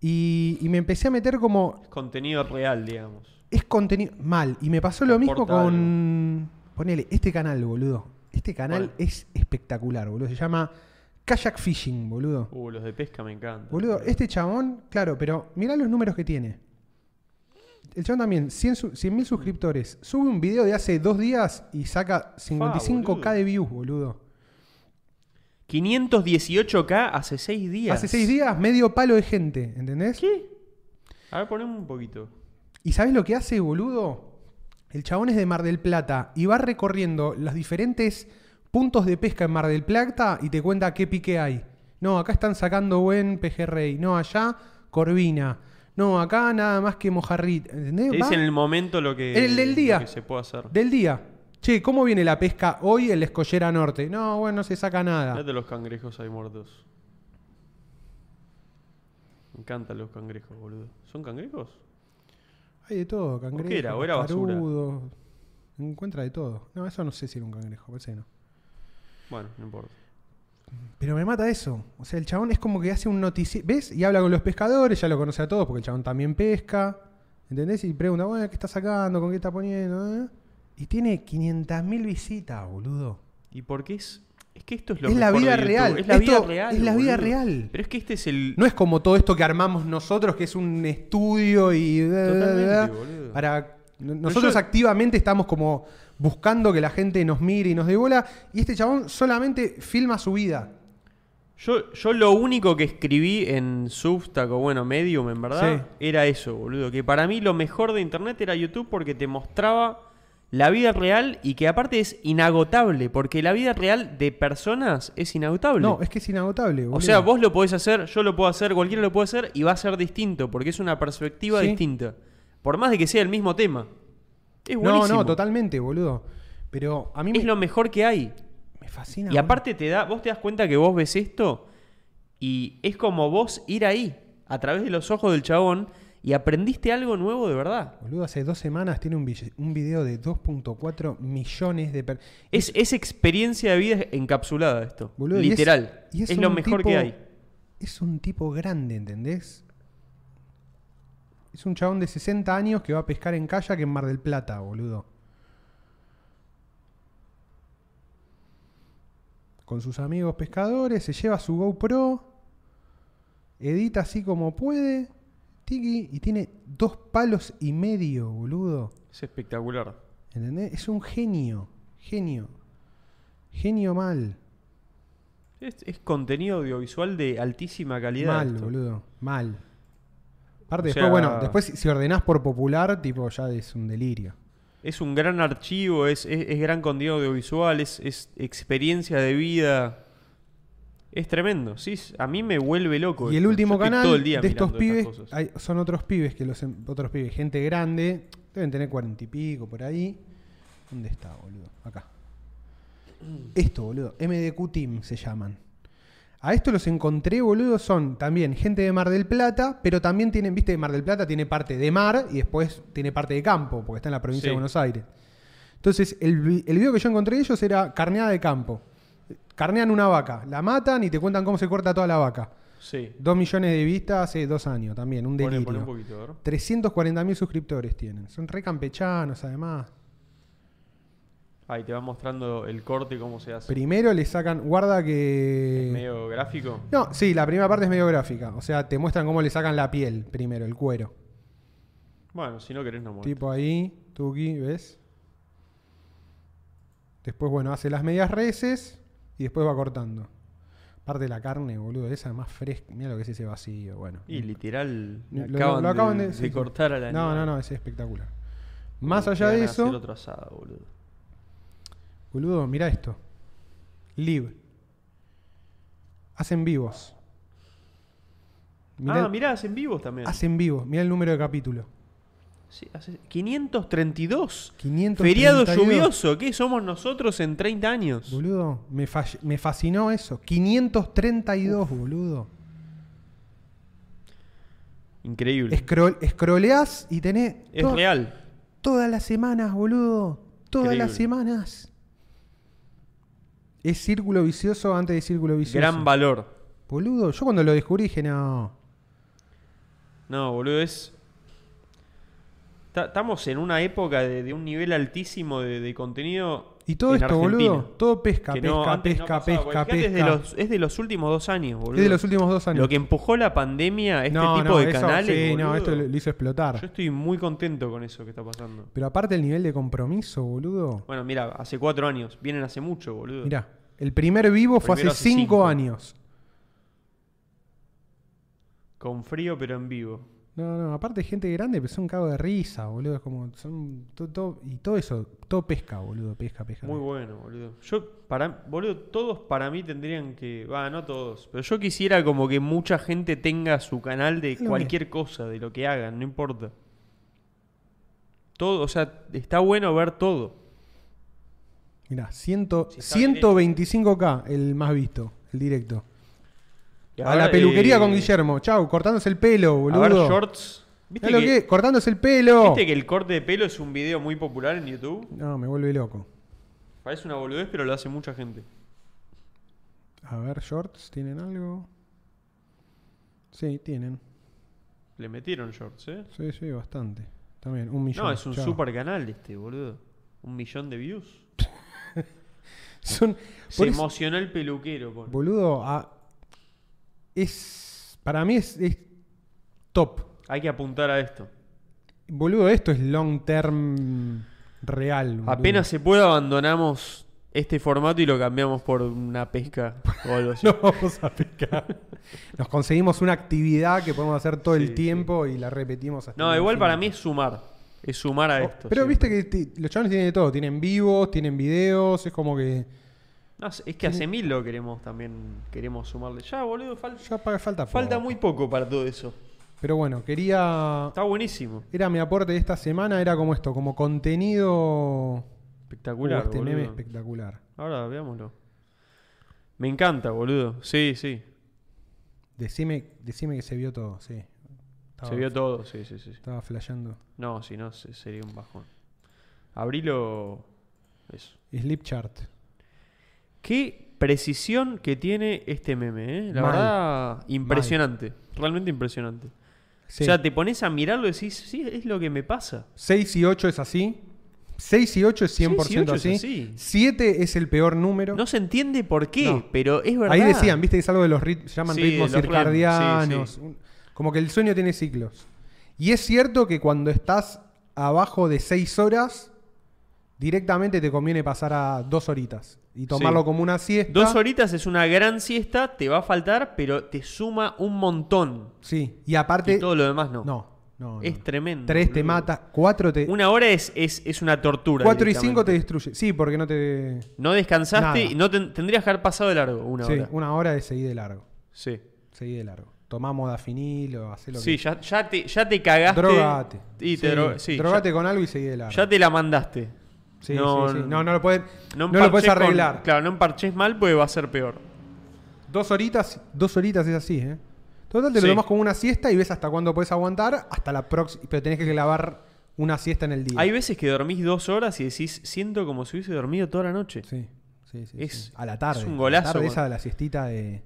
B: Y, y me empecé a meter como
A: Contenido real, digamos.
B: es contenido mal. Y me pasó lo mismo
A: Aporta
B: con. Ponele, este canal, boludo. Este canal
A: ¿Cuál?
B: es espectacular, boludo. Se llama Kayak Fishing, boludo.
A: Uh, los de pesca me encantan.
B: Boludo, este chabón, claro, pero mirá los números que tiene. El chabón también, 100 su- 100.000 suscriptores. Sube un video de hace dos días y saca 55k
A: boludo.
B: de views, boludo.
A: 518k hace 6 días.
B: Hace seis días, medio palo de gente, ¿entendés?
A: ¿Qué? A ver, poneme un poquito.
B: ¿Y sabes lo que hace, boludo? El chabón es de Mar del Plata y va recorriendo los diferentes puntos de pesca en Mar del Plata y te cuenta qué pique hay. No, acá están sacando buen pejerrey. No, allá, corvina. No, acá nada más que mojarrita. ¿Entendés?
A: Te
B: Eh, Va
A: dice en el momento lo que,
B: En el del
A: lo
B: día.
A: que se puede hacer.
B: Del día. Che, ¿cómo viene la pesca hoy en la escollera norte? No, bueno, no se saca nada.
A: Mirate los cangrejos ahí muertos. Me encantan los cangrejos, boludo. ¿Son cangrejos?
B: Hay de todo, cangrejos,
A: era? ¿O era basura?
B: cascarudos. Encuentra de todo. No, eso no sé si era un cangrejo, parece que no.
A: Bueno, no importa.
B: Pero me mata eso. O sea, el chabón es como que hace un noticiero. ¿Ves? Y habla con los pescadores, ya lo conoce a todos, porque el chabón también pesca. ¿Entendés? Y pregunta, bueno, ¿qué está sacando? ¿Con qué está poniendo? eh?". Y tiene 500.000 visitas, boludo.
A: ¿Y por qué es.? Es que esto es lo
B: Es la
A: mejor de
B: vida
A: YouTube.
B: real.
A: Es la
B: Esto
A: vida real.
B: es la vida
A: boludo.
B: real.
A: Pero es que este es el.
B: No es como todo esto que armamos nosotros, que es un estudio y.
A: Totalmente, boludo.
B: para. Nosotros
A: yo-
B: activamente estamos como buscando que la gente nos mire y nos dé bola. Y este chabón solamente filma su vida.
A: Yo, yo lo único que escribí en Substack o bueno, Medium en verdad, era eso, boludo. Que para mí lo mejor de internet era YouTube porque te mostraba la vida real y que aparte es inagotable, porque la vida real de personas es inagotable.
B: No, es que es inagotable, boludo.
A: o sea, vos lo podés hacer, yo lo puedo hacer, cualquiera lo puede hacer y va a ser distinto, porque es una perspectiva
B: Sí.
A: distinta. Por más de que sea el mismo tema. Es
B: No,
A: buenísimo.
B: no, totalmente, boludo. Pero a mí
A: Es
B: me,
A: lo mejor que hay.
B: me fascina.
A: Y aparte te da, vos te das cuenta que vos ves esto y es como vos ir ahí, a través de los ojos del chabón, y aprendiste algo nuevo de verdad.
B: Boludo, hace dos semanas tiene un, bille- un video de 2.4 millones de per-
A: Es, es experiencia de vida encapsulada esto.
B: Boludo, y es-
A: literal.
B: y
A: es, lo
B: un
A: mejor
B: tipo-
A: que hay.
B: Es un tipo grande, ¿entendés? Es un chabón de 60 años que va a pescar en kayak en Mar del Plata, boludo. Con sus amigos pescadores, se lleva su GoPro, edita así como puede, tiki, y tiene dos palos y medio, boludo.
A: Es espectacular.
B: ¿Entendés? Es un genio. Genio. Genio mal.
A: Es, es contenido audiovisual de altísima calidad.
B: mal,
A: esto.
B: boludo. Mal. Aparte,
A: O
B: después,
A: sea-
B: bueno, después si- si ordenás por popular, tipo, ya es un delirio.
A: Es un gran archivo, es, es- es gran contenido audiovisual, es, es experiencia de vida. Es tremendo. Sí, es- a mí me vuelve loco.
B: Y el
A: esto. Yo
B: último
A: estoy
B: canal
A: todo el día
B: de estos
A: mirando
B: pibes,
A: estas cosas.
B: hay- son otros pibes que los em- otros pibes, gente grande, deben tener cuarenta y pico por ahí. ¿Dónde está, boludo? Acá. Esto, boludo, MDQ Team se llaman. A esto los encontré, boludo, son también gente de Mar del Plata, pero también tienen, viste, Mar del Plata tiene parte de mar y después tiene parte de campo, porque está en la provincia
A: Sí.
B: de Buenos Aires. Entonces, el, vi- el video que yo encontré de ellos era carneada de campo. Carnean una vaca, la matan y te cuentan cómo se corta toda la vaca.
A: Sí.
B: 2 millones de vistas hace dos años también, un
A: Poné-
B: delirio.
A: poné un poquito, a ver.
B: 340 mil suscriptores tienen. Son re campechanos, además.
A: Ahí te va mostrando el corte, cómo se hace.
B: Primero le sacan. Guarda que.
A: Medio gráfico.
B: No, sí, la primera parte es medio gráfica. O sea, te muestran cómo le sacan la piel primero, el cuero.
A: Bueno, si no querés, no muerto.
B: Tipo ahí, Tuki, ¿ves? Después, bueno, hace las medias reses y después va cortando. Parte de la carne, boludo, esa es más fresca. Mira lo que es ese vacío, bueno.
A: Y literal,
B: Lo- lo-
A: acaban,
B: lo acaban
A: de,
B: de-
A: de
B: sí, sí.
A: cortar a la
B: No, no, no, es espectacular. Más allá de eso.
A: Otro asado, boludo.
B: Boludo, mira esto. Live. Hacen vivos. Mirá
A: ah,
B: el-
A: mirá, hacen vivos también.
B: Hacen vivos. Mira el número de capítulo.
A: Sí, hace- 532.
B: 532.
A: Feriado lluvioso. ¿Qué somos nosotros en 30 años?
B: Boludo, me, fall- me fascinó eso. 532, boludo.
A: Increíble. Es,
B: Escroleas escroleás y tenés. to-
A: real.
B: Todas las semanas, boludo. Todas
A: Increíble.
B: las semanas. Es círculo vicioso antes de círculo vicioso.
A: Gran valor.
B: Boludo, yo cuando lo descubrí dije, no.
A: No, boludo, es. Ta- Estamos en una época de, de un nivel altísimo de, de contenido.
B: Y todo
A: en
B: esto,
A: Argentina.
B: boludo. Todo pesca,
A: Que
B: pesca,
A: no, antes no
B: pesca,
A: pasaba,
B: pesca,
A: porque
B: pesca.
A: fíjate, Es de, los, es de los últimos dos años, boludo.
B: Es de los últimos dos años.
A: Lo que empujó la pandemia, este
B: No,
A: tipo
B: no,
A: de
B: eso-
A: canales.
B: Sí, no,
A: boludo.
B: esto lo lo hizo explotar.
A: Yo estoy muy contento con eso que está pasando.
B: Pero aparte el nivel de compromiso, boludo.
A: Bueno, mira, hace cuatro años. Vienen hace mucho, boludo.
B: Mirá, el primer vivo fue hace
A: Primero hace
B: cinco,
A: cinco.
B: años.
A: Con frío, pero en vivo.
B: No, no, aparte gente grande, pero son un cago de risa, boludo. Es como, son todo, todo- y todo eso, todo pesca, boludo, pesca, pesca.
A: Muy bueno, boludo. Yo, para, boludo, todos para mí tendrían que. Va, no todos. Pero yo quisiera como que mucha gente tenga su canal de
B: Lo que-
A: cualquier cosa, de lo que hagan, no importa. Todo, o sea, está bueno ver todo.
B: Mirá, ciento-
A: Si está
B: 125k el más visto, el directo.
A: Y
B: a la
A: ahora,
B: peluquería
A: eh,
B: con Guillermo, chau, cortándose el pelo, boludo.
A: A ver, shorts. ¿Viste
B: Mirá lo
A: que,
B: que es, cortándose el pelo.
A: viste que el corte de pelo es un video muy popular en YouTube?
B: No, me vuelve loco.
A: Parece una boludez, pero lo hace mucha gente.
B: A ver, shorts, ¿tienen algo? Sí, tienen.
A: Le metieron shorts, ¿eh?
B: Sí, sí, bastante. También, un millón.
A: No, es un
B: chau.
A: super canal este, boludo. Un millón de views.
B: Son,
A: Se
B: por eso-
A: emocionó el peluquero. pone.
B: Boludo, a- es. Para mí es, es top.
A: Hay que apuntar a esto.
B: Boludo, esto es long term real. boludo.
A: Apenas se pueda abandonamos este formato y lo cambiamos por una pesca o algo así.
B: No vamos a picar. Nos conseguimos una actividad que podemos hacer todo
A: Sí,
B: el tiempo y la repetimos hasta
A: No,
B: el
A: igual
B: infinito.
A: para mí es sumar. Es sumar a
B: Oh,
A: esto.
B: Pero
A: siempre.
B: viste que ti- los chavales tienen de todo. Tienen vivos, tienen videos. Es como que.
A: No, es que hace mil lo queremos también. Queremos sumarle. Ya, boludo, fal-
B: Ya pa- falta poco.
A: falta muy poco para todo eso.
B: Pero bueno, quería.
A: Está buenísimo.
B: Era mi aporte de esta semana. Era como esto, como contenido.
A: Espectacular.
B: Uh, este meme
A: boludo.
B: espectacular.
A: Ahora veámoslo. Me encanta, boludo. Sí, sí.
B: Decime, decime que se vio todo, sí. Estaba,
A: Se vio todo. Sí, sí, sí. sí.
B: Estaba flasheando.
A: No, si no, se- sería un bajón. Abrilo. Eso.
B: Sleep chart.
A: Qué precisión que tiene este meme, ¿eh? La
B: Mal.
A: verdad, impresionante. Realmente impresionante.
B: Sí.
A: O sea, te pones a mirarlo y decís, sí, es lo que me pasa.
B: 6 y 8 es así. 6 y 8 es 100%
A: Seis y ocho es
B: así.
A: así.
B: 7 es el peor número.
A: No se entiende por qué,
B: No.
A: pero es verdad.
B: Ahí decían, viste, es algo de los ritmos, llaman
A: Sí,
B: ritmos
A: de los REM,
B: circadianos.
A: sí, sí.
B: Un- Como que el sueño tiene ciclos. Y es cierto que cuando estás abajo de 6 horas, directamente te conviene pasar a 2 horitas. Y tomarlo como una siesta.
A: Dos horitas es una gran siesta, te va a faltar, pero te suma un montón.
B: Sí. Y aparte.
A: y todo lo demás no.
B: No, no.
A: Es
B: no.
A: tremendo,
B: Tres te
A: boludo.
B: mata, cuatro te.
A: Una hora es, es, es una tortura.
B: cuatro y
A: directamente.
B: cinco te destruye. Sí, porque no te.
A: No descansaste
B: Nada.
A: y no ten- tendrías que haber pasado de largo una
B: sí,
A: hora.
B: una hora de seguir de largo.
A: Sí.
B: Seguir de largo. Tomamos dafinil o hacer lo
A: Sí,
B: que
A: ya, ya te, ya te cagaste.
B: Drogate.
A: Y te
B: Sí,
A: dro- sí,
B: drogate con algo y seguí de largo.
A: ya, ya te la mandaste.
B: Sí, sí, sí. No, no lo puedes, no lo
A: emparches
B: puedes
A: con-
B: arreglar.
A: claro, no emparches mal porque va a ser peor.
B: Dos horitas, dos horitas es así, ¿eh? Total, te
A: Sí.
B: lo tomas como una siesta y ves hasta cuándo puedes aguantar, hasta la próxima. Pero tenés que clavar una siesta en el día.
A: Hay veces que dormís dos horas y decís, siento como si hubiese dormido toda la noche.
B: Sí, sí, sí,
A: Es-
B: sí. A la tarde.
A: es un
B: a la
A: golazo,
B: tarde
A: bueno.
B: esa de la siestita de.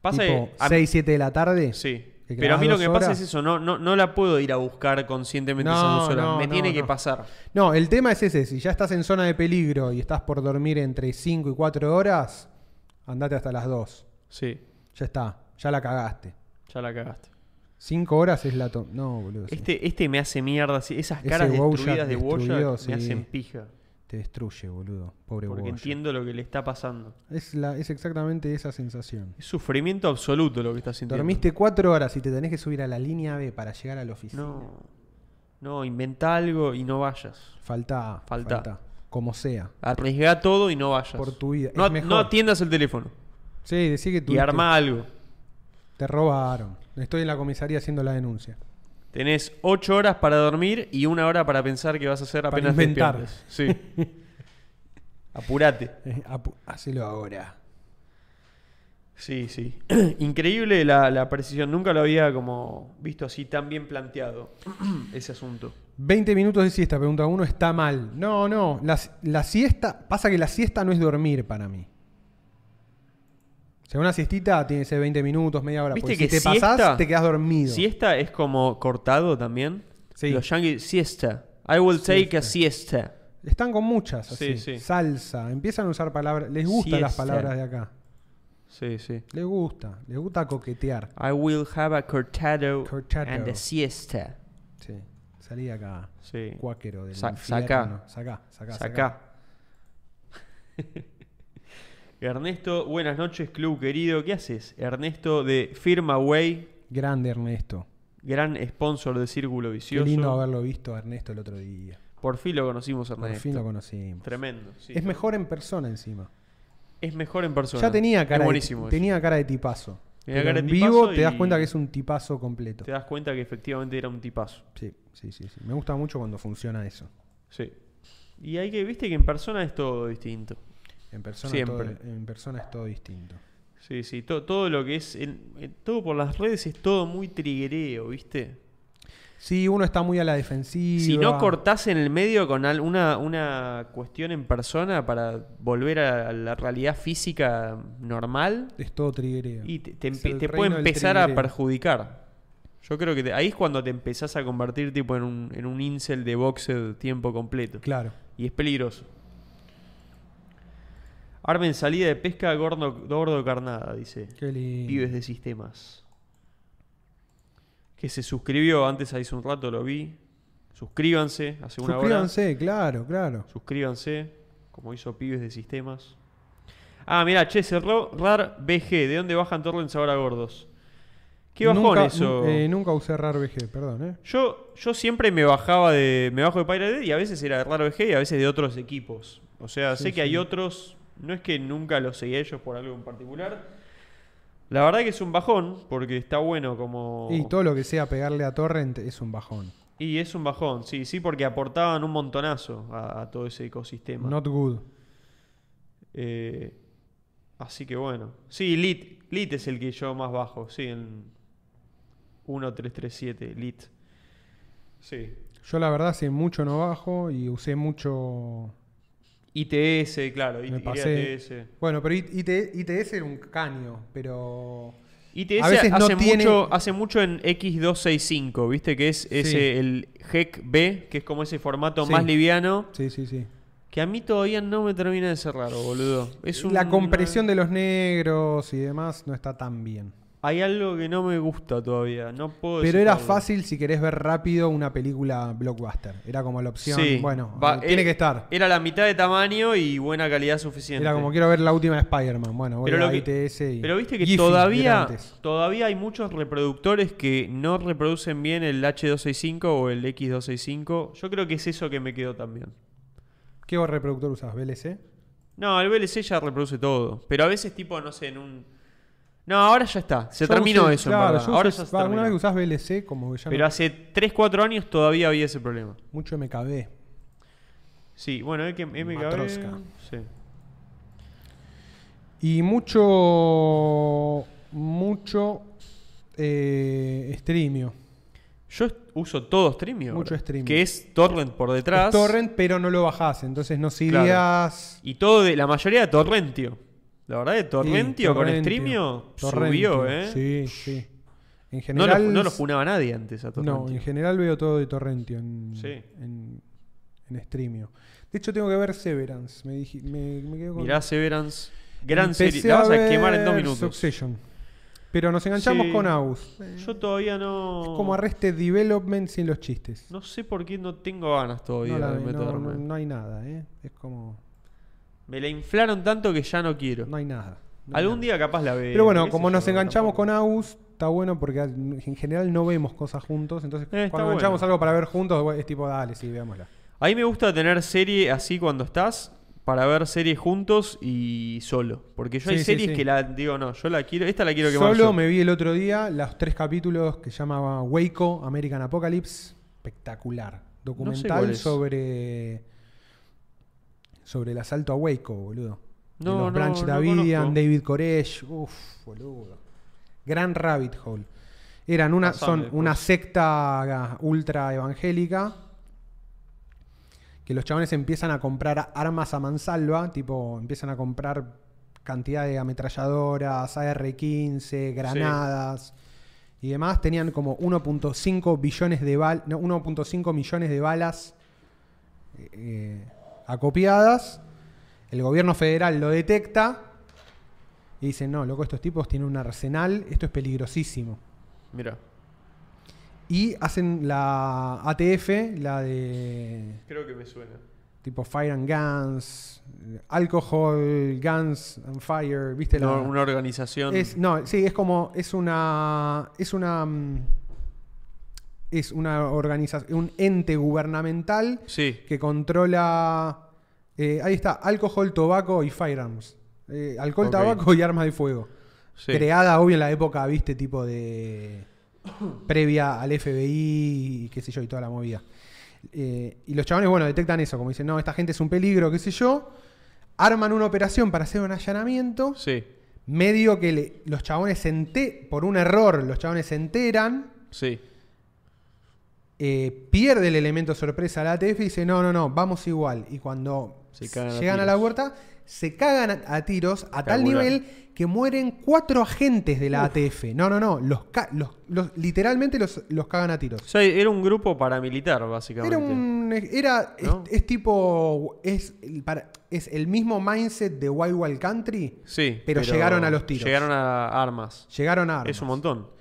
A: Pasa
B: tipo
A: que. a-
B: 6, 7 de la tarde.
A: sí.
B: que
A: Pero a mí lo
B: grabás
A: que
B: dos
A: pasa
B: horas.
A: es eso, no, no, no la puedo ir a buscar conscientemente
B: No,
A: esas dos horas.
B: no,
A: Me
B: no,
A: tiene que
B: no.
A: pasar.
B: No, el tema es ese. Si ya estás en zona de peligro y estás por dormir entre 5 y 4 horas, andate hasta las 2.
A: Sí,
B: Ya está. Ya la cagaste.
A: ya la cagaste.
B: 5 horas es la... to- no, boludo. sí.
A: Este, este me hace mierda. sí. Esas
B: Ese
A: caras
B: Wojak
A: destruidas de
B: destruido,
A: Boya
B: sí.
A: me hacen pija.
B: Te destruye, boludo. Pobre
A: Porque
B: Boya.
A: entiendo lo que le está pasando.
B: Es, la- es exactamente esa sensación.
A: Es sufrimiento absoluto lo que está sintiendo.
B: Dormiste 4 horas y te tenés que subir a la línea B para llegar a la oficina.
A: No. No, inventa algo y no vayas.
B: Falta,
A: Falta.
B: falta. Como sea.
A: Arriesga todo y no vayas.
B: Ah, Por tu vida, es
A: No,
B: mejor.
A: no atiendas el teléfono.
B: Sí, decí que
A: Y
B: tuviste-
A: arma algo.
B: Te robaron. Estoy en la comisaría haciendo la denuncia.
A: Tenés 8 horas para dormir y una hora para pensar que vas a hacer
B: Para
A: apenas te
B: inventar.
A: despiertes. Sí. Apurate.
B: Eh, apu- Hacelo ahora.
A: Sí, sí. Increíble la, la precisión. Nunca lo había como visto así tan bien planteado ese asunto.
B: 20 minutos de siesta, pregunta uno, está mal. No, no, la, la siesta, pasa que la siesta no es dormir para mí. O sea, una siestita tiene que ser 20 minutos, media hora.
A: ¿Viste
B: porque
A: que
B: si te
A: siesta-
B: pasás, te quedas dormido.
A: Siesta es como cortado también.
B: Sí.
A: Los yankees, siesta. I will take a siesta.
B: Están con muchas, así.
A: Sí, sí.
B: Salsa, empiezan a usar palabras. Les gustan las
A: Siesta.
B: palabras de acá.
A: Sí, sí.
B: Les gusta, les gusta coquetear.
A: I will have a cortado,
B: Cortado.
A: and a siesta.
B: Sí. Salí de acá,
A: Sí.
B: cuáquero del
A: Sa-
B: infierno.
A: sacá.
B: Sacá, sacá, sacá.
A: Sacá. Ernesto, buenas noches, club querido. ¿Qué haces? Ernesto de Firmaway,
B: Grande Ernesto.
A: gran sponsor de Círculo
B: Qué
A: Vicioso.
B: lindo haberlo visto a Ernesto el otro día.
A: Por fin lo conocimos,
B: Por
A: Ernesto.
B: fin lo conocimos.
A: Tremendo. sí.
B: es mejor en persona encima.
A: Es mejor en persona.
B: Ya tenía
A: Es
B: cara, de,
A: buenísimo eso.
B: tenía cara de tipazo.
A: Tenía
B: Pero
A: cara de
B: en
A: tipazo
B: vivo te das
A: y-
B: cuenta que es un tipazo completo.
A: Te das cuenta que efectivamente era un tipazo.
B: Sí, sí, sí, sí. Me gusta mucho cuando funciona eso.
A: Sí. Y hay que, viste que en persona es todo distinto.
B: En persona,
A: Siempre.
B: todo- en persona es todo distinto.
A: Sí, sí. to- todo lo que es. en- en- todo por las redes es todo muy triguereo, viste.
B: Sí, uno está muy a la defensiva.
A: Si no cortás en el medio con al- una, una cuestión en persona para volver a la realidad física normal,
B: Es todo triguereo.
A: y te, te
B: Es
A: empe-
B: el
A: te
B: reino
A: puede
B: del
A: empezar a
B: triguereo.
A: perjudicar. Yo creo que te- ahí es cuando te empezás a convertir tipo en un, en un incel de boxe tiempo completo.
B: Claro.
A: Y es peligroso. Armen salida de pesca gordo, gordo carnada, dice.
B: Qué lindo.
A: Pibes de sistemas. Que se suscribió antes, ahí hace un rato lo vi. Suscríbanse, hace una hora.
B: Suscríbanse, claro, claro.
A: Suscríbanse, como hizo Pibes de Sistemas. Ah, mira, che, cerró RAR BG. ¿De dónde bajan torrents ahora gordos? Qué bajón
B: nunca,
A: eso.
B: eh, nunca usé RAR BG, perdón, ¿eh?
A: yo, yo siempre me bajaba de. Me bajo de Pirate Bay y a veces era de RAR BG y a veces de otros equipos. O sea, sé que hay otros. No es que nunca los seguía a ellos por algo en particular. La verdad que es un bajón, porque está bueno como.
B: Y todo lo que sea pegarle a Torrent es un bajón.
A: Y es un bajón, sí, sí, porque aportaban un montonazo a, a todo ese ecosistema.
B: Not good.
A: Eh, así que bueno. Sí, Lit. Lit es el que yo más bajo. Sí, en 1337, Lit. Sí.
B: Yo la verdad hace mucho no bajo y usé mucho
A: ITS, claro.
B: Me
A: IT-
B: pasé.
A: ITS.
B: Bueno, pero IT ITS era un caño, pero.
A: ITS
B: A veces no
A: hace,
B: tiene-
A: mucho, hace mucho en X265, ¿viste? Que es ese,
B: Sí.
A: el HEC B, que es como ese formato
B: Sí.
A: más liviano.
B: Sí, sí, sí.
A: Que a mí todavía no me termina de cerrar, boludo. Es
B: La
A: un-
B: compresión de los negros y demás no está tan bien.
A: Hay algo que no me gusta todavía. No puedo
B: Pero era
A: descifrarlo.
B: fácil si querés ver rápido una película blockbuster. Era como la opción.
A: Sí,
B: bueno,
A: va-
B: eh, tiene
A: eh,
B: que estar.
A: Era la mitad de tamaño y buena calidad suficiente.
B: Era como quiero ver la última de Spider-Man. Bueno, voy
A: pero, lo
B: a
A: que-
B: ITS y.
A: pero viste que
B: Giphy
A: todavía,
B: gigantes.
A: todavía hay muchos reproductores que no reproducen bien el H265 o el X265. Yo creo que es eso que me quedó también.
B: ¿Qué reproductor usas? ¿VLC?
A: No, el VLC ya reproduce todo. Pero a veces, tipo, no sé, en un. No, ahora ya está. Se terminó eso, en verdad. Ahora ya se
B: Alguna vez
A: terminó.
B: que usás VLC, como que ya
A: Pero
B: no,
A: hace 3-4 años todavía había ese problema.
B: mucho MKB.
A: Sí, bueno, es que MKB.
B: Matrosca.
A: Sí.
B: Y mucho. Mucho. Eh, streamio.
A: Yo est- uso todo Streamio.
B: Mucho
A: ahora,
B: Streamio.
A: Que es torrent por detrás.
B: Es torrent, pero no lo bajás. Entonces no sidías.
A: Y todo de, la mayoría de Torrentio. La verdad de Torrentio con Streamio subió, ¿eh?
B: Sí, sí. En
A: No lo,
B: general.
A: no lo funaba nadie antes a
B: no,
A: Torrentio.
B: en general veo todo de Torrentio en,
A: Sí.
B: en, en streamio. De hecho, tengo que ver Severance. Me, dije, me, me quedo con.
A: Mirá Severance. Gran
B: Empecé
A: serie. La vas a,
B: ver
A: quemar en dos minutos.
B: Succession. Pero nos enganchamos
A: Sí.
B: con Aus.
A: Yo todavía no.
B: Como Arrested Development sin los chistes.
A: No sé por qué no tengo ganas todavía
B: No, la
A: de
B: ve- no-
A: meterme.
B: no- no hay nada, ¿eh? Es como.
A: Me la inflaron tanto que ya no quiero.
B: No hay nada. no hay
A: Algún
B: nada.
A: día capaz la veo.
B: Pero bueno,
A: qué
B: como
A: sé
B: nos
A: yo,
B: enganchamos
A: tampoco.
B: con Agus, está bueno porque al- en general no vemos cosas juntos. Entonces,
A: Eh, está
B: cuando enganchamos
A: bueno.
B: algo para ver juntos, es tipo, dale, sí, veámosla.
A: A mí me gusta tener serie así cuando estás. para ver series juntos y solo. Porque yo hay
B: Sí, sí,
A: series
B: sí.
A: que la digo, no, yo la quiero, esta la quiero que
B: Solo me vi el otro día los tres capítulos que llamaba Waco, American Apocalypse. Espectacular. Documental
A: cuál es.
B: sobre. Sobre el asalto a Waco, boludo. De
A: No,
B: los
A: no,
B: Branch
A: no
B: Davidian,
A: conozco.
B: David Koresh. Uf, boludo. Gran Rabbit Hole. Eran una,
A: Pasame
B: son
A: después.
B: una secta ultra evangélica. Que los chabones empiezan a comprar armas a mansalva, tipo, empiezan a comprar cantidad de ametralladoras, AR-15, granadas y demás. Tenían como 1.5 billones de bal no, 1.5 millones de balas eh, eh, acopiadas. El gobierno federal lo detecta y dicen, no, loco, estos tipos tienen un arsenal, esto es peligrosísimo.
A: Mira,
B: Y hacen la ATF, la de
A: creo que me suena.
B: tipo Fire and Guns, eh, Alcohol, Guns and Fire, ¿viste? la,
A: No, una organización.
B: es, no, sí, es como, es una, es una, mm, es una organización, un ente gubernamental
A: Sí.
B: que controla, eh, ahí está, alcohol, tobaco y firearms. Eh, alcohol,
A: Ok.
B: tabaco y armas de fuego.
A: Sí.
B: Creada, obvio, en la época, viste, tipo de... previa al FBI y qué sé yo, y toda la movida. Eh, y los chabones, bueno, detectan eso, como dicen, no, esta gente es un peligro, qué sé yo. Arman una operación para hacer un allanamiento
A: Sí,
B: medio que le- los chabones se ente- por un error, los chabones se enteran,
A: sí.
B: eh, pierde el elemento sorpresa a la ATF y dice, no, no, no, vamos igual. Y cuando
A: Se
B: s-
A: cagan a
B: llegan a, la
A: tiros.
B: huerta, se cagan a, a tiros a tal
A: Cabular.
B: nivel que mueren cuatro agentes de la ATF. No, no, no, los, ca- los, los- literalmente los, los cagan a tiros.
A: O sea, era un grupo paramilitar, básicamente.
B: Era un. Era.
A: ¿No?
B: Es, es tipo. Es, el- para- es el mismo mindset de Wild Wild Country.
A: Sí.
B: Pero llegaron a los tiros.
A: Llegaron a armas.
B: Llegaron a.
A: Es un
B: armas.
A: montón.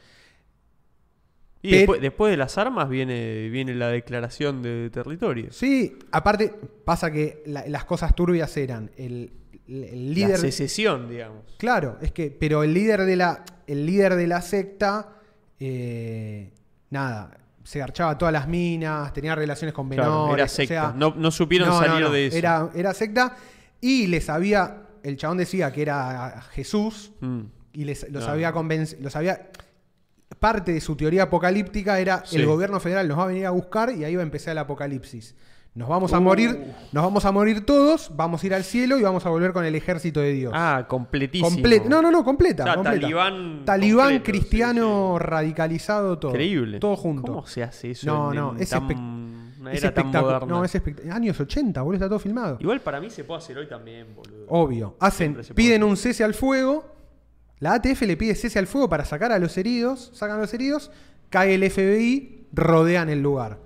A: Y
B: Pero-
A: después, después de las armas viene, viene la declaración de territorio.
B: Sí, aparte pasa que la- las cosas turbias eran el, el- el
A: La
B: líder.
A: secesión, digamos.
B: Claro, es que, pero el líder de la, el líder de la secta, eh, nada, se garchaba todas las minas, tenía relaciones con
A: Claro,
B: menores.
A: era
B: o
A: secta.
B: sea-
A: no, no supieron
B: No, no,
A: salir
B: no,
A: de eso.
B: Era, era secta y les había, el chabón decía que era Jesús
A: Mm.
B: y les, los
A: No.
B: había convencido, los había... Parte de su teoría apocalíptica era
A: Sí.
B: el gobierno federal nos va a venir a buscar y ahí va a empezar el apocalipsis. Nos vamos
A: Uh.
B: a morir, nos vamos a morir todos, vamos a ir al cielo y vamos a volver con el ejército de Dios.
A: Ah, completísimo.
B: Comple- no, no, no, completa.
A: O sea,
B: completa.
A: talibán
B: Talibán,
A: completo,
B: cristiano, radicalizado, todo.
A: Increíble.
B: Todo junto.
A: ¿Cómo se hace eso?
B: No,
A: en-
B: no,
A: en
B: es,
A: tan-
B: espec-
A: una
B: es
A: era tan
B: espectacu-
A: moderna.
B: No, es espect- Años 80, boludo, está todo filmado.
A: Igual para mí se puede hacer hoy también, boludo.
B: Obvio. Hacen,
A: Siempre se puede.
B: piden un cese al fuego. La ATF le pide cese al fuego para sacar a los heridos. Sacan a los heridos. Cae el FBI. Rodean el lugar.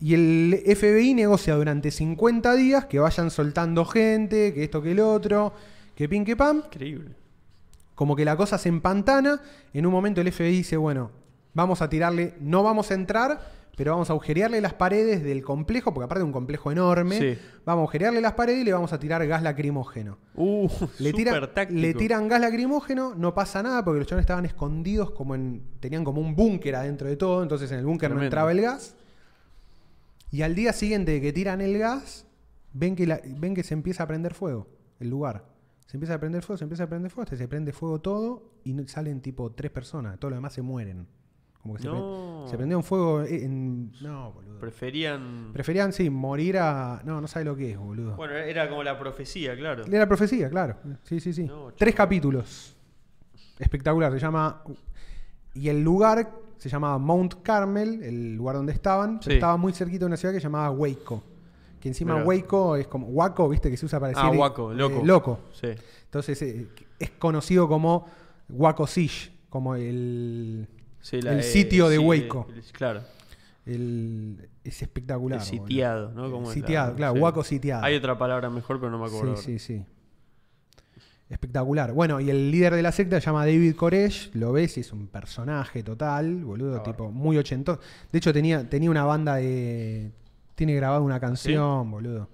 B: Y el FBI negocia durante 50 días que vayan soltando gente, que esto, que el otro, que pin, que pam.
A: Increíble.
B: Como que la cosa se empantana. En un momento el FBI dice, bueno, vamos a tirarle, no vamos a entrar, pero vamos a agujerearle las paredes del complejo, porque aparte es un complejo enorme.
A: Sí.
B: Vamos a agujerearle las paredes y le vamos a tirar gas lacrimógeno.
A: Uh,
B: Le, tira-
A: súper táctico.
B: le tiran gas lacrimógeno, no pasa nada porque los chavales estaban escondidos como en. tenían como un búnker adentro de todo, entonces en el búnker no
A: Tremendo.
B: entraba el gas. Y al día siguiente de que tiran el gas, ven que, la- ven que se empieza a prender fuego el lugar. Se empieza a prender fuego, se empieza a prender fuego, hasta que se prende fuego todo y no- salen tipo tres personas, todos los demás se mueren. Como que se, pre-
A: No.
B: se prendió un fuego eh, en. No, boludo.
A: Preferían.
B: Preferían, sí, morir a. No, no sabe lo que es, boludo.
A: Bueno, era como la profecía, claro.
B: Era profecía, claro. Sí, sí, sí.
A: No,
B: Tres capítulos. Espectacular. Se llama. Y el lugar se llamaba Mount Carmel, el lugar donde estaban. pero
A: Sí.
B: Estaba muy cerquita de una ciudad que se llamaba Waco. Que encima
A: Mirá.
B: Waco es como. Waco, viste, que se usa para decir.
A: Ah, Waco,
B: eh,
A: loco.
B: loco.
A: Sí.
B: Entonces eh, es conocido como Waco Siege, como el.
A: Sí, la-
B: el
A: eh,
B: sitio de
A: sí,
B: Waco.
A: el- claro.
B: el- es espectacular.
A: el
B: boludo.
A: sitiado, ¿no?
B: El
A: ¿Cómo es la-
B: sitiado, claro,
A: sí.
B: Waco sitiado.
A: Hay otra palabra mejor, pero no me acuerdo. ahora.
B: Sí, sí, sí. Espectacular. Bueno, y el líder de la secta se llama David Koresh, lo ves y es un personaje total, boludo, tipo muy ochentoso. De hecho, tenía, tenía una banda de. Tiene grabada una canción, boludo.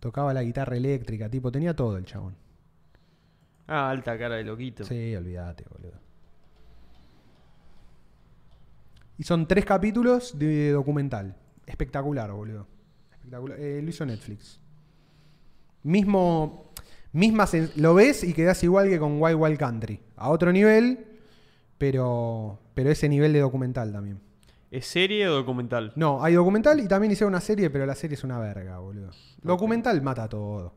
B: Tocaba la guitarra eléctrica, tipo, tenía todo el chabón.
A: Ah, alta cara de loquito.
B: Sí, olvídate, boludo. Y son tres capítulos de documental. Espectacular, boludo. espectacular. Eh, lo hizo Netflix. Mismo. Misma sen- lo ves y quedás igual que con Wild Wild Country. A otro nivel, pero, pero ese nivel de documental también.
A: ¿Es serie o documental?
B: No, hay documental y también hicieron una serie, pero la serie es una verga, boludo. Documental mata todo.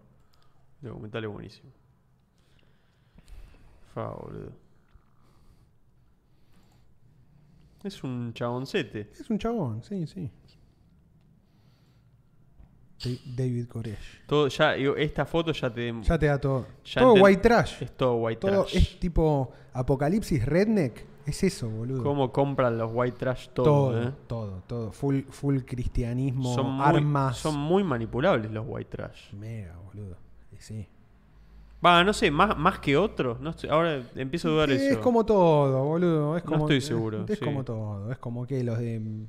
A: Documental es buenísimo. Fa, boludo. Es un chaboncete.
B: Es un chabón, sí, sí. Da- David Koresh.
A: Todo, ya, digo, esta foto ya te.
B: Ya te da todo.
A: ya
B: todo
A: enten-
B: white trash.
A: Es todo white
B: todo
A: trash.
B: es tipo apocalipsis redneck. Es eso, boludo.
A: ¿Cómo compran los white trash todo?
B: todo,
A: eh?
B: todo, todo. Full, full cristianismo,
A: Son muy,
B: armas.
A: son muy manipulables los white trash.
B: Mega, boludo. Y Sí.
A: Va, no sé, más, más que otros. No estoy- ahora empiezo a dudar
B: Es
A: eso.
B: como todo, boludo. Es
A: No
B: como,
A: estoy
B: es-
A: seguro,
B: Es,
A: sí.
B: como todo. Es como que los de. mm,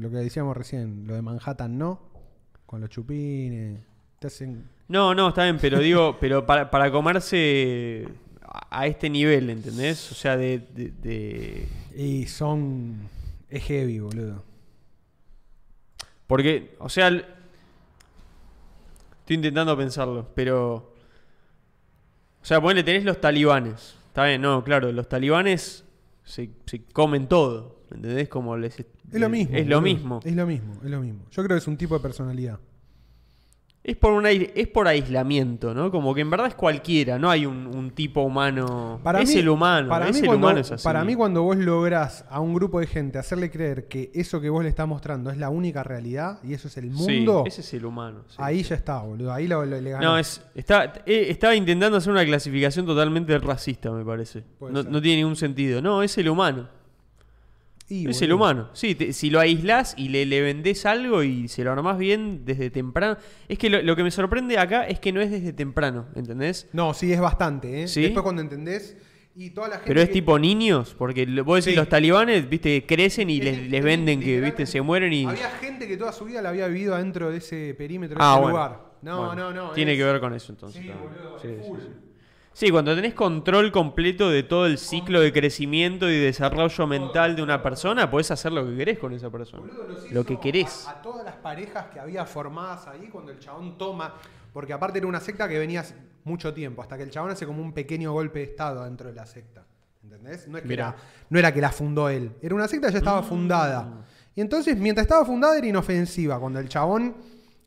B: Lo que decíamos recién, lo de Manhattan no. Con los chupines. Te hacen.
A: No, no, está bien, pero digo, pero para, para comerse a, a este nivel, ¿entendés? O sea, de, de- de-
B: Y son. Es heavy, boludo.
A: Porque, o sea, l- estoy intentando pensarlo, pero... O sea, ponele, tenés los talibanes. Está bien, no, claro, los talibanes se, se comen todo, ¿entendés? Como les...
B: Es lo mismo.
A: Es lo
B: boludo.
A: mismo.
B: Es lo mismo, es lo mismo. Yo creo que es un tipo de personalidad.
A: Es por, un aire- es por aislamiento, ¿no? Como que en verdad es cualquiera, no hay un, un tipo humano.
B: Para
A: es
B: mí-
A: el humano,
B: para
A: es
B: mí
A: el
B: cuando-
A: humano es así.
B: Para mí, cuando vos lográs a un grupo de gente hacerle creer que eso que vos le estás mostrando es la única realidad y eso es el
A: Sí,
B: mundo,
A: ese es el humano. sí.
B: ahí ya está, boludo. Ahí lo, lo- le ganás.
A: No, es, está, eh, estaba intentando hacer una clasificación totalmente racista, me parece.
B: Puede
A: No,
B: ser.
A: no tiene ningún sentido. No, es el humano.
B: Y,
A: es
B: boludo,
A: el humano. Sí, te- si lo aislás y le, le vendés algo y se lo armás bien desde temprano. Es que lo, lo que me sorprende acá es que no es desde temprano, ¿entendés?
B: No, sí, es bastante, ¿eh?
A: Sí.
B: Después cuando entendés. Y toda la gente.
A: Pero es
B: que-
A: tipo niños, porque lo- vos decís
B: Eh, Sí.
A: los talibanes, viste, crecen y
B: que
A: les,
B: te-
A: les venden que,
B: literalmente
A: viste, se mueren y...
B: Había gente que toda su vida la había vivido adentro de ese perímetro, de
A: Ah,
B: ese
A: bueno.
B: lugar. No,
A: Bueno,
B: no, no.
A: Tiene
B: es-
A: que ver con eso entonces.
B: Sí,
A: también.
B: boludo,
A: Sí,
B: es
A: sí,
B: full.
A: sí. Sí, cuando tenés control completo de todo el ciclo de crecimiento y desarrollo mental de una persona, podés hacer lo que querés con esa persona.
B: los
A: Lo
B: hizo
A: que querés.
B: A, a todas las parejas que había formadas ahí cuando el chabón toma. Porque aparte era una secta que venía hace mucho tiempo, hasta que el chabón hace como un pequeño golpe de estado dentro de la secta. ¿Entendés? No, es que
A: Mirá. Mm.
B: era, no era que la fundó él. Era una secta que ya estaba fundada. Y entonces, mientras estaba fundada, era inofensiva. Cuando el chabón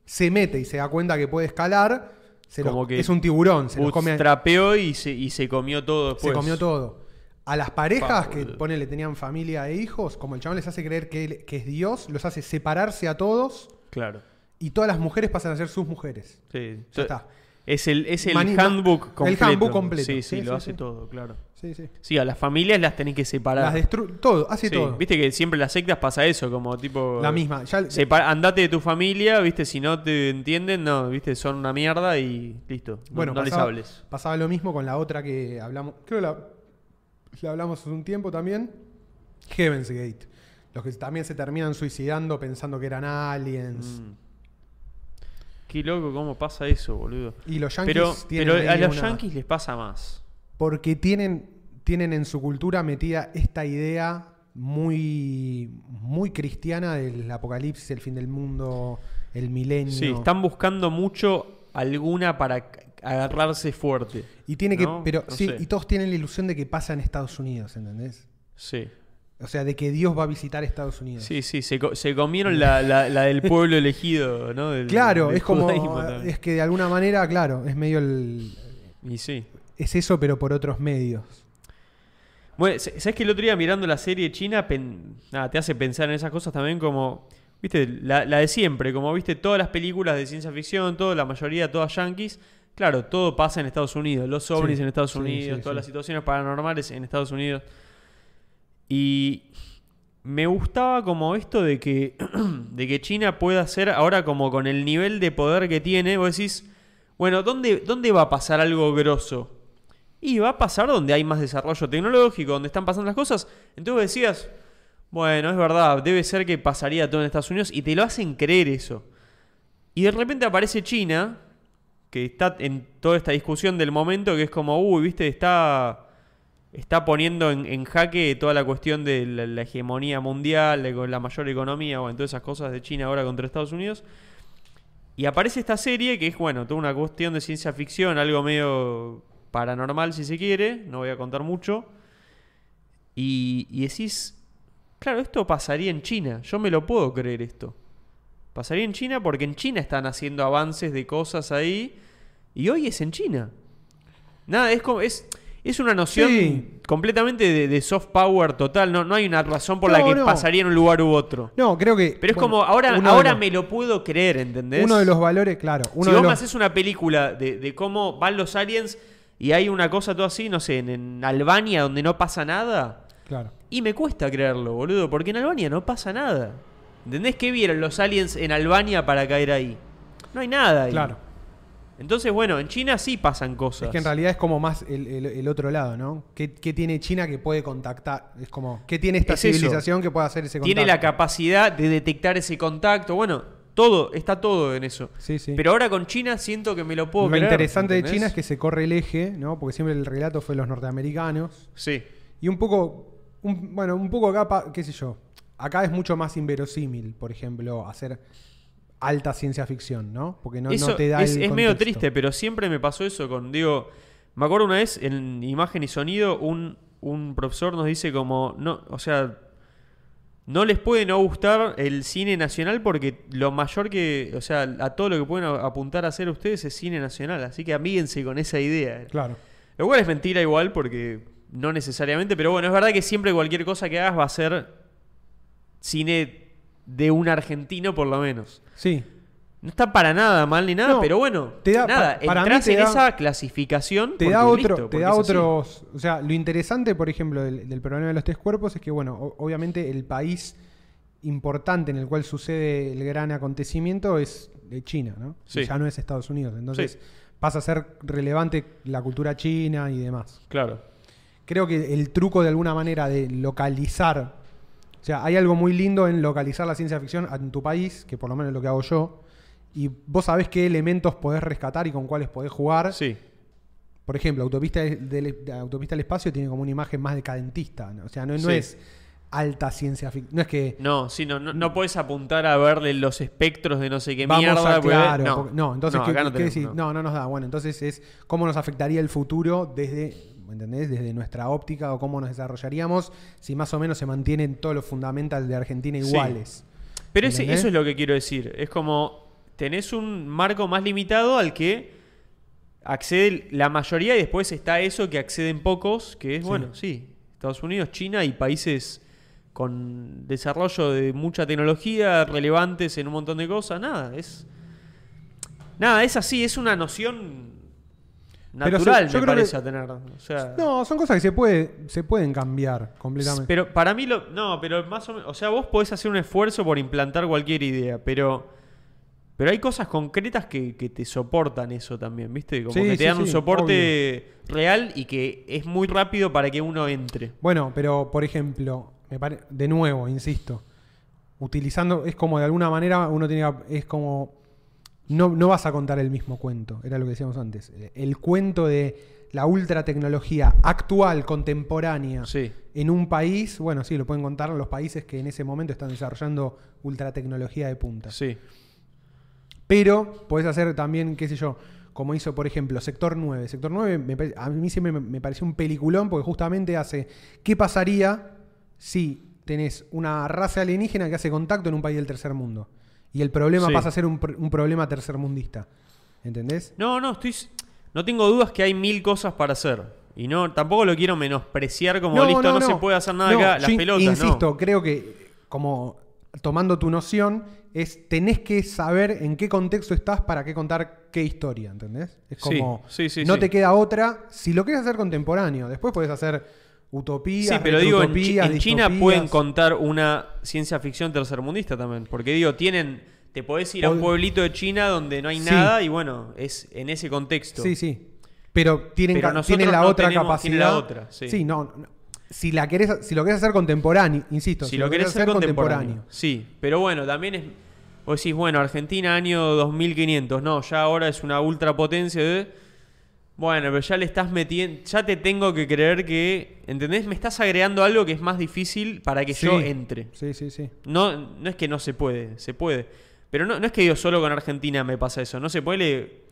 B: se mete y se da cuenta que puede escalar, se los-
A: Como que
B: es un tiburón, se los come a-
A: Bootstrapeó y se, y se comió todo después.
B: se comió todo. A las parejas
A: pues. Pa,
B: que,
A: boludo.
B: ponele, tenían familia e hijos, como el chabón les hace creer que, él- que es Dios, los hace separarse a todos
A: Claro.
B: y todas las mujeres pasan a ser sus mujeres.
A: Sí.
B: Ya está.
A: Es el, es el
B: Mani-
A: handbook
B: el
A: completo.
B: handbook completo.
A: Sí, sí,
B: Sí,
A: lo
B: sí,
A: hace
B: sí.
A: todo, claro.
B: Sí, sí.
A: Sí, a las familias las tenés que separar.
B: Las destru- todo, hace
A: Sí,
B: todo.
A: Viste que siempre en las sectas pasa eso, como tipo.
B: La misma. Ya,
A: Sepa- andate de tu familia, viste, si no te entienden, no, viste, son una mierda y listo. No-
B: bueno,
A: no les
B: pasaba,
A: hables.
B: pasaba lo mismo con la otra que hablamos. Creo que la, la hablamos hace un tiempo también. Heaven's Gate. Los que también se terminan suicidando pensando que eran aliens.
A: Mm. Qué loco cómo pasa eso, boludo.
B: Y los yankees
A: Pero,
B: tienen
A: pero
B: ahí
A: a los
B: una-
A: yankees les pasa más.
B: porque tienen, tienen en su cultura metida esta idea muy, muy cristiana del apocalipsis, el fin del mundo, el milenio.
A: Sí, están buscando mucho alguna para c- agarrarse fuerte.
B: y tiene que,
A: ¿no?
B: pero
A: No
B: sí,
A: sé.
B: y todos tienen la ilusión de que pasa en Estados Unidos, ¿entendés?
A: Sí.
B: O sea, de que Dios va a visitar Estados Unidos.
A: Sí, sí, se, co- se comieron la, la- la del pueblo elegido, ¿no? Del-
B: Claro,
A: del
B: es como ah,
A: judaísmo también.
B: es que de alguna manera, claro, es medio el
A: Y sí.
B: es eso pero por otros medios.
A: Bueno, sa- ¿sabes que el otro día mirando la serie china pen- nada, te hace pensar en esas cosas también como, viste, la, la de siempre, como viste todas las películas de ciencia ficción, todo, la mayoría, todas yankees, claro, todo pasa en Estados Unidos, los ovnis en Estados
B: sí,
A: Unidos,
B: sí,
A: todas
B: sí.
A: las situaciones paranormales en Estados Unidos. Y me gustaba como esto de que, de que China pueda hacer ahora como con el nivel de poder que tiene, vos decís, bueno, ¿dónde, dónde va a pasar algo grosso? Y va a pasar donde hay más desarrollo tecnológico, donde están pasando las cosas. Entonces vos decías, bueno, es verdad, debe ser que pasaría todo en Estados Unidos y te lo hacen creer eso. Y de repente aparece China, que está en toda esta discusión del momento, que es como, uy, viste, está, está poniendo en, en jaque toda la cuestión de la, la hegemonía mundial, de con la mayor economía, o en todas esas cosas de China ahora contra Estados Unidos. Y aparece esta serie que es, bueno, toda una cuestión de ciencia ficción, algo medio paranormal si se quiere, no voy a contar mucho. Y, y decís, claro, esto pasaría en China, yo me lo puedo creer esto. Pasaría en China porque en China están haciendo avances de cosas ahí y hoy es en China. Nada, es como, es, es una noción
B: Sí.
A: completamente de, de soft power total, no, no hay una razón por la
B: No,
A: que
B: no.
A: pasaría en un lugar u otro.
B: No, creo que.
A: Pero es
B: bueno,
A: como, ahora,
B: uno de
A: ahora
B: los-
A: me lo puedo creer, ¿entendés?
B: Uno de los valores, claro. Uno
A: si
B: de
A: vos
B: los-
A: me haces una película de, de cómo van los aliens y hay una cosa todo así, no sé, en, en Albania donde no pasa nada,
B: Claro.
A: y me cuesta creerlo, boludo, porque en Albania no pasa nada. ¿Entendés qué vieron los aliens en Albania para caer ahí? No hay nada ahí.
B: Claro.
A: Entonces, bueno, en China sí pasan cosas.
B: Es que en realidad es como más el, el- el otro lado, ¿no? ¿Qué, qué tiene China que puede contactar? Es como, ¿qué tiene esta
A: Es eso.
B: civilización que puede hacer ese contacto?
A: Tiene la capacidad de detectar ese contacto. Bueno, todo, está todo en eso.
B: Sí, sí.
A: Pero ahora con China siento que me lo puedo
B: Lo
A: creer,
B: interesante de
A: ¿entendés?
B: China es que se corre el eje, ¿no? Porque siempre el relato fue los norteamericanos.
A: Sí.
B: Y un poco, un- bueno, un poco acá, pa- qué sé yo. Acá es mucho más inverosímil, por ejemplo, hacer alta ciencia ficción, ¿no? Porque no, no
A: Eso
B: te da
A: es,
B: el
A: es medio
B: contexto.
A: triste, pero siempre me pasó eso con, digo, me acuerdo una vez en imagen y sonido, un, un profesor nos dice como, no, o sea, no les puede no gustar el cine nacional porque lo mayor que, o sea, a todo lo que pueden a- apuntar a hacer ustedes es cine nacional, así que amíguense con esa idea.
B: Claro.
A: Lo cual es mentira igual porque no necesariamente, pero bueno, es verdad que siempre cualquier cosa que hagas va a ser cine de un argentino por lo menos.
B: Sí.
A: No está para nada mal ni nada,
B: No,
A: pero bueno,
B: te da-
A: nada,
B: pa- para mí
A: entras
B: te
A: en
B: da-
A: esa clasificación.
B: te da
A: porque listo,
B: otro, te
A: porque
B: da
A: es así.
B: otros, o sea, lo interesante, por ejemplo, del, del problema de los tres cuerpos es que, bueno, o- obviamente el país importante en el cual sucede el gran acontecimiento es de China, ¿no? Y
A: Sí.
B: ya no es Estados Unidos, entonces
A: Sí.
B: pasa a ser relevante la cultura china y demás.
A: Claro.
B: Creo que el truco de alguna manera de localizar, o sea, hay algo muy lindo en localizar la ciencia ficción en tu país, que por lo menos es lo que hago yo, y vos sabés qué elementos podés rescatar y con cuáles podés jugar.
A: Sí.
B: Por ejemplo, Autopista del, del- de Autopista del Espacio tiene como una imagen más decadentista. ¿no? O sea, no, no
A: Sí.
B: es alta ciencia ficción. No es que
A: No, sí, no, no, no puedes apuntar a verle los espectros de no sé qué
B: vamos
A: mierda.
B: a
A: porque-
B: claro.
A: no.
B: porque- no, entonces,
A: No,
B: ¿qué,
A: acá no
B: qué
A: tenemos,
B: decís?
A: no.
B: No. no, nos da. Bueno, entonces es cómo nos afectaría el futuro desde, ¿me ¿entendés? Desde nuestra óptica o cómo nos desarrollaríamos si más o menos se mantienen todos los fundamentales de Argentina
A: Sí.
B: iguales.
A: Pero ese-
B: ¿Entendés?
A: eso es lo que quiero decir. Es como tenés un marco más limitado al que accede la mayoría y después está eso que acceden pocos, que es, bueno, sí, Estados Unidos, China y países con desarrollo de mucha tecnología, relevantes en un montón de cosas, nada, es... Nada, es así, es una noción
B: Pero se-
A: natural,
B: yo
A: me
B: creo
A: parece,
B: que-
A: a tener. o sea-
B: No, son cosas que se, puede, se pueden cambiar completamente.
A: pero para mí lo. No, pero más o menos. O sea, vos podés hacer un esfuerzo por implantar cualquier idea, pero. Pero hay cosas concretas que, que te soportan eso también, ¿viste? Como
B: Sí,
A: que te
B: sí,
A: dan un
B: sí,
A: soporte real y que es muy rápido para que uno entre.
B: Bueno, pero por ejemplo, me pare- de nuevo, insisto, utilizando, es como de alguna manera uno tiene, que- es como, no, no vas a contar el mismo cuento, era lo que decíamos antes, Eh, el cuento de la ultra tecnología actual, contemporánea,
A: Sí.
B: en un país, bueno, sí, lo pueden contar los países que en ese momento están desarrollando ultra tecnología de punta.
A: Sí.
B: Pero podés hacer también, qué sé yo, como hizo, por ejemplo, Sector 9. Sector 9 me pare- a mí siempre me, me pareció un peliculón porque justamente hace qué pasaría si tenés una raza alienígena que hace contacto en un país del tercer mundo. Y el problema
A: Sí.
B: pasa a ser un, pr- un problema tercermundista. ¿Entendés?
A: No, no, estoy. s- No tengo dudas que hay mil cosas para hacer. Y no, tampoco lo quiero menospreciar como listo, no, se puede hacer nada
B: No,
A: acá.
B: yo
A: Las
B: in-
A: pelotas,
B: Insisto,
A: no.
B: creo que como tomando tu noción, es tenés que saber en qué contexto estás para qué contar qué historia, ¿entendés? Es
A: Sí,
B: como
A: sí, sí,
B: no
A: sí.
B: te queda otra. Si lo quieres hacer contemporáneo, después puedes hacer utopías,
A: Sí, pero digo, en, Chi-
B: retroutopías,
A: en China
B: distopías.
A: pueden contar una ciencia ficción tercermundista también. Porque digo, tienen. Te podés ir a un
B: Pod-
A: pueblito de China donde no hay
B: Sí.
A: nada y bueno, es en ese contexto.
B: Sí, sí. Pero tienen,
A: Pero
B: ca-
A: nosotros
B: tienen la
A: no
B: otra
A: tenemos-
B: capacidad.
A: tiene la otra, sí.
B: no. no. Si, la querés, si lo querés hacer contemporáneo, insisto,
A: Si, lo querés hacer contemporáneo.
B: contemporáneo.
A: Sí, pero bueno, también es. Vos decís, bueno, Argentina año 2500. No, ya ahora es una ultrapotencia de. Bueno, pero ya le estás metiendo. Ya te tengo que creer que. ¿Entendés? Me estás agregando algo que es más difícil para que yo
B: Sí.
A: entre.
B: Sí, sí, sí.
A: No, no es que no se puede, se puede. Pero no, no es que yo solo con Argentina me pasa eso. No se puede.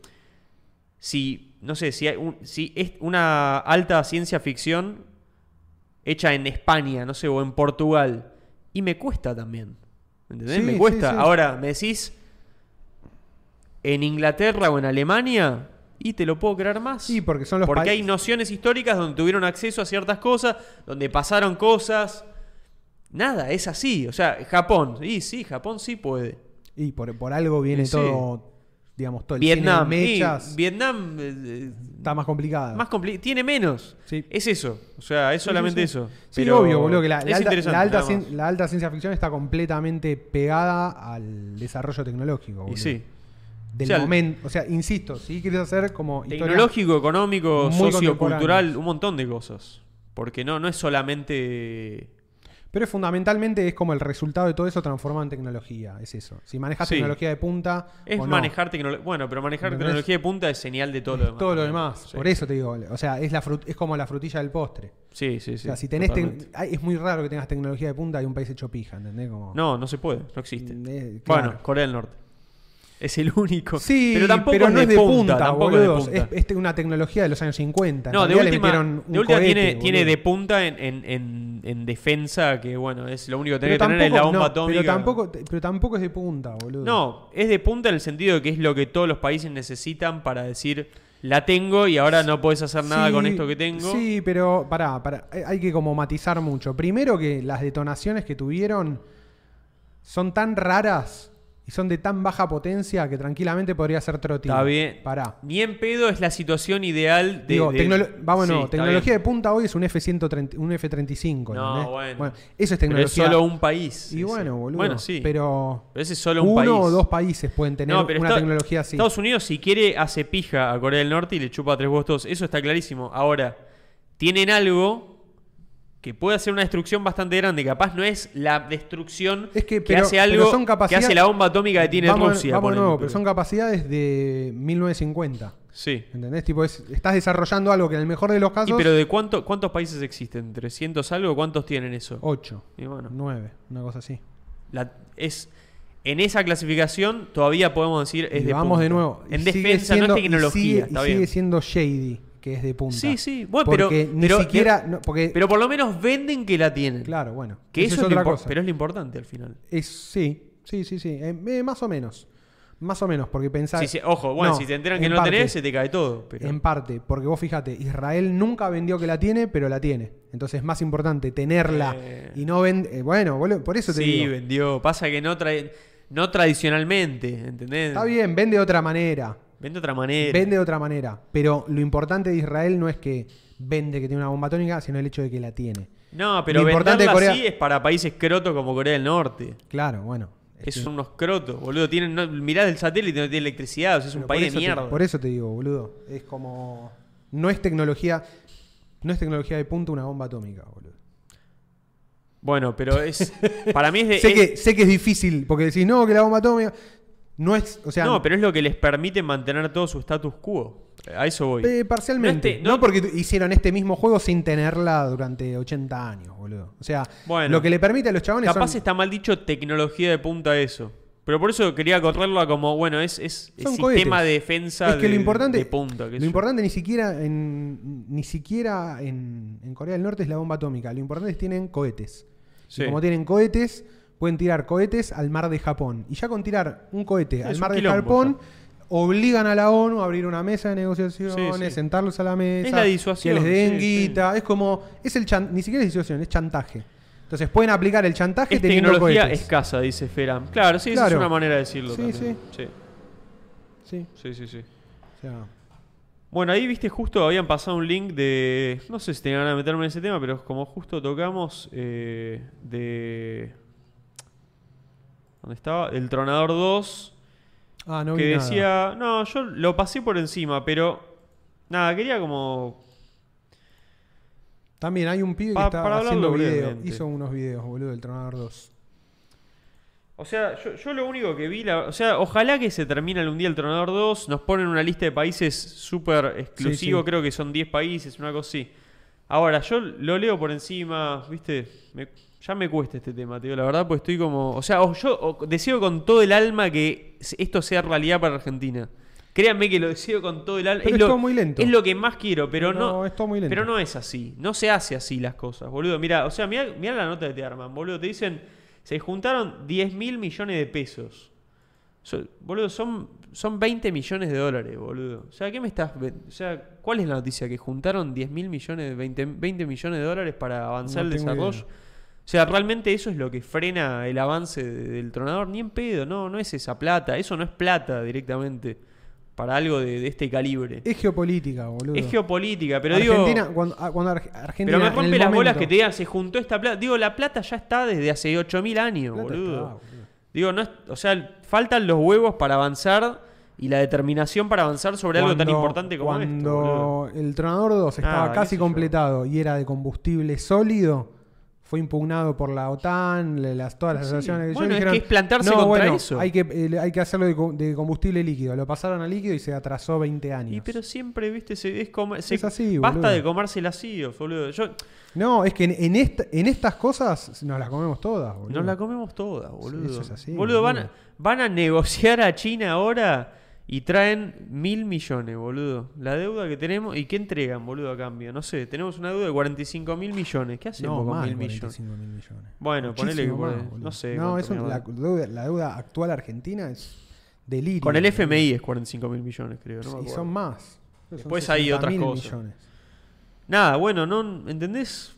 A: Si, no sé, si, hay un- si es una alta ciencia ficción hecha en España, no sé, o en Portugal. Y me cuesta también. ¿Entendés?
B: Sí,
A: me
B: sí,
A: cuesta.
B: sí.
A: Ahora, me decís. En Inglaterra o en Alemania. Y te lo puedo creer más.
B: Sí, porque son los
A: Porque
B: países-
A: hay nociones históricas donde tuvieron acceso a ciertas cosas, donde pasaron cosas. Nada, es así. O sea, Japón. Y sí, Japón sí puede.
B: Y por, por algo viene
A: Sí.
B: todo, digamos, todo el cine de
A: Vietnam. sí,
B: mechas.
A: Vietnam eh,
B: está más complicado.
A: más compli- tiene menos.
B: Sí.
A: Es eso. O sea, es
B: Sí,
A: solamente
B: sí, sí.
A: eso.
B: Sí,
A: Pero
B: obvio, boludo, que la, la
A: es
B: alta,
A: interesante,
B: la alta
A: nada
B: cien-
A: más.
B: la alta ciencia ficción está completamente pegada al desarrollo tecnológico,
A: Y
B: boludo.
A: sí. O
B: Del
A: sea, el-
B: momento. O sea, insisto, si quieres hacer como historia-
A: Tecnológico, económico,
B: muy
A: sociocultural,
B: contemporáneos.
A: un montón de cosas. Porque no, no es solamente.
B: Pero fundamentalmente es como el resultado de todo eso transformado en tecnología. Es eso. Si manejas
A: Sí.
B: tecnología de punta.
A: Es
B: o no,
A: manejar tecnología. Bueno, pero manejar
B: ¿Entendés?
A: tecnología de punta es señal de todo lo demás.
B: todo lo demás.
A: Sí.
B: Por eso te digo. O sea, es, la frut- es como la frutilla del postre.
A: Sí, sí, sí.
B: o sea, si tenés. tec-
A: totalmente.
B: ay, es muy raro que tengas tecnología de punta y un país hecho pija, ¿entendés? Como...
A: No, no se puede, no existe.
B: Mm, eh,
A: Bueno,
B: claro.
A: Corea del Norte. Es el único.
B: Sí,
A: pero tampoco
B: no es de punta,
A: tampoco
B: boludo.
A: es de punta.
B: Es, es una tecnología de los años 50. En
A: no, de
B: realidad le
A: última,
B: metieron un
A: de última
B: cohete,
A: tiene, tiene
B: boludo.
A: de punta en, en- en- en defensa, que bueno, es lo único que
B: Pero
A: tenés que tener es la bomba
B: no,
A: atómica.
B: Pero tampoco, pero tampoco es de punta, boludo.
A: No, es de punta en el sentido de que es lo que todos los países necesitan para decir, la tengo y ahora no podés hacer nada
B: Sí,
A: con esto que tengo.
B: Sí, pero pará, pará. Hay- Hay que como matizar mucho. Primero que las detonaciones que tuvieron son tan raras y son de tan baja potencia que tranquilamente podría ser trotino.
A: Está bien.
B: Pará.
A: Ni en pedo es la situación ideal de.
B: Digo,
A: de-
B: tecnolo- vámonos,
A: Sí, está
B: tecnología de
A: bien.
B: punta hoy es un F-130, un F-35.
A: No,
B: ¿entendés?
A: bueno.
B: Eso es
A: Pero
B: tecnología.
A: es solo un país.
B: Y
A: ese.
B: bueno, boludo.
A: Bueno, sí.
B: Pero,
A: Pero ese es solo un país.
B: Uno o dos países pueden tener
A: No, pero
B: una
A: Esta-
B: tecnología así.
A: Estados Unidos, si quiere, hace pija a Corea del Norte y le chupa tres votos. Eso está clarísimo. Ahora, tienen algo que puede hacer una destrucción bastante grande. Capaz no es la destrucción
B: Es que, pero-
A: hace
B: pero
A: algo
B: son
A: que
B: capacidad-
A: hace la bomba atómica que tiene
B: vamos,
A: Rusia.
B: Vamos de
A: ponele,
B: nuevo, pero son capacidades de 1950.
A: Sí.
B: ¿Entendés? Tipo, es- estás desarrollando algo que en el mejor de los casos.
A: Y, pero ¿de cuánto, cuántos países existen? ¿300 algo? ¿Cuántos tienen eso?
B: 8,
A: Y bueno.
B: 9, una cosa así.
A: La- es en esa clasificación todavía podemos decir es
B: Y
A: de
B: vamos
A: punta.
B: de nuevo.
A: En
B: Y sigue
A: defensa
B: siendo-
A: no
B: y
A: es tecnología,
B: sigue- Y sigue,
A: está bien.
B: siendo shady, que es de punta.
A: Sí, sí. Bueno, pero-
B: Porque ni
A: pero-
B: siquiera.
A: pero-
B: no, porque,
A: Pero por lo menos venden que la tienen.
B: claro, bueno.
A: Que eso,
B: eso
A: es lo
B: otra
A: impor-
B: cosa.
A: Pero es lo importante al final.
B: Es- sí, sí, sí, sí. Eh, eh, más o menos. Más o menos, porque pensar.
A: Si se- ojo, bueno,
B: No,
A: si te enteran que
B: en
A: no
B: parte.
A: tenés, se te cae todo. Pero,
B: En parte, porque vos fíjate, Israel nunca vendió que la tiene, pero la tiene. Entonces es más importante tenerla
A: Eh.
B: y no vender. bueno, boludo, por eso te
A: sí,
B: digo.
A: vendió. Pasa que no trae, no tradicionalmente, ¿entendés?
B: Está bien, vende de otra manera.
A: Vende de otra manera.
B: Vende de otra manera. Pero lo importante de Israel no es que vende que tiene una bomba atómica, sino el hecho de que la tiene.
A: No, pero
B: Lo importante de
A: venderla
B: Corea-
A: así es para países crotos como Corea del Norte.
B: Claro, bueno.
A: Es
B: Este,
A: unos crotos, boludo. Tienen, no, mirá el satélite, no tiene electricidad. o sea, es un
B: pero
A: país
B: por
A: de
B: eso te-
A: mierda.
B: por eso te digo, boludo. Es como. No es tecnología. No es tecnología de punto una bomba atómica, boludo.
A: Bueno, pero es. para mí es de.
B: sé,
A: es-
B: que, sé que es difícil, porque decís, no, que la bomba atómica. No es. O sea,
A: no, pero es lo que les permite mantener todo su status quo. A eso voy.
B: Eh,
A: No
B: parcialmente. No,
A: este- no-
B: porque tu- hicieron este mismo juego sin tenerla durante 80 años, boludo. O sea,
A: Bueno.
B: lo que le permite a los chabones
A: Capaz
B: son,
A: está mal dicho tecnología de punta eso. Pero por eso quería correrla como, bueno, es, es, es
B: son
A: sistema
B: cohetes.
A: de defensa
B: Es que
A: de,
B: lo importante,
A: de punta. qué sé
B: lo
A: yo.
B: importante ni siquiera en ni siquiera en, en Corea del Norte es la bomba atómica. Lo importante es que tienen cohetes. Y
A: Sí.
B: como tienen cohetes, pueden tirar cohetes al mar de Japón. Y ya con tirar un cohete al
A: un
B: mar de
A: quilombo
B: Japón, obligan a la ONU a abrir una mesa de negociaciones,
A: Sí, sí.
B: sentarlos a la mesa,
A: Es la disuasión,
B: que les
A: sí,
B: den
A: sí.
B: guita. Es como, es el chan- ni siquiera es disuasión, es chantaje. Entonces pueden aplicar el chantaje
A: es
B: teniendo
A: tecnología
B: cohetes.
A: escasa, dice Feram. Claro, sí, esa es
B: Claro.
A: una manera de decirlo.
B: Sí,
A: también. Sí.
B: Sí,
A: sí, sí, sí.
B: o sea,
A: Bueno, ahí viste, justo habían pasado un link de. No sé si tenía ganas de meterme en ese tema, pero como justo tocamos eh, de. ¿Dónde estaba? El Tronador 2.
B: ah, no vi
A: que
B: nada.
A: decía, no, yo lo pasé por encima, pero nada, quería como...
B: También hay un pibe
A: Pa-
B: que
A: para
B: está
A: hablarlo
B: haciendo videos.
A: brevemente.
B: Hizo unos videos, boludo, del Tronador 2.
A: O sea, yo, yo lo único que vi, la- o sea, ojalá que se termine algún día el Tronador 2, nos ponen una lista de países súper exclusivo,
B: Sí, sí.
A: creo que son 10 países, una cosa así. Ahora, yo lo leo por encima, viste, me- Ya me cuesta este tema, tío. La verdad, pues estoy como. O sea, o yo o deseo con todo el alma que se- esto sea realidad para Argentina. Créanme que lo deseo con todo el alma.
B: Pero
A: es
B: es
A: lo,
B: todo muy lento.
A: Es lo que más quiero, pero no.
B: No, es todo muy lento.
A: Pero no es así. No se hace así las cosas, boludo. Mira, o sea, mira la nota que te arman, boludo. Te dicen, se juntaron 10 mil millones de pesos. So- boludo, son, son 20 millones de dólares, boludo. O sea, ¿qué me estás.? ve- O sea, ¿cuál es la noticia? ¿Que juntaron 10 mil millones, 20, 20 millones de dólares para avanzar
B: No
A: el
B: tengo
A: desarrollo?
B: idea.
A: O sea, realmente eso es lo que frena el avance de- del tronador. Ni en pedo, no, no es esa plata. Eso no es plata directamente para algo de, de este calibre.
B: Es geopolítica, boludo.
A: Es geopolítica, pero
B: Argentina,
A: digo.
B: cuando, ah, cuando Arge-
A: Pero
B: Argentina.
A: me
B: en el
A: rompe las bolas
B: momento-
A: que te digan, se juntó esta plata. Digo, la plata ya está desde hace 8.000 años,
B: Plata
A: boludo.
B: está, boludo.
A: Digo, no es- o sea, faltan los huevos para avanzar y la determinación para avanzar sobre algo tan
B: Cuando-
A: importante como
B: cuando
A: esto. boludo.
B: el Tronador 2 estaba
A: Nada, qué sé
B: casi
A: yo.
B: completado y era de combustible sólido, fue impugnado por la OTAN, le- las, todas las
A: Sí.
B: asociaciones de
A: Bueno, es que es plantarse contra eso".
B: Hay que, eh, hay que hacerlo de, co- de combustible líquido. Lo pasaron a líquido y se atrasó 20 años.
A: Y pero siempre, viste, se, es, como- se-
B: Es así,
A: basta
B: boludo.
A: de comerse las CIO, boludo. Yo,
B: No, es que en, en esta- en estas cosas nos las comemos todas, boludo.
A: Nos la comemos todas, boludo.
B: eso es así,
A: Boludo, van, a-
B: boludo.
A: van a negociar a China ahora y traen mil millones, boludo. La deuda que tenemos. ¿Y qué entregan, boludo, a cambio? No sé, tenemos una deuda de 45 mil millones. ¿Qué hacemos
B: no,
A: con
B: más
A: mil
B: de
A: millones?
B: 45 mil millones.
A: Bueno, ponele que
B: Muchísimo
A: por-
B: más, boludo.
A: no sé.
B: No,
A: cuánto
B: eso,
A: mierda.
B: la, deuda, la deuda actual argentina es delirio.
A: Con el
B: boludo.
A: FMI es 45 mil millones, creo. No me
B: y
A: acuerdo.
B: son más. Son
A: Después hay
B: 60.000
A: otras cosas. Mm.
B: millones.
A: Nada, bueno, no, ¿entendés?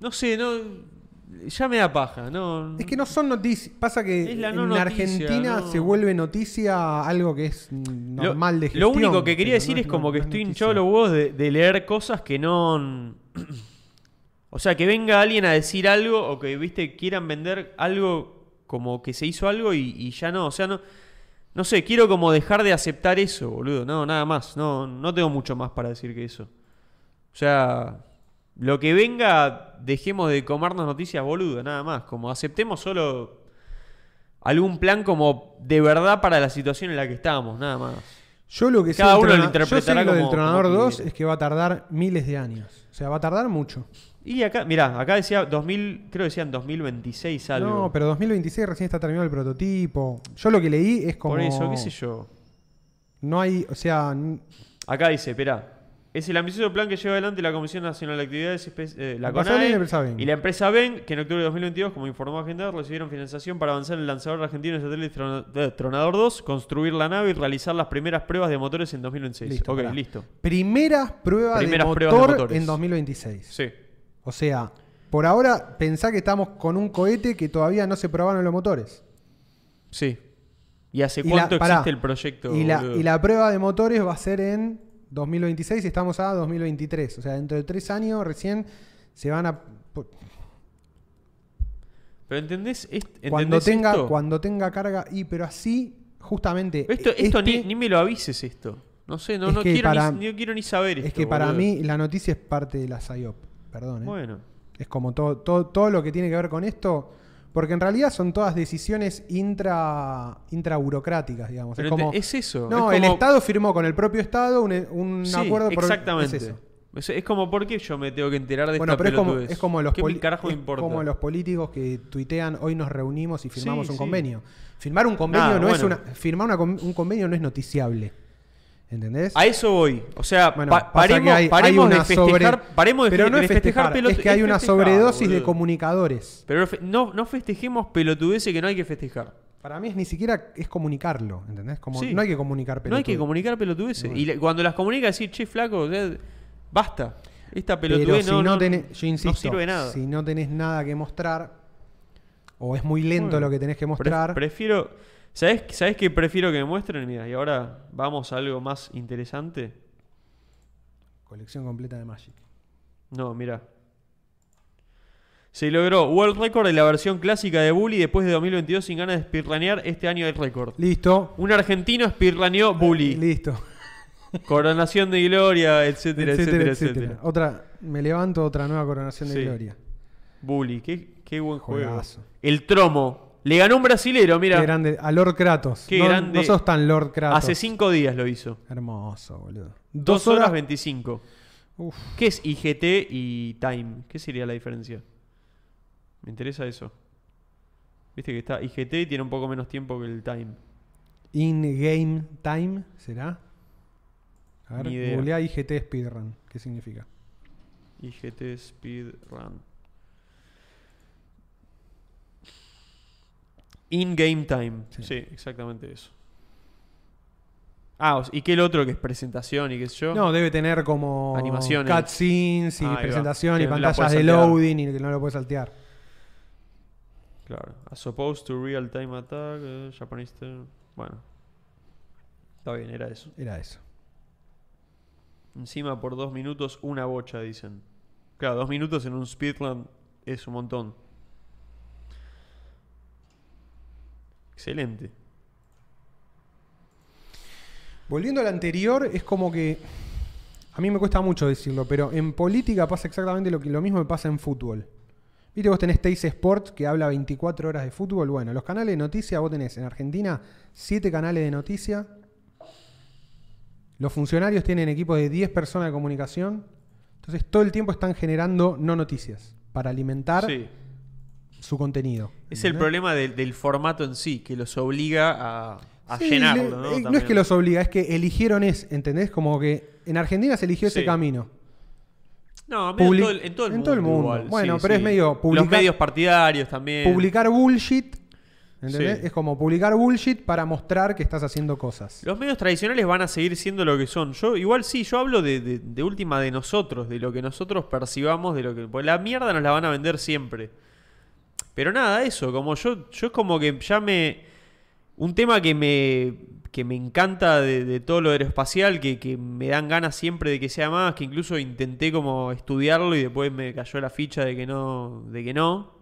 A: No sé, no. Ya me da paja, no.
B: Es que no son noticias. Pasa que
A: Es la
B: en
A: no noticia,
B: Argentina
A: no.
B: se vuelve noticia algo que es mm,
A: Lo-
B: normal de gestión.
A: Lo único que quería
B: pero
A: decir
B: no
A: es como
B: no-
A: que
B: no
A: estoy
B: noticia.
A: hinchado los huevos de, de leer cosas que no. O sea, que venga alguien a decir algo o que, viste, quieran vender algo como que se hizo algo y, y ya no. O sea, no. No sé, quiero como dejar de aceptar eso, boludo. No, nada más. No, no tengo mucho más para decir que eso. O sea, lo que venga, dejemos de comernos noticias boludo, nada más. Como aceptemos solo algún plan como de verdad para la situación en la que estamos, nada más.
B: Yo lo que
A: Cada
B: del
A: uno lo
B: Trona-
A: interpretará
B: yo sé lo
A: como-
B: del Tronador
A: como
B: 2
A: quiere.
B: es que va a tardar miles de años. O sea, va a tardar mucho.
A: Y acá, mirá, acá decía 2000, creo que decían 2026 algo.
B: No, pero 2026 recién está terminado el prototipo. Yo lo que leí es como
A: Por eso, qué sé yo.
B: No hay, o sea, n-
A: Acá dice, esperá. Es el ambicioso plan que lleva adelante la Comisión Nacional de Actividades, Espe- eh, la
B: La pasada
A: CONAE
B: y la empresa Bain.
A: y la empresa BEN, que en octubre de 2022, como informó Agenda, recibieron financiación para avanzar en el lanzador argentino de satélite Tron- eh, Tronador 2, construir la nave y realizar las primeras pruebas de motores en 2026.
B: listo.
A: ok,
B: pará.
A: listo.
B: Primeras pruebas
A: Primeras
B: de
A: pruebas de
B: motor
A: motores.
B: en 2026.
A: Sí.
B: O sea, por ahora pensá que estamos con un cohete que todavía no se probaron los motores.
A: Sí. ¿Y hace
B: Y la-
A: cuánto
B: pará.
A: existe el proyecto?
B: Y la,
A: boludo?
B: y la prueba de motores va a ser en 2026 y estamos a 2023. O sea, dentro de tres años recién se van a... po-
A: ¿Pero entendés? est-
B: Cuando
A: entendés
B: tenga,
A: esto?
B: cuando tenga carga y pero así, justamente...
A: Esto, esto
B: este-
A: ni, ni me lo avises esto. No sé, no,
B: Es
A: no,
B: que
A: quiero,
B: para-
A: ni, no quiero ni saber esto.
B: Es que para
A: boludo.
B: mí la noticia es parte de la SIOP. Perdón. ¿eh?
A: Bueno.
B: Es como todo, todo, todo lo que tiene que ver con esto. Porque en realidad son todas decisiones intra, intraburocráticas, digamos.
A: Pero
B: es, como,
A: ente- es eso,
B: No,
A: es
B: el
A: como-
B: Estado firmó con el propio Estado un, un
A: Sí,
B: acuerdo. por-
A: exactamente.
B: es eso.
A: Es, es como, ¿por qué yo me tengo que enterar de
B: Bueno,
A: esta
B: pero es como,
A: pelotudez?
B: es como los
A: ¿Qué me
B: poli-
A: carajo me
B: es
A: importa?
B: como los políticos que tuitean hoy nos reunimos y firmamos
A: Sí,
B: un
A: sí.
B: convenio. Firmar un convenio
A: Nada,
B: no es
A: bueno.
B: una. Firmar una con- un convenio no es noticiable. ¿Entendés?
A: A eso voy. O sea,
B: Bueno,
A: pa-
B: pasa
A: paremos,
B: que hay- hay
A: paremos de
B: una
A: festejar.
B: sobre-
A: Paremos de,
B: pero
A: fe-
B: no
A: de
B: es festejar,
A: pelotu-
B: es que hay
A: es
B: una
A: festejar,
B: sobredosis de
A: boludo.
B: comunicadores.
A: Pero fe- no, no festejemos pelotudeces que no hay que festejar.
B: Para mí es ni siquiera es comunicarlo, ¿entendés? Como
A: Sí.
B: no hay que comunicar
A: No hay que
B: pelotudo.
A: comunicar pelotudeces. Y le- cuando las comunica, decir, che, flaco, o sea, basta. Esta
B: Pero
A: pelotudez
B: si
A: eh, no,
B: no,
A: no-
B: tenés, yo
A: no
B: insisto,
A: sirve nada.
B: si no tenés nada que mostrar o es muy lento
A: Bueno,
B: lo que tenés que
A: Pref-
B: mostrar,
A: Prefiero. ¿Sabes sabés qué prefiero que me muestren? Mira, y ahora vamos a algo más interesante.
B: colección completa de Magic.
A: No, mira. Se logró World Record de la versión clásica de Bully después de 2022 sin ganas de speedrunear. Este año hay récord.
B: Listo.
A: Un argentino speedruneó Bully.
B: Listo.
A: Coronación de gloria, etcétera,
B: Etcétera,
A: etcétera,
B: etcétera,
A: etcétera.
B: Otra, me levanto otra nueva coronación de
A: Sí.
B: gloria.
A: Bully, qué, qué buen juego.
B: Juegazo.
A: El tromo. Le ganó un brasilero,
B: Qué
A: mira.
B: grande, a Lord Kratos.
A: Qué
B: no,
A: grande.
B: no sos tan Lord Kratos.
A: Hace cinco días lo hizo.
B: Hermoso, boludo.
A: Dos horas 25.
B: Uf.
A: ¿Qué es IGT y Time? ¿Qué sería la diferencia? Me interesa eso. Viste que está IGT y tiene un poco menos tiempo que el Time.
B: In-game time, ¿será? A
A: Ni idea.
B: ver, googleá IGT Speedrun. ¿Qué significa?
A: IGT Speedrun. In-game time. Sí.
B: Sí.
A: exactamente eso. Ah, o s- ¿y qué el otro que es presentación y qué sé yo?
B: No, debe tener como
A: Animaciones.
B: cutscenes y
A: Ahí va.
B: presentación
A: Que
B: y
A: no la
B: pantallas
A: podés
B: de
A: saltear.
B: loading y que no lo puedes saltear.
A: Claro. As opposed to real time attack, eh, Japanese term. Bueno. Está bien, era eso.
B: Era eso.
A: Encima por dos minutos, una bocha, dicen. Claro, dos minutos en un speedrun es un montón. Excelente.
B: Volviendo al anterior, es como que. A mí me cuesta mucho decirlo, pero en política pasa exactamente lo, que, lo mismo que pasa en fútbol. Viste, vos tenés Teis Sports que habla 24 horas de fútbol. Bueno, los canales de noticias, vos tenés en Argentina 7 canales de noticias. Los funcionarios tienen equipos de 10 personas de comunicación. Entonces, todo el tiempo están generando no noticias para alimentar
A: Sí.
B: su contenido.
A: Es el
B: ¿Entendés?
A: problema del, del formato en sí, que los obliga a, a
B: Sí,
A: llenarlo.
B: le-
A: ¿no?
B: eh, ¿no? es
A: También.
B: que los obliga, es que eligieron es, ¿entendés? Como que en Argentina se eligió
A: Sí.
B: ese camino.
A: No, medio en
B: public-
A: todo el- en, todo el,
B: en
A: mundo.
B: todo el mundo.
A: igual,
B: Bueno,
A: sí,
B: pero es
A: sí.
B: medio
A: Los
B: publicar-
A: medios partidarios también.
B: Publicar bullshit, ¿entendés?
A: Sí.
B: Es como publicar bullshit para mostrar que estás haciendo cosas.
A: Los medios tradicionales van a seguir siendo lo que son. Yo, igual sí, yo hablo de, de- de última de nosotros, de lo que nosotros percibamos, de lo que. Porque la mierda nos la van a vender siempre. Pero nada, eso, como yo, yo es como que ya me. Un tema que me. que me encanta de, de todo lo aeroespacial, que, que me dan ganas siempre de que sea más, que incluso intenté como estudiarlo y después me cayó la ficha de que no. de que no.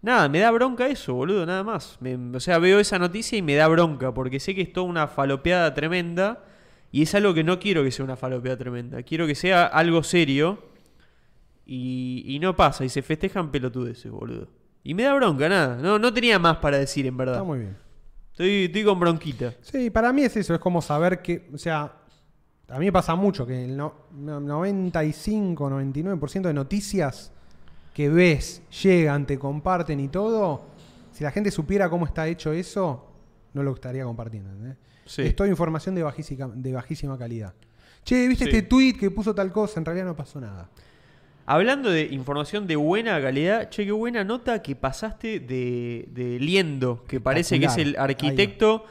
A: Nada, me da bronca eso, boludo, nada más. Me- o sea, veo esa noticia y me da bronca, porque sé que es toda una falopeada tremenda, y es algo que no quiero que sea una falopeada tremenda. Quiero que sea algo serio, y, y no pasa, y se festejan pelotudeces, boludo. Y me da bronca, nada. No, no tenía más para decir, en verdad.
B: Está muy bien.
A: Estoy, estoy con bronquita.
B: Sí, para mí es eso, es como saber que, o sea, a mí me pasa mucho que el no- no- 95, 99% de noticias que ves, llegan, te comparten y todo, si la gente supiera cómo está hecho eso, no lo estaría compartiendo. ¿entendés?
A: Sí.
B: Es toda información de bajísima, de bajísima calidad. Che, ¿viste
A: Sí.
B: este tweet que puso tal cosa? En realidad no pasó nada.
A: Hablando de información de buena calidad, che, qué buena nota que pasaste de, de Liendo, que parece que es el
B: Espectacular.
A: arquitecto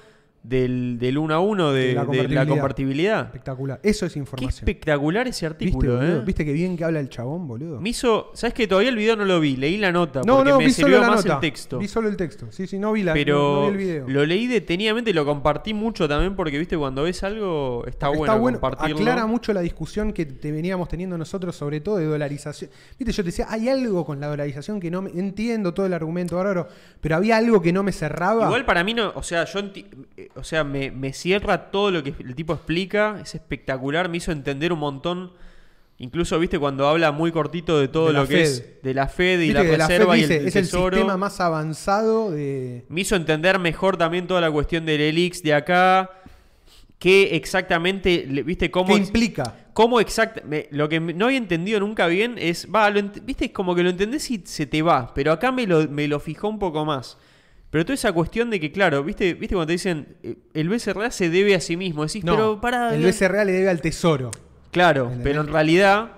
A: del, del 1 a 1 de,
B: De la
A: de la compartibilidad.
B: Espectacular. Eso es
A: Qué
B: información.
A: espectacular ese
B: ¿Viste,
A: artículo,
B: boludo?
A: ¿eh?
B: ¿Viste qué bien que habla el chabón, boludo?
A: Me hizo. ¿Sabes que Todavía el video no lo vi, leí la nota.
B: No,
A: porque
B: no,
A: me
B: vi
A: sirvió
B: solo la
A: más
B: nota.
A: el texto.
B: Vi solo el texto. Sí, sí, no vi, la, no, no
A: pero
B: vi el video.
A: lo leí detenidamente y lo compartí mucho también porque, viste, cuando ves algo está, bueno, compartirlo.
B: aclara mucho la discusión que te veníamos teniendo nosotros, sobre todo de dolarización. Viste, yo te decía, hay algo con la dolarización que no me, entiendo todo el argumento bárbaro, pero había algo que no me cerraba.
A: Igual para mí no, o sea, yo enti- eh, o sea, me, me cierra todo lo que el tipo explica, es espectacular, me hizo entender un montón. Incluso, viste, cuando habla muy cortito de todo
B: De la
A: lo que
B: Fed.
A: es de la Fed y
B: Viste
A: la
B: que de la
A: Reserva
B: Fed
A: y el,
B: dice,
A: el
B: es el
A: Tesoro.
B: sistema más avanzado de
A: Me hizo entender mejor también toda la cuestión del Elix de acá. Que exactamente, le- viste, cómo.
B: que
A: ex-
B: implica.
A: ¿Cómo exactamente? Lo que no había entendido nunca bien es. Va, lo ent- viste, es como que lo entendés y se te va. Pero acá me lo, me lo fijó un poco más. Pero toda esa cuestión de que, claro, viste, viste cuando te dicen eh, el BCRA se debe a sí mismo. Decís,
B: No,
A: pero pará.
B: el
A: eh,
B: BCRA le debe al tesoro.
A: Claro,
B: ¿Entendés?
A: pero en realidad,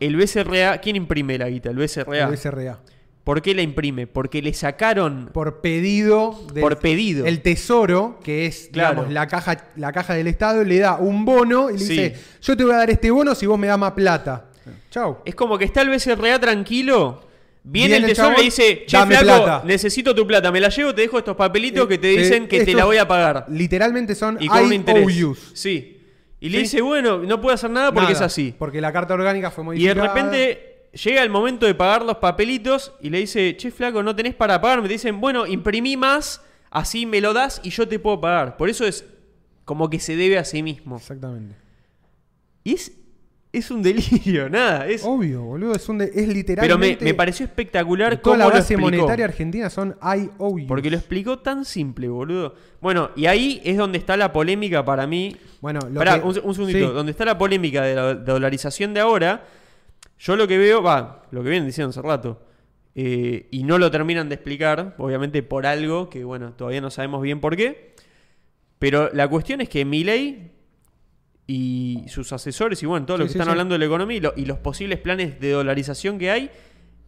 A: el BCRA. ¿Quién imprime la guita? El BCRA.
B: El BCRA.
A: ¿Por qué la imprime? Porque le sacaron.
B: Por pedido. del-
A: Por pedido.
B: El tesoro, que es
A: Claro.
B: digamos, la, caja, la caja del Estado, le da un bono y le
A: Sí.
B: dice: Yo te voy a dar este bono si vos me das más plata. Chau.
A: Es como que está el BCRA tranquilo. Viene el tesoro y
B: chabón,
A: le dice, che,
B: "Dame
A: flaco,
B: plata".
A: necesito tu plata, me la llevo, te dejo estos papelitos que te
B: Eh,
A: dicen que te
B: estos
A: la voy a pagar.
B: Literalmente son
A: Y con un interés.
B: IOUs.
A: Sí. Y le
B: ¿Sí?
A: dice, bueno, no puedo hacer nada porque
B: Nada,
A: es así.
B: Porque "Ah". la carta orgánica fue
A: Y de
B: modificada.
A: repente llega el momento de pagar los papelitos y le dice, che, flaco, no tenés para pagar. Me dicen, bueno, imprimí más, así me lo das y yo te puedo pagar. Por eso es como que se debe a sí mismo.
B: Exactamente.
A: Y es, es un delirio, nada. Es,
B: Obvio, boludo. Es, un de- es
A: pero me,
B: literalmente.
A: me pareció espectacular
B: Toda
A: cómo
B: la
A: lo
B: base
A: explicó.
B: monetaria argentina son IOUs.
A: Porque lo explicó tan simple, boludo. Bueno, y ahí es donde está la polémica para mí.
B: Bueno, lo
A: Pará,
B: que-
A: un, un segundito.
B: sí.
A: Donde está la polémica de la dolarización de ahora, yo lo que veo, va, lo que vienen diciendo hace rato. eh, y no lo terminan de explicar, obviamente por algo que, bueno, todavía no sabemos bien por qué. Pero la cuestión es que Milley y sus asesores, y bueno, todos los
B: Sí,
A: que
B: sí,
A: están
B: sí.
A: hablando de la economía y, lo- y los posibles planes de dolarización que hay,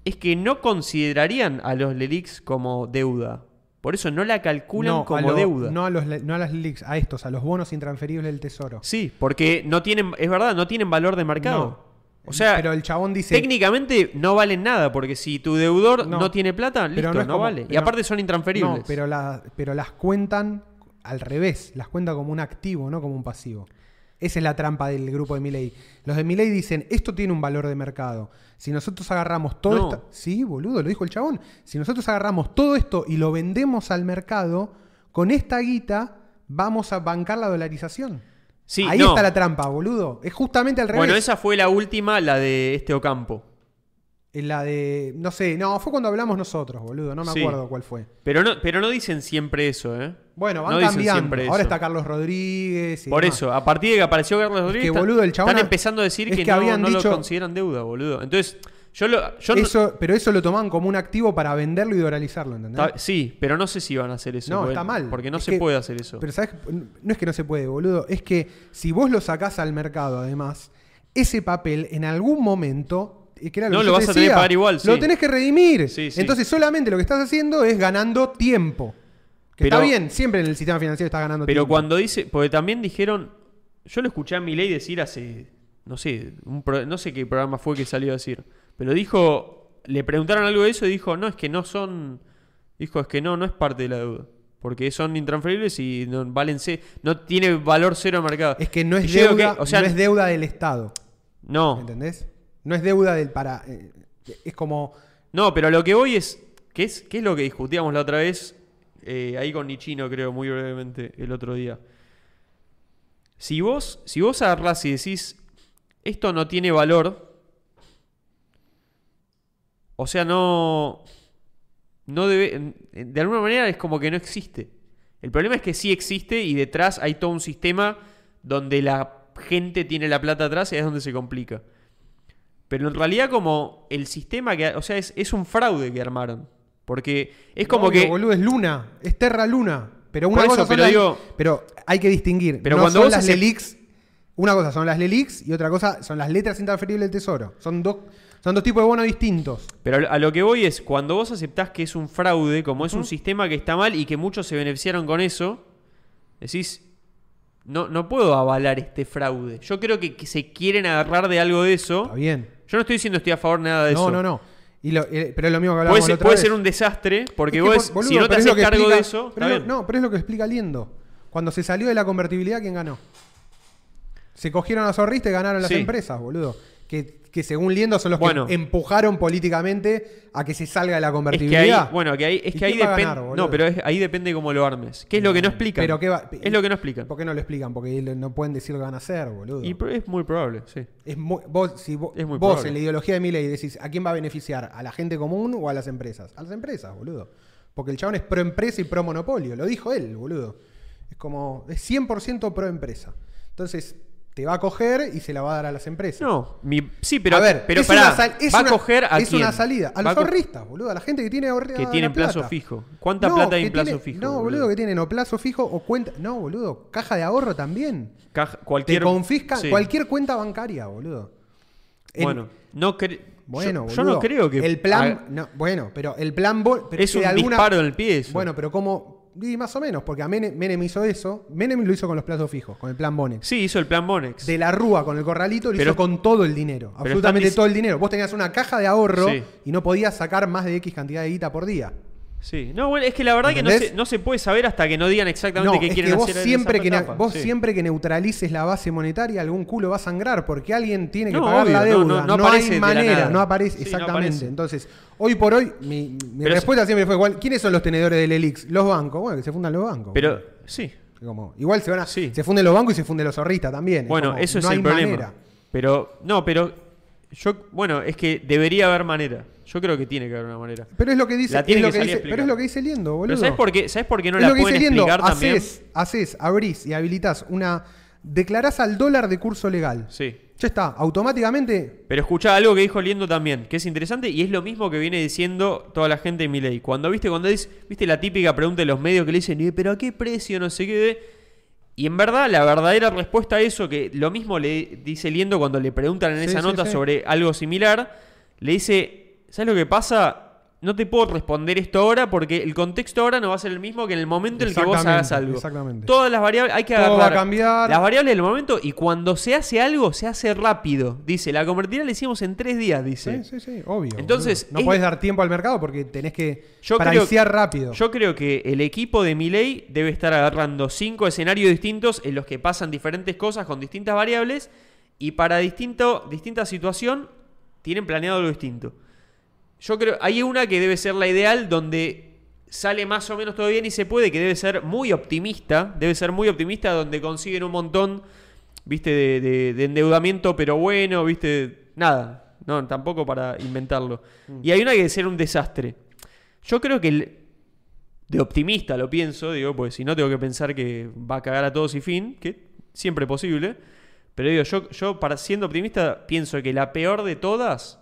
A: es que no considerarían a los LELIX como deuda. Por eso no la calculan
B: no,
A: como
B: a lo-
A: deuda.
B: No a, los, le- no a las leaks, a estos, a los bonos intransferibles del tesoro.
A: Sí, porque no tienen, es verdad, no tienen valor de mercado.
B: No.
A: O sea,
B: pero el chabón dice.
A: técnicamente no valen nada, porque si tu deudor no,
B: No.
A: tiene plata,
B: pero
A: listo, no,
B: es como-
A: vale. y
B: pero-
A: aparte son intransferibles.
B: No, pero, la- pero las cuentan al revés. Las cuenta como un activo, no como un pasivo. Esa es la trampa del grupo de Milei. Los de Milei dicen, esto tiene un valor de mercado. Si nosotros agarramos todo
A: No.
B: esto... Sí, boludo, lo dijo el chabón. Si nosotros agarramos todo esto y lo vendemos al mercado, con esta guita vamos a bancar la dolarización.
A: Sí,
B: Ahí
A: no.
B: está la trampa, boludo. Es justamente al revés.
A: Bueno, esa fue la última, la de este Ocampo.
B: En la de... No sé, no, fue cuando hablamos nosotros, boludo. No me
A: Sí.
B: acuerdo cuál fue.
A: Pero no, pero no dicen siempre eso, ¿eh?
B: Bueno, van
A: no dicen
B: cambiando.
A: siempre
B: Ahora
A: eso.
B: está Carlos Rodríguez. y
A: Por
B: demás.
A: eso, a partir de que apareció Carlos Rodríguez,
B: que,
A: están-
B: boludo, el chabón
A: están
B: ha-
A: empezando a decir
B: es
A: que,
B: que
A: no,
B: habían
A: no
B: dicho-
A: lo consideran deuda, boludo. Entonces, yo lo. Yo no-
B: Eso, pero eso lo toman como un activo para venderlo y dolarizarlo, ¿entendés?
A: Ta- sí, pero no sé si van a hacer eso.
B: no,
A: porque-
B: está mal.
A: Porque no
B: Es
A: se
B: que-
A: puede hacer eso.
B: Pero sabes, no es que no se puede, boludo. Es que si vos lo sacás al mercado, además, ese papel en algún momento. eh, que era
A: No,
B: que
A: lo
B: yo
A: vas
B: te
A: a tener que pagar igual,
B: Lo
A: sí.
B: tenés que redimir.
A: Sí, sí.
B: Entonces, solamente lo que estás haciendo es ganando tiempo. Que
A: Pero-
B: está bien, siempre en el sistema financiero estás ganando
A: Pero
B: tiempo.
A: cuando dice, porque también dijeron, yo lo escuché a Milei decir hace, no sé, un pro- no sé qué programa fue que salió a decir, pero dijo, le preguntaron algo de eso y dijo, no, es que no son, dijo, es que no, no es parte de la deuda. Porque son intransferibles y no, valen ce- no tiene valor cero de mercado.
B: Es que no
A: Y
B: es
A: yo digo
B: deuda,
A: que, o sea,
B: no es deuda del Estado.
A: no,
B: ¿Entendés? No es deuda del para. eh, es como.
A: No, pero lo que voy es. ¿Qué es, qué es lo que discutíamos la otra vez? eh, ahí con Nichino, creo, muy brevemente, el otro día. Si vos, si vos agarrás y decís. Esto no tiene valor. O sea, no. No debe. De alguna manera es como que no existe. El problema es que sí existe y detrás hay todo un sistema donde la gente tiene la plata atrás y ahí es donde se complica. Pero en realidad como el sistema que... O sea, es, es un fraude que armaron. Porque es como
B: Obvio,
A: que...
B: boludo, es Luna, es Terra Luna. Pero una
A: Por eso,
B: cosa son
A: pero
B: las-
A: digo-
B: pero hay que distinguir.
A: Pero
B: no
A: cuando
B: son
A: vos
B: las
A: hace-
B: Lelix, una cosa son las Lelix y otra cosa son las letras intransferibles del tesoro. Son dos, son dos tipos de bonos distintos.
A: Pero a lo- a lo que voy es, cuando vos aceptás que es un fraude, como es un sistema que está mal y que muchos se beneficiaron con eso, decís, no, no puedo avalar este fraude. Yo creo que, que se quieren agarrar de algo de eso.
B: Está bien.
A: Yo no estoy diciendo estoy a favor nada de
B: No,
A: eso.
B: no, no. Y lo- eh, pero es lo mismo que
A: Puede
B: hablábamos la
A: ser,
B: otra
A: puede
B: vez.
A: ser un desastre, porque
B: Es que,
A: vos,
B: bol- boludo,
A: si no te
B: pero es lo
A: haces
B: que
A: cargo
B: explica-
A: de eso,
B: pero
A: está
B: lo-
A: bien.
B: No, pero es lo que explica Liendo. Cuando se salió de la convertibilidad, ¿quién ganó? Se cogieron a los ahorristas y ganaron las
A: Sí.
B: empresas, boludo. Que, que según Liendo son los
A: Bueno.
B: que empujaron políticamente a que se salga de
A: es que
B: la
A: ahí,
B: convertibilidad.
A: bueno, que ahí, es
B: ¿Y
A: que ahí
B: quién va a
A: depende.
B: ganar, boludo?
A: No, pero es- ahí depende cómo lo armes. ¿Qué es lo que no explican?
B: Pero qué va-
A: es lo que no explican.
B: ¿Por qué no lo explican? Porque lo- no pueden decir lo que van a hacer, boludo.
A: Y pro- es muy probable, sí.
B: es muy- vos, si vo-
A: Es muy
B: vos
A: probable.
B: en la ideología de Milley decís a quién va a beneficiar, a la gente común o a las empresas. A las empresas, boludo. Porque el chabón es pro empresa y pro monopolio. Lo dijo él, boludo. Es como, es 100% pro empresa. Entonces, te va a coger y se la va a dar a las empresas.
A: No, mi- sí, pero,
B: a ver,
A: pero
B: es
A: pará,
B: una sal- es
A: va
B: una-
A: a coger a
B: Es
A: quién?
B: una salida.
A: Va
B: A los
A: co-
B: ahorristas, boludo. A la gente que tiene ahorrada
A: Que
B: la
A: tienen plazo
B: plata.
A: fijo. ¿Cuánta plata hay
B: que
A: en plazo
B: tiene-
A: fijo,
B: No, boludo,
A: boludo?
B: que tienen o plazo fijo o cuenta. No, boludo. Caja de ahorro también.
A: Caja-
B: Te
A: cualquier,
B: confiscan
A: sí.
B: cualquier cuenta bancaria, boludo. En-
A: Bueno, no cre-
B: Bueno,
A: yo, yo
B: boludo,
A: no creo que.
B: El plan.
A: haga-
B: no, bueno, pero el plan. bo- pero
A: Es
B: que
A: un
B: de
A: disparo en el pie eso.
B: Bueno, pero como. Y más o menos, porque a Menem, Menem hizo eso. Menem lo hizo con los plazos fijos, con el plan Bonex.
A: Sí, hizo el plan Bonex.
B: De la Rúa con el corralito lo
A: Pero-
B: hizo con todo el dinero.
A: pero
B: Absolutamente
A: están dic-
B: todo el dinero. Vos tenías una caja de ahorro
A: Sí.
B: y no podías sacar más de X cantidad de guita por día.
A: Sí. No, bueno, es que la verdad que no
B: ¿Entendés?
A: se, no se puede saber hasta que no digan exactamente
B: No,
A: qué
B: es
A: quieren
B: que vos
A: hacer. en
B: siempre
A: esa
B: que, ne-
A: etapa.
B: vos
A: Sí.
B: siempre que neutralices la base monetaria, algún culo va a sangrar porque alguien tiene que
A: No,
B: pagar la
A: obvio, no,
B: deuda.
A: no, no aparece
B: hay
A: de la
B: manera,
A: nada.
B: no
A: Sí,
B: aparece
A: no
B: exactamente.
A: aparece.
B: Entonces, hoy por hoy, mi, mi
A: Pero
B: respuesta siempre fue igual. ¿Quiénes son los tenedores del Elix? Los bancos. Bueno, que se fundan los bancos.
A: Pero, sí.
B: Como, igual se van a,
A: Sí.
B: se funden los bancos y se funden los zorristas también. Es
A: Bueno,
B: como,
A: eso es
B: no hay
A: el problema.
B: manera.
A: Pero, no, pero. Yo, bueno, es que debería haber manera. Yo creo que tiene que haber una manera.
B: Pero es lo que dice,
A: La tiene
B: es lo
A: que
B: que
A: salir a
B: dice-
A: explicar.
B: pero es lo que dice Liendo, boludo.
A: Pero ¿sabes por qué, ¿sabes por qué no
B: es
A: la
B: lo que
A: pueden
B: dice Liendo,
A: explicar también?
B: haces, haces, abrís y habilitas una declarás al dólar de curso legal.
A: Sí.
B: Ya está, automáticamente.
A: Pero escuchá algo que dijo Liendo también, que es interesante y es lo mismo que viene diciendo toda la gente de Milei. Cuando viste, cuando dice, viste la típica pregunta de los medios que le dicen, "Eh, pero a qué precio, no sé qué. Y en verdad, la verdadera respuesta a eso, que lo mismo le dice Liendo cuando le preguntan en
B: Sí,
A: esa
B: sí,
A: nota
B: sí.
A: sobre algo similar, le dice, ¿sabes lo que pasa? No te puedo responder esto ahora porque el contexto ahora no va a ser el mismo que en el momento en el que vos
B: Exactamente,
A: hagas algo.
B: exactamente.
A: Todas las variables, hay que
B: Todo va a
A: agarrar
B: cambiar.
A: las variables del momento y cuando se hace algo, se hace rápido. Dice, la convertida la hicimos en tres días, dice.
B: Sí, sí, sí, obvio.
A: Entonces,
B: boludo. No
A: es-
B: podés dar tiempo al mercado porque tenés que
A: Yo creo-
B: paraiciar rápido.
A: Yo creo que el equipo de Milei debe estar agarrando cinco escenarios distintos en los que pasan diferentes cosas con distintas variables y para distinto, distinta situación tienen planeado lo distinto. Yo creo, hay una que debe ser la ideal donde sale más o menos todo bien y se puede, que debe ser muy optimista, debe ser muy optimista donde consiguen un montón, viste, de, de- de endeudamiento, pero bueno, viste, nada, no, tampoco para inventarlo. Y hay una que debe ser un desastre. Yo creo que el- de optimista lo pienso, digo, pues si no tengo que pensar que va a cagar a todos y fin, que siempre es posible. Pero digo, yo, yo para siendo optimista pienso que la peor de todas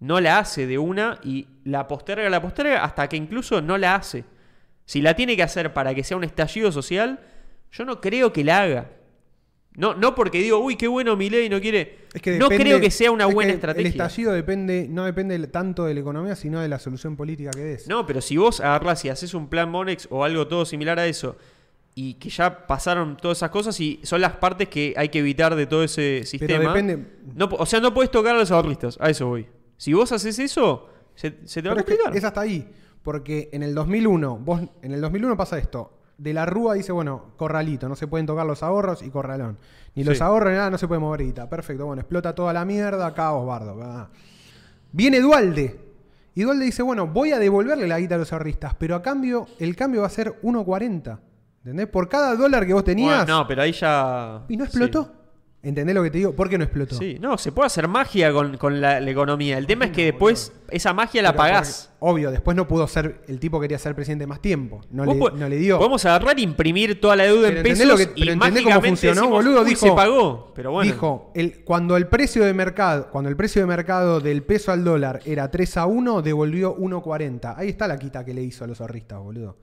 A: no la hace de una y la posterga, la posterga hasta que incluso no la hace. Si la tiene que hacer para que sea un estallido social, yo no creo que la haga. No, no porque digo, uy, qué bueno mi ley no quiere.
B: Es que
A: no
B: depende-
A: creo que sea una
B: es
A: buena
B: que
A: estrategia.
B: El estallido depende, no depende tanto de la economía, sino de la solución política que des.
A: No, pero si vos agarrás y haces un plan Monex o algo todo similar a eso, y que ya pasaron todas esas cosas y son las partes que hay que evitar de todo ese sistema.
B: depende-
A: No, po- o sea, no puedes tocar a los ahorristas, a eso voy. Si vos haces eso, se, se te va a
B: Pero es que
A: complicar.
B: es hasta ahí. Porque en el 2001, vos, en el 2001 pasa esto. De la Rúa dice, bueno, corralito, no se pueden tocar los ahorros y corralón. Ni los
A: Sí.
B: ahorros ni nada, no se puede mover guita. Perfecto, bueno, explota toda la mierda, caos, bardo. bla. Viene Dualde. Y Dualde dice, bueno, voy a devolverle la guita a los ahorristas, pero a cambio, el cambio va a ser 1.40. ¿Entendés? Por cada dólar que vos tenías.
A: Bueno, no, pero ahí ya.
B: Y no explotó.
A: Sí.
B: ¿Entendés lo que te digo? ¿Por qué no explotó?
A: Sí, no, se puede hacer magia con, con la, la economía. El tema es que después esa magia la
B: Pero
A: pagás.
B: porque, obvio, después no pudo ser. El tipo quería ser presidente más tiempo. No,
A: Vos
B: le,
A: po-
B: no le dio.
A: Podemos agarrar e imprimir toda la deuda
B: Pero
A: en
B: entendés
A: pesos
B: lo que-
A: y
B: pero entendés cómo
A: mágicamente
B: funcionó,
A: decimos,
B: boludo,
A: "Uy,
B: dijo-
A: se pagó. Pero bueno.
B: Dijo, el, cuando el precio de mercado, cuando el precio de mercado del peso al dólar era 3 a 1, devolvió 1.40. Ahí está la quita que le hizo a los ahorristas, boludo.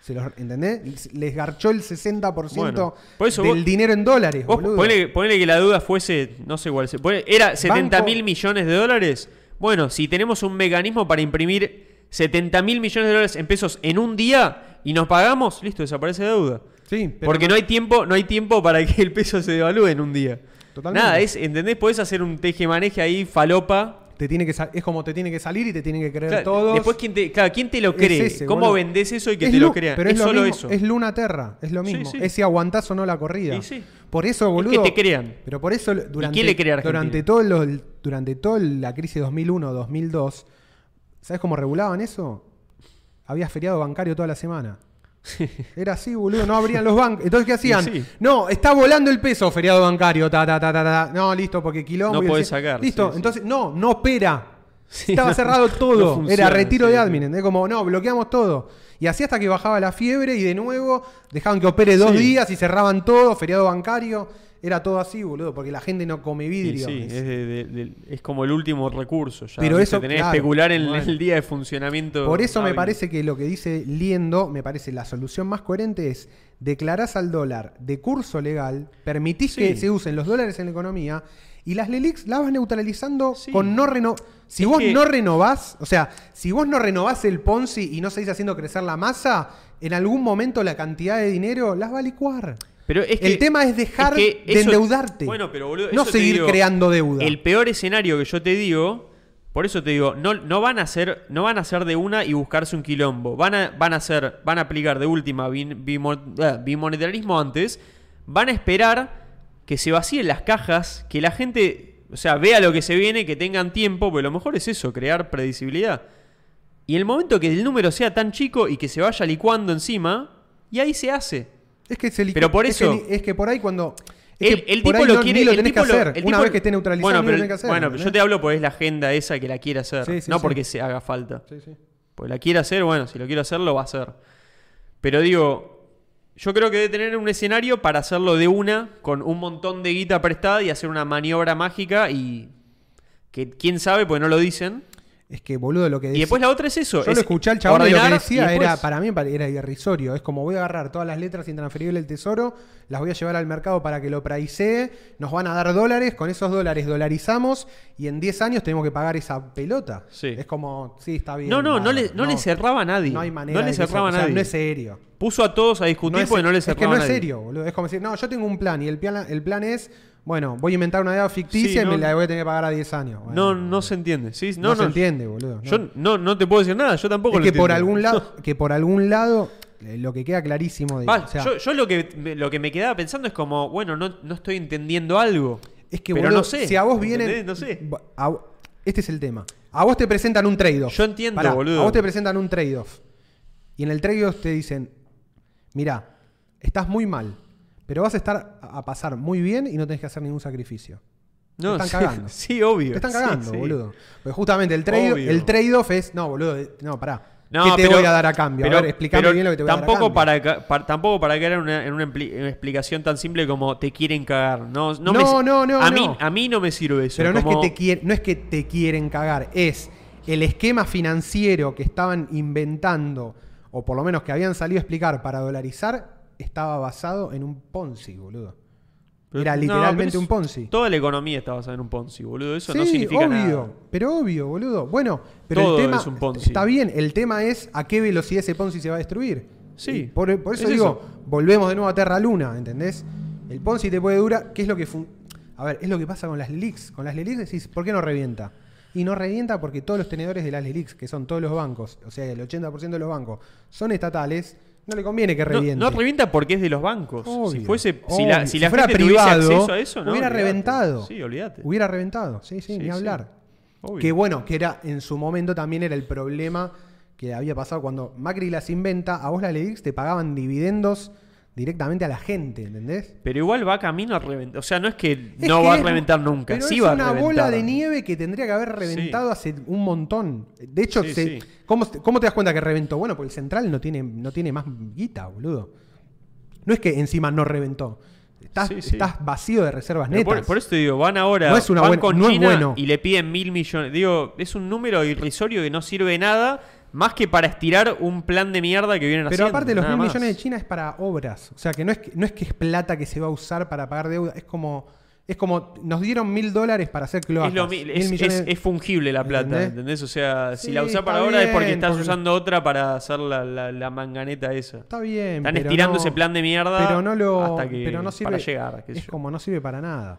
B: Se los, ¿Entendés? Les garchó el 60%
A: Bueno, por eso
B: del
A: vos-
B: dinero en dólares,
A: Vos
B: boludo.
A: ponele, ponele que la deuda fuese, no sé cuál, se- ponele- era 70 mil
B: Banco-
A: millones de dólares. Bueno, si tenemos un mecanismo para imprimir 70 mil millones de dólares en pesos en un día y nos pagamos, listo, desaparece deuda.
B: Sí, pero
A: Porque no hay tiempo, no hay tiempo para que el peso se devalúe en un día.
B: Totalmente.
A: Nada, es, ¿entendés? Podés hacer un teje-maneje ahí, falopa.
B: te tiene que sa- es como te tiene que salir y te tiene que creer
A: Claro,
B: todos.
A: Después, ¿quién te, claro, ¿quién te lo
B: Es
A: cree?
B: ese,
A: ¿Cómo
B: boludo.
A: vendés eso y que
B: Es
A: te lo
B: lu-
A: crean?
B: Pero es,
A: es,
B: lo
A: solo
B: mismo,
A: eso.
B: Es luna terra, es lo
A: Sí,
B: mismo.
A: sí.
B: Es si aguantás o no la corrida.
A: Y sí.
B: Por eso, boludo.
A: te crean.
B: Pero por eso, durante,
A: quién le cree a Argentina?
B: durante todo lo- durante toda la crisis 2001-2002, ¿sabes cómo regulaban eso? Había feriado bancario toda la semana. Era así, boludo, no abrían los bancos. Entonces, ¿qué hacían?
A: sí.
B: No, está volando el peso, feriado bancario, ta, ta, ta, ta, ta. No, listo, porque quilombo.
A: No
B: y el
A: podés
B: ce-
A: sacar,
B: Listo,
A: sí, sí.
B: entonces, no, no opera.
A: Sí,
B: Estaba
A: no,
B: cerrado
A: no
B: todo.
A: funciona,
B: Era retiro
A: sí,
B: de
A: sí.
B: admin. ¿entendés? Como, no, bloqueamos todo. Y así hasta que bajaba la fiebre y de nuevo dejaban que opere dos
A: Sí.
B: días y cerraban todo, feriado bancario. Era todo así, boludo, porque la gente no come
A: Y
B: vidrio.
A: sí,
B: Es-
A: es, de- de- de- es como el último recurso. Ya,
B: Pero
A: ¿viste?
B: eso,
A: tenés
B: claro,
A: que especular en
B: bueno.
A: el día de funcionamiento.
B: Por eso me
A: hábil.
B: parece que lo que dice Liendo, me parece la solución más coherente es declarás al dólar de curso legal, permitís
A: Sí.
B: que se usen los dólares en la economía y las LELIX las vas neutralizando
A: Sí.
B: con no reno Si
A: Es
B: vos
A: que-
B: no renovás, o sea, si vos no renovás el Ponzi y no seguís haciendo crecer la masa, en algún momento la cantidad de dinero las va a licuar.
A: Pero es que-
B: el tema es dejar
A: que
B: de
A: eso-
B: endeudarte.
A: Bueno, pero boludo,
B: no
A: eso te
B: seguir
A: digo,
B: creando deuda.
A: El peor escenario que yo te digo, por eso te digo, no, no van a ser, no van a ser de una y buscarse un quilombo. Van a, van a hacer, van a aplicar de última bin- bimo- ah, bimonetarismo antes, van a esperar que se vacíen las cajas, que la gente, o sea, vea lo que se viene, que tengan tiempo, pero lo mejor es eso, crear predecibilidad. Y el momento que el número sea tan chico y que se vaya licuando encima, y ahí se hace.
B: Es que se licu-
A: Pero por
B: es que
A: eso-
B: li- Es que, por ahí cuando. es
A: El,
B: que
A: el
B: por
A: tipo
B: ahí
A: lo
B: no-
A: quiere.
B: ni lo
A: el
B: tenés que
A: tipo lo-
B: hacer.
A: el
B: Una
A: tipo-
B: vez que esté neutralizado,
A: bueno,
B: ni
A: pero,
B: lo tenés que hacer.
A: Bueno, pero yo te
B: ¿entendés?
A: hablo porque es la agenda esa que la quiere hacer.
B: Sí, sí,
A: no
B: sí.
A: porque se haga falta.
B: Sí, sí.
A: Porque la quiere hacer, bueno, si lo quiero hacer, lo va a hacer. Pero digo, Yo creo que debe tener un escenario para hacerlo de una, con un montón de guita prestada y hacer una maniobra mágica y. que quién sabe, pues no lo dicen.
B: Es que, boludo, lo que
A: Y
B: decía.
A: después la otra es eso.
B: Yo
A: es
B: lo escuché al chabón y lo que
A: ordenar
B: decía
A: y después-
B: era, para mí pare- era irrisorio. Es como voy a agarrar todas las letras intransferibles del tesoro, las voy a llevar al mercado para que lo praicee, nos van a dar dólares, con esos dólares dolarizamos y en 10 años tenemos que pagar esa pelota.
A: Sí.
B: Es como, sí, está bien.
A: No, no, no
B: bárbaro,
A: le, no le cerraba a nadie.
B: No hay
A: No
B: manera.
A: le
B: de que
A: cerraba a
B: eso- o sea,
A: nadie.
B: no es serio.
A: Puso a todos a discutir
B: No es-
A: porque no le
B: pues, es
A: cerraba
B: que no
A: a
B: es
A: nadie.
B: serio, boludo. Es como decir, no, yo tengo un plan y el plan, el plan es, bueno, voy a inventar una edad ficticia
A: Sí, no-
B: y me la voy a tener que pagar a 10 años. Bueno,
A: No, no se entiende. Sí, no,
B: no se
A: no,
B: entiende, boludo. no.
A: Yo no, no te puedo decir nada, yo tampoco
B: Es
A: lo
B: que por
A: entiendo.
B: algún lado, que por algún lado, eh, lo que queda clarísimo de,
A: Va,
B: o sea,
A: yo yo lo, que me, lo que me quedaba pensando es como, bueno, no, no estoy entendiendo algo.
B: es que
A: pero
B: boludo,
A: no sé.
B: si a vos vienen,
A: ¿entendés? No sé.
B: va- a vo- este es el tema. A vos te presentan un trade-off.
A: Yo entiendo, boludo.
B: A vos te presentan un trade-off. Y en el trade-off te dicen, mirá, estás muy mal, pero vas a estar a a pasar muy bien y no tenés que hacer ningún sacrificio.
A: No,
B: te están
A: sí,
B: cagando.
A: Sí, obvio.
B: Te están
A: sí,
B: cagando,
A: sí.
B: boludo. Porque justamente el trade,
A: Obvio.
B: el trade-off es, no, boludo, de- no, pará.
A: No,
B: ¿Qué te
A: pero-
B: voy a dar a cambio?
A: pero-
B: a ver, explícame
A: pero
B: bien lo que te voy a dar a
A: tampoco
B: cambio.
A: Para, ca- para- tampoco para caer en una, en una empli- en una explicación tan simple como te quieren cagar. No, no, me
B: No,
A: si-
B: no, no,
A: a
B: no.
A: Mí, a mí no me sirve eso.
B: Pero no,
A: como-
B: es que te quier- no es que te quieren cagar, es el esquema financiero que estaban inventando, o por lo menos que habían salido a explicar para dolarizar, estaba basado en un Ponzi, boludo.
A: Pero-
B: Era
A: no, pero
B: literalmente
A: es-
B: un Ponzi.
A: Toda la economía está basada en un Ponzi, boludo. Eso no significa
B: obvio,
A: nada.
B: pero obvio, boludo. Bueno, pero
A: Todo
B: el tema
A: es un Ponzi.
B: está bien, el tema es a qué velocidad ese Ponzi se va a destruir.
A: Sí,
B: Y Por, por eso
A: es
B: digo,
A: eso.
B: volvemos de nuevo a Terra Luna, ¿entendés? El Ponzi te puede durar, ¿qué es lo que fun- A ver, es lo que pasa con las leaks, con las leaks decís, ¿por qué no revienta? Y no revienta porque todos los tenedores de las leaks, que son todos los bancos, o sea, el 80% de los bancos son estatales, no le conviene que
A: No,
B: reviente.
A: no revienta porque es de los bancos. si
B: Obvio,
A: fuese, si la,
B: obvio.
A: si la
B: fuera
A: gente
B: privado,
A: tuviese acceso a eso, no.
B: hubiera
A: olvidate.
B: reventado.
A: Sí, olvídate.
B: Hubiera reventado, sí, sí,
A: Sí,
B: ni
A: sí.
B: hablar.
A: Obvio.
B: Que bueno, que era en su momento también era el problema que había pasado cuando Macri las inventa, a vos las Ledix te pagaban dividendos directamente a la gente, ¿entendés?
A: Pero igual va camino a reventar. O sea, no es que
B: Es
A: no
B: que
A: va a
B: es-
A: reventar nunca.
B: pero
A: sí
B: es
A: va
B: una
A: a reventar.
B: bola de nieve que tendría que haber reventado
A: Sí.
B: hace un montón. De hecho,
A: Sí,
B: se-
A: sí.
B: ¿cómo, cómo te das cuenta que reventó? Bueno, porque el central no tiene, no tiene más guita, boludo. No es que encima no reventó. Estás,
A: Sí, sí.
B: estás vacío de reservas
A: Pero
B: netas.
A: Por, por eso te digo, van ahora
B: No es una
A: van
B: buena-
A: con
B: no es
A: China
B: bueno.
A: y le piden mil millones. Digo, es un número irrisorio que no sirve de nada más que para estirar un plan de mierda que vienen
B: Pero
A: haciendo.
B: aparte, los
A: nada
B: mil
A: más.
B: millones de China es para obras. O sea, que no es que, no es que es plata que se va a usar para pagar deuda. Es como, es como nos dieron mil dólares para hacer cloacas.
A: Es, lo mi-
B: Mil
A: es-
B: millones-
A: es- es fungible la plata,
B: ¿Entendés?
A: ¿entendés? O sea, si
B: Sí,
A: la usás para
B: está
A: ahora es porque
B: bien,
A: estás
B: porque-
A: usando otra para hacer la, la- la manganeta esa.
B: Está bien.
A: Están
B: pero
A: estirando
B: no-
A: ese plan de mierda
B: Pero no lo.
A: hasta que-
B: pero no sirve,
A: para llegar, qué sé
B: Es
A: yo.
B: como no sirve para nada.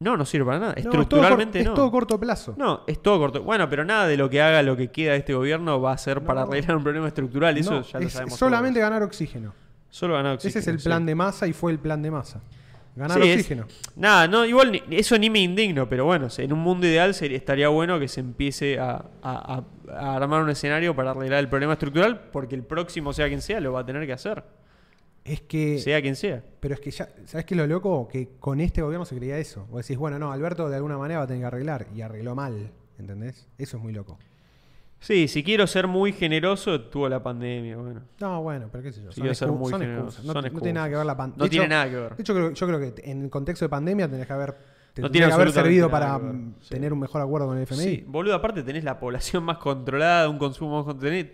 A: No, no sirve para nada.
B: No,
A: Estructuralmente
B: es todo, cor-
A: no.
B: Es todo corto plazo.
A: No, es todo corto. Bueno, pero nada de lo que haga lo que queda de este gobierno va a ser para
B: No.
A: arreglar un problema estructural. Eso
B: No,
A: ya lo
B: es
A: sabemos.
B: solamente
A: todos.
B: ganar oxígeno.
A: Solo ganar oxígeno.
B: Ese es el
A: sí.
B: plan de masa y fue el plan de masa. Ganar
A: Sí, es-
B: oxígeno.
A: nada, no, igual ni- eso ni me indigno, pero bueno, en un mundo ideal sería- estaría bueno que se empiece a, a- a- a armar un escenario para arreglar el problema estructural, porque el próximo, sea quien sea, lo va a tener que hacer.
B: Es que.
A: Sea quien sea.
B: Pero es que ya, ¿sabes qué es lo loco? Que con este gobierno se creía eso. Vos decís, bueno, no, Alberto de alguna manera va a tener que arreglar. Y arregló mal, ¿entendés? Eso es muy loco.
A: Sí, si quiero ser muy generoso, tuvo la pandemia, bueno.
B: No, bueno, pero qué sé yo.
A: Sí, iba a ser muy generoso.
B: No,
A: Son
B: no tiene nada que ver la
A: excusas.
B: pandemia.
A: No tiene nada que ver.
B: De hecho, creo- yo creo que en el contexto de pandemia tenés que haber, te
A: No
B: tendría
A: tiene
B: que haber
A: absolutamente
B: servido
A: nada
B: para
A: que ver,
B: mm,
A: sí.
B: tener un mejor acuerdo con el FMI.
A: Sí, boludo, aparte tenés la población más controlada, un consumo más controlado.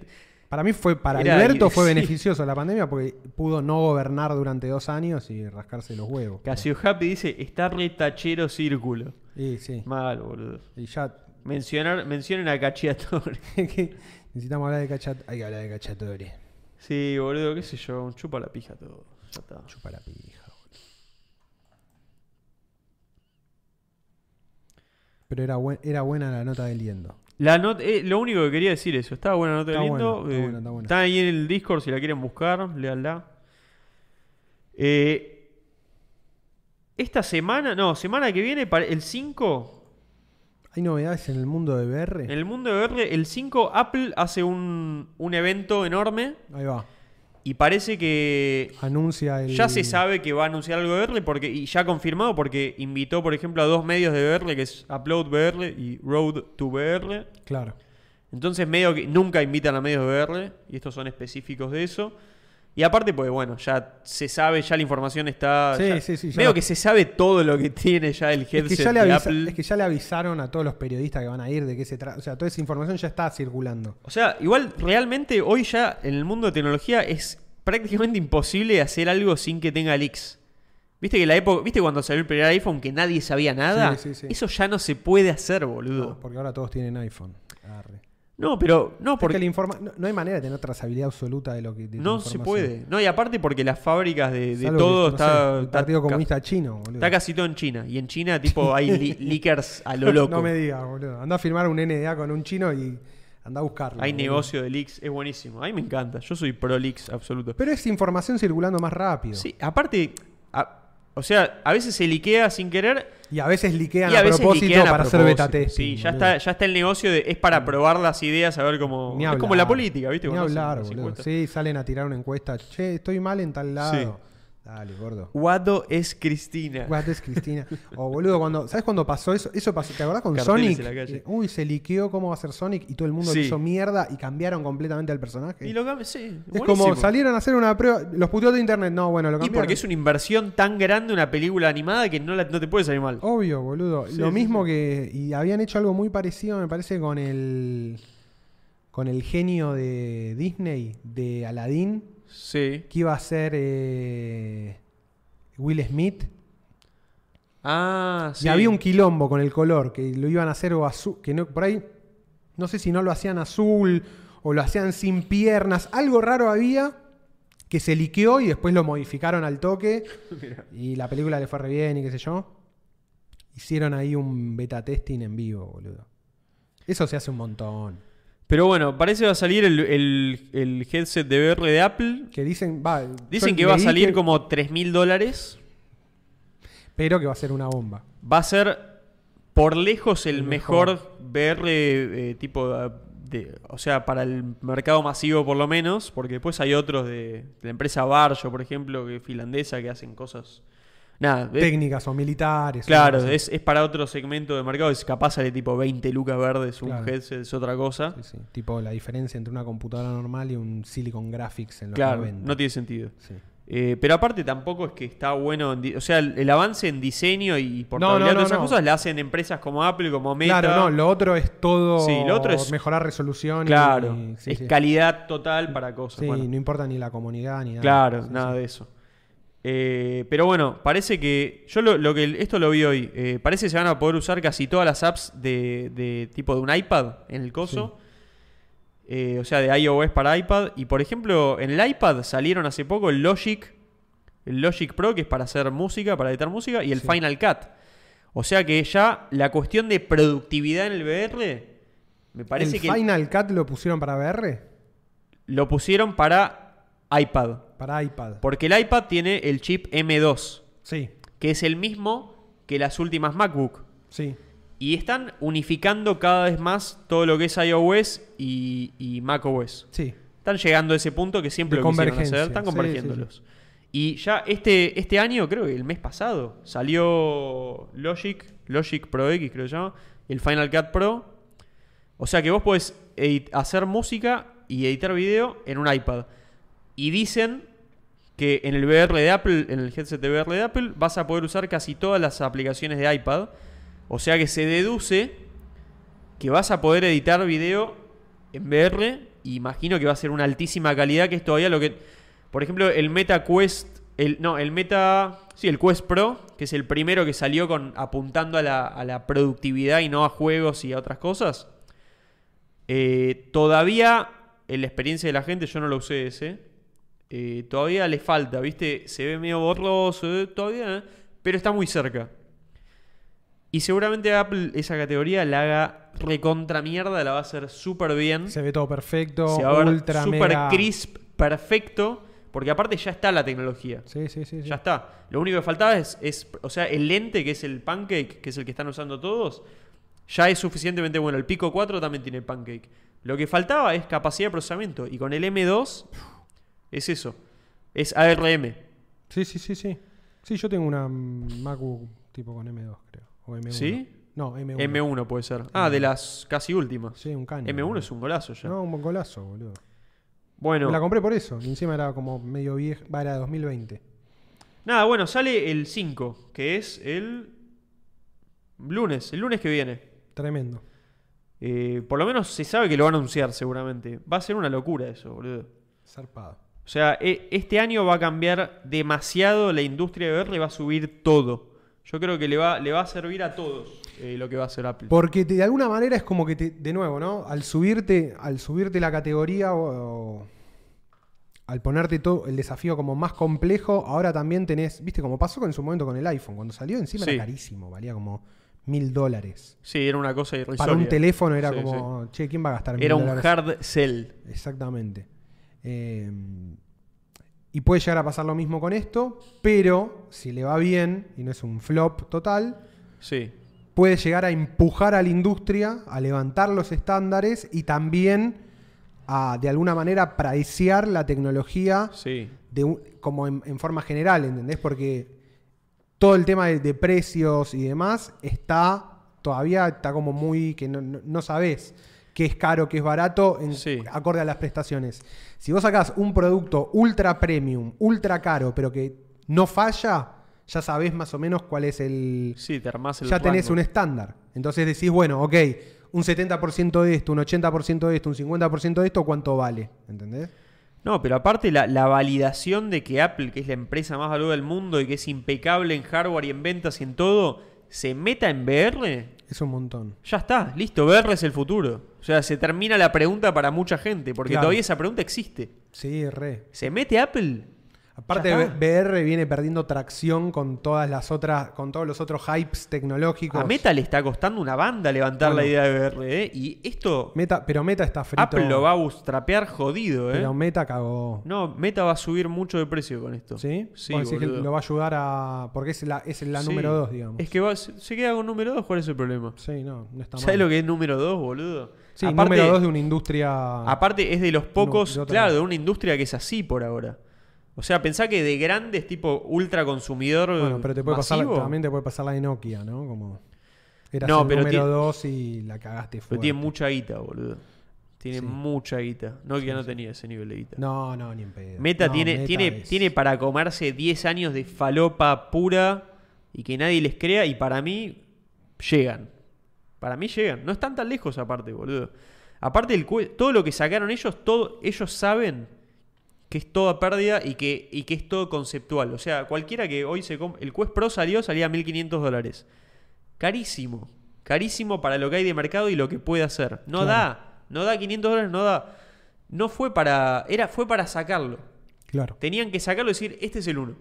B: Para mí fue, para
A: Era-
B: Alberto fue
A: sí.
B: beneficioso la pandemia porque pudo no gobernar durante dos años y rascarse los huevos.
A: Casio Happy dice, está retachero círculo.
B: Y, sí.
A: Mal, boludo.
B: Y ya
A: Mencionar, mencionen a Cachiatore.
B: que necesitamos hablar de cachat. Hay que hablar de cachatore.
A: sí, boludo, qué sé yo, un chupa la pija todo. Ya está.
B: Chupa la pija, boludo. Pero era, buen- era buena la nota del yendo.
A: La not- eh, lo único que quería decir eso. Estaba buena la nota
B: Está
A: del lindo.
B: buena, está
A: eh,
B: buena, está buena.
A: está ahí en el Discord si la quieren buscar, leanla. Eh, esta semana, no, semana que viene, para- el 5,
B: ¿Hay novedades en el mundo de BR?
A: en el mundo de VR, el 5 Apple hace un, un evento enorme
B: Ahí va.
A: y parece que
B: Anuncia el.
A: Ya se sabe que va a anunciar algo de VR porque, y ya confirmado porque invitó, por ejemplo, a dos medios de VR, que es Upload VR y Road to VR.
B: Claro.
A: Entonces, medio que nunca invitan a medios de VR, y estos son específicos de eso. Y aparte, pues bueno, ya se sabe, ya la información está.
B: Sí,
A: ya-
B: sí, sí, ya
A: Medio
B: lo-
A: que se sabe todo lo que tiene ya el
B: Es
A: headset
B: que, ya le
A: de
B: avisa-
A: Apple.
B: es que ya le avisaron a todos los periodistas que van a ir de qué se trata. O sea, toda esa información ya está circulando.
A: O sea, igual realmente hoy ya en el mundo de tecnología es prácticamente imposible hacer algo sin que tenga leaks. ¿Viste que la época, viste cuando salió el primer iPhone que nadie sabía nada?
B: Sí, sí, sí.
A: Eso ya no se puede hacer, boludo.
B: Porque ahora todos tienen iPhone. Arre.
A: No, pero no
B: Porque
A: porque
B: no, no hay manera de tener trazabilidad absoluta de lo que. de tu
A: no se
B: información.
A: puede. No, y aparte porque las fábricas de, de
B: Salvo que,
A: todo
B: no
A: está,
B: sé, el
A: está
B: Partido
A: ca-
B: Comunista Chino, boludo.
A: está casi todo en China y en China tipo hay li- leakers a lo loco.
B: No me digas, boludo. Anda a firmar un NDA con un chino y anda a buscarlo.
A: hay
B: boludo.
A: negocio de leaks, es buenísimo. A mí me encanta. Yo soy pro leaks absoluto.
B: Pero es información circulando más rápido.
A: Sí, aparte, a- o sea, a veces se liquea sin querer
B: Y a veces liquean
A: y
B: a,
A: a veces
B: propósito
A: liquean a
B: para hacer
A: propósito.
B: beta
A: Sí,
B: testing.
A: ya
B: boludo. Mm.
A: está, ya está el negocio de es para probar las ideas, a ver cómo.
B: Ni
A: es
B: hablar.
A: como la política, ¿viste?
B: Ni
A: Cuando hacen
B: hablar,
A: las
B: boludo.
A: encuestas.
B: Sí, salen a tirar una encuesta. Che, estoy mal en tal lado.
A: Sí.
B: Dale, gordo.
A: Guado es Cristina.
B: What is Cristina? O boludo, cuando, ¿sabes cuándo pasó eso? Eso pasó, ¿te acordás con
A: Carteles
B: Sonic?
A: en la calle.
B: Eh, Uy, se liqueó cómo va a ser Sonic y todo el mundo le
A: Sí.
B: hizo mierda y cambiaron completamente al personaje.
A: Y lo cam- sí,
B: es como
A: buenísimo.
B: salieron a hacer una prueba, los puteó de internet, no, bueno, lo
A: Y
B: cambiaron.
A: porque es una inversión tan grande una película animada que no, la- no te puede salir mal.
B: Obvio, boludo. lo
A: sí,
B: mismo que. Y habían hecho algo muy parecido, me parece, con el. Con el genio de Disney, de Aladdin,
A: Sí.
B: que iba a ser eh, Will Smith.
A: Ah, sí.
B: Y había un quilombo con el color, que lo iban a hacer o azul. Que no, por ahí. No sé si no lo hacían azul o lo hacían sin piernas. Algo raro había que se liqueó y después lo modificaron al toque. Y la película le fue re bien y qué sé yo. Hicieron ahí un beta testing en vivo, boludo. Eso se hace un montón.
A: Pero bueno, parece va a salir el, el- el headset de VR de Apple.
B: Que dicen, va,
A: Dicen
B: yo
A: que va a
B: leí
A: salir
B: que-
A: como 3 mil dólares.
B: Pero que va a ser una bomba.
A: va a ser por lejos el,
B: El
A: mejor,
B: mejor.
A: VR eh, tipo de- de- o sea, para el mercado masivo por lo menos, porque después hay otros de, de la empresa Barjo, por ejemplo, que es finlandesa que hacen cosas nada, es-
B: Técnicas o
A: Eh.
B: militares.
A: claro,
B: o algo así.
A: es, es para otro segmento de mercado, es capaz sale tipo 20 lucas verdes, un
B: Claro.
A: headset es otra cosa.
B: Sí, sí. Tipo la diferencia entre una computadora normal y un Silicon Graphics en los
A: Claro,
B: 90.
A: no tiene sentido.
B: Sí.
A: Eh, pero aparte tampoco es que está bueno, en di- o sea, el, el avance en diseño y portabilidad
B: no,
A: todas esas
B: no.
A: cosas la hacen empresas como Apple, como Meta.
B: Claro, no, lo otro es todo
A: Sí, lo otro es-
B: mejorar resolución. y-
A: Claro,
B: y- sí,
A: es
B: sí.
A: calidad total para cosas.
B: Sí,
A: bueno.
B: no importa ni la comunidad ni nada.
A: claro,
B: Sí,
A: nada
B: sí.
A: de eso. Eh, pero bueno, parece que. Yo lo, lo que. Esto lo vi hoy. eh, parece que se van a poder usar casi todas las apps de, de tipo de un iPad en el coso. Eh, o sea, de iOS para iPad. Y por ejemplo, en el iPad salieron hace poco el Logic. El Logic Pro, que es para hacer música, para editar música, y el Final Cut. O sea que ya la cuestión de productividad en el VR. Me parece
B: ¿El
A: que.
B: Final Cut lo pusieron para VR?
A: lo pusieron para iPad.
B: Para iPad.
A: Porque el iPad tiene el chip M2,
B: Sí,
A: que es el mismo que las últimas MacBook.
B: sí.
A: Y están unificando cada vez más todo lo que es iOS y, y macOS.
B: Sí.
A: Están llegando a ese punto que siempre
B: De
A: lo quisieron
B: convergencia,
A: hacer. Están
B: sí,
A: convergiéndolos. Y ya este, este año, creo que el mes pasado, salió Logic, Logic Pro X, creo que se llama, el Final Cut Pro. O sea que vos podés edit- hacer música y editar video en un iPad. Y dicen que en el VR de Apple, en el headset de VR de Apple, vas a poder usar casi todas las aplicaciones de iPad. O sea que se deduce que vas a poder editar video en VR. y Imagino que va a ser una altísima calidad, que es todavía lo que. Por ejemplo, el Meta Quest. El, no, el Meta. Sí, el Quest Pro, que es el primero que salió con apuntando a la, a la productividad y no a juegos y a otras cosas. Eh, todavía, en la experiencia de la gente, yo no lo usé ese. eh, todavía le falta, ¿viste? Se ve medio borroso, eh, todavía, eh, pero está muy cerca. Y seguramente Apple esa categoría la haga recontra mierda, la va a hacer súper bien.
B: Se ve todo perfecto,
A: ¿Mm? Se va a ver
B: ultra
A: súper
B: mega.
A: crisp, perfecto, porque aparte ya está la tecnología.
B: Sí, sí, sí. sí.
A: Ya está. Lo único que faltaba es, es, o sea, el lente que es el pancake, que es el que están usando todos, ya es suficientemente bueno. El Pico 4 también tiene pancake. Lo que faltaba es capacidad de procesamiento. Y con el M2 es eso. Es ARM.
B: Sí, sí, sí, sí. Sí, yo tengo una mm, MacBook tipo con M2, creo. O M1.
A: ¿Sí?
B: No, M1.
A: M1 puede ser. Ah, de las casi últimas.
B: Sí, un caño.
A: M1 es un golazo ya.
B: No, un buen golazo, boludo.
A: Bueno,
B: Me la compré por eso. Y encima era como medio vieja. Va, era de 2020.
A: nada, bueno, sale el 5, que es el lunes, el lunes que viene.
B: Tremendo.
A: Eh, por lo menos se sabe que lo van a anunciar seguramente. Va a ser una locura eso, boludo.
B: Zarpado.
A: O sea, e- este año va a cambiar demasiado la industria de VR y va a subir todo. Yo creo que le va, le va a servir a todos eh, lo que va a hacer Apple.
B: Porque te- de alguna manera es como que te- de nuevo, ¿no? Al subirte, al subirte la categoría o, o al ponerte todo el desafío como más complejo, ahora también tenés, viste, como pasó con- en su momento con el iPhone, cuando salió encima
A: Sí.
B: era carísimo, valía como mil dólares.
A: Sí, era una cosa irrisoria.
B: Para un teléfono era
A: Sí,
B: como, che, ¿quién va a gastar
A: sí.
B: mil
A: Era un
B: dólares?
A: hard sell.
B: Exactamente. Eh, y puede llegar a pasar lo mismo con esto, pero si le va bien y no es un flop total,
A: Sí.
B: puede llegar a empujar a la industria, a levantar los estándares y también a, de alguna manera, pricear la tecnología
A: Sí.
B: de un- como en, en forma general, ¿entendés? Porque todo el tema de, de precios y demás está todavía está como muy que no, no- no sabés qué es caro, qué es barato, en,
A: Sí.
B: acorde a las prestaciones. Si vos sacás un producto ultra premium, ultra caro, pero que no falla, ya sabés más o menos cuál es el,
A: Sí, te armás el
B: ya tenés
A: rango.
B: un estándar. Entonces decís, bueno, ok, un 70% de esto, un 80% de esto, un 50% de esto, ¿cuánto vale? ¿Entendés?
A: No, pero aparte la, la validación de que Apple, que es la empresa más valuada del mundo y que es impecable en hardware y en ventas y en todo, se meta en VR,
B: Es un montón.
A: ya está, listo, VR es el futuro. O sea, se termina la pregunta para mucha gente, porque
B: Claro.
A: todavía esa pregunta existe.
B: Sí, re.
A: ¿Se mete Apple?
B: Aparte,
A: Ya
B: B-
A: está.
B: VR viene perdiendo tracción con todas las otras, con todos los otros hypes tecnológicos.
A: A Ah, Meta le está costando una banda levantar la
B: Bueno.
A: idea de VR, ¿eh? Y esto,
B: Meta- pero Meta está frito.
A: Apple lo va a bootstrapear jodido, ¿eh?
B: Pero Meta cagó.
A: No, Meta va a subir mucho de precio con esto.
B: ¿Sí?
A: Sí,
B: Vos decís que
A: boludo.
B: lo va a ayudar a. Porque es la, es la
A: Sí.
B: número 2, digamos.
A: Es que va- se se queda con número 2, ¿cuál es el problema?
B: Sí, no, no está mal.
A: ¿Sabes lo que es número 2, boludo?
B: Sí,
A: aparte,
B: número 2 de una industria.
A: aparte es de los pocos,
B: de otra-
A: claro, de una industria que es así por ahora. O sea, pensá que de grandes, tipo ultra consumidor.
B: Bueno, pero te puede pasar,
A: masivo,
B: también te puede pasar la de Nokia, ¿no? Como eras
A: No,
B: el
A: pero
B: número
A: tiene-
B: 2 y la cagaste
A: Pero
B: fuerte.
A: tiene mucha guita, boludo. Tiene
B: Sí.
A: mucha guita. No, que no tenía ese nivel de guita.
B: No, no, ni en pedo.
A: Meta,
B: No,
A: tiene, tiene,
B: es-
A: tiene para comerse 10 años de falopa pura y que nadie les crea. Y para mí, llegan. Para mí llegan. No están tan lejos, aparte, boludo. Aparte, el, cue- todo lo que sacaron ellos, todo, ellos saben que es toda pérdida y que, y que es todo conceptual. O sea, cualquiera que hoy se compre. El Quest Pro salió, salía a 1500 dólares. Carísimo. Carísimo para lo que hay de mercado y lo que puede hacer. No da. No da 500 dólares, no da. No fue para. Era, fue para sacarlo.
B: Claro.
A: Tenían que sacarlo y decir, este es el 1.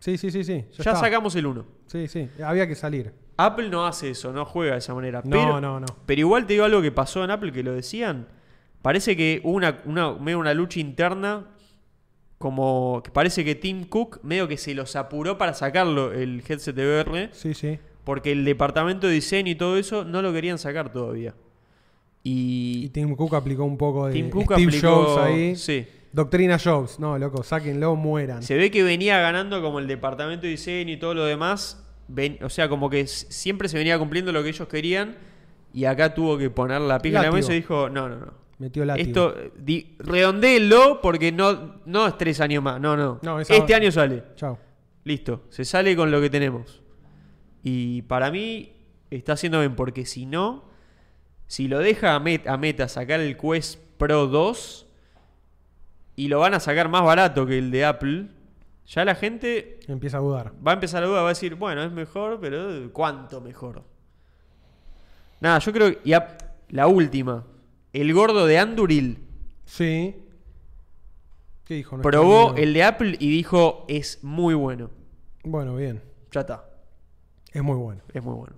B: Sí, sí, sí, sí.
A: Ya,
B: Ya, está.
A: sacamos el 1.
B: Sí, sí. Había que salir.
A: Apple no hace eso, no juega de esa manera.
B: No,
A: pero,
B: no, no.
A: Pero igual te digo algo que pasó en Apple que lo decían. Parece que hubo una, una, medio una lucha interna. Como que parece que Tim Cook medio que se los apuró para sacarlo el headset de VR.
B: Sí, sí.
A: Porque el departamento de diseño y todo eso no lo querían sacar todavía.
B: Y
A: Y,
B: Tim Cook aplicó un poco de
A: Tim Cook
B: Steve
A: aplicó-
B: Jobs ahí.
A: sí.
B: Doctrina Jobs. No, loco, sáquenlo, mueran.
A: se ve que venía ganando como el departamento de diseño y todo lo demás. Ven- o sea, como que s- siempre se venía cumpliendo lo que ellos querían. Y acá tuvo que poner la pija en la
B: Látigo.
A: mesa y dijo, no, no, no.
B: Metió látigo.
A: Esto, eh, di, redondéelo porque no, no es tres años más. No, no.
B: No, es
A: este
B: ahora.
A: año sale.
B: Chao.
A: Listo. Se sale con lo que tenemos. Y para mí está haciendo bien porque si no, si lo deja a Met- a Meta, sacar el Quest Pro 2 y lo van a sacar más barato que el de Apple, ya la gente
B: Empieza a dudar.
A: va a empezar a dudar, va a decir, bueno, es mejor, pero ¿cuánto mejor? Nada, yo creo que... Y a- la última. El gordo de Anduril
B: Sí. ¿Qué dijo? nuestro
A: probó
B: amigo?
A: el de Apple y dijo, es muy bueno.
B: Bueno, bien.
A: Ya está.
B: Es muy bueno.
A: Es muy bueno.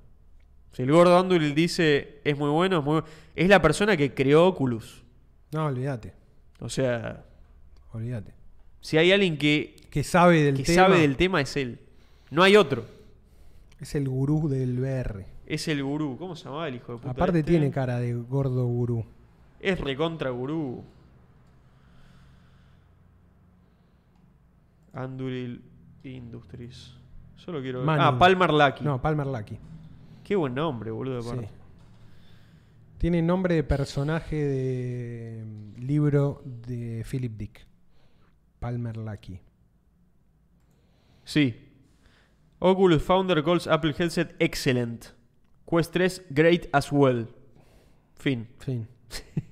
A: Si el gordo Anduril dice es muy bueno, es muy bu- Es la persona que creó Oculus.
B: No, olvídate.
A: O sea,
B: Olvídate.
A: si hay alguien que,
B: Que sabe del
A: que
B: tema.
A: sabe del tema es él. No hay otro.
B: Es el gurú del VR.
A: Es el gurú. ¿Cómo se llamaba el hijo de puta?
B: Aparte
A: este?
B: tiene cara de gordo gurú.
A: Es recontra gurú. Anduril Industries. Solo quiero ver.
B: Manu.
A: Ah, Palmer Lucky.
B: No, Palmer Lucky.
A: Qué buen nombre, boludo.
B: Sí.
A: aparte.
B: Tiene nombre de personaje de mm, libro de Philip Dick. Palmer Lucky.
A: Sí. Oculus Founder calls Apple Headset excellent. Quest 3 great as well. Fin.
B: Fin.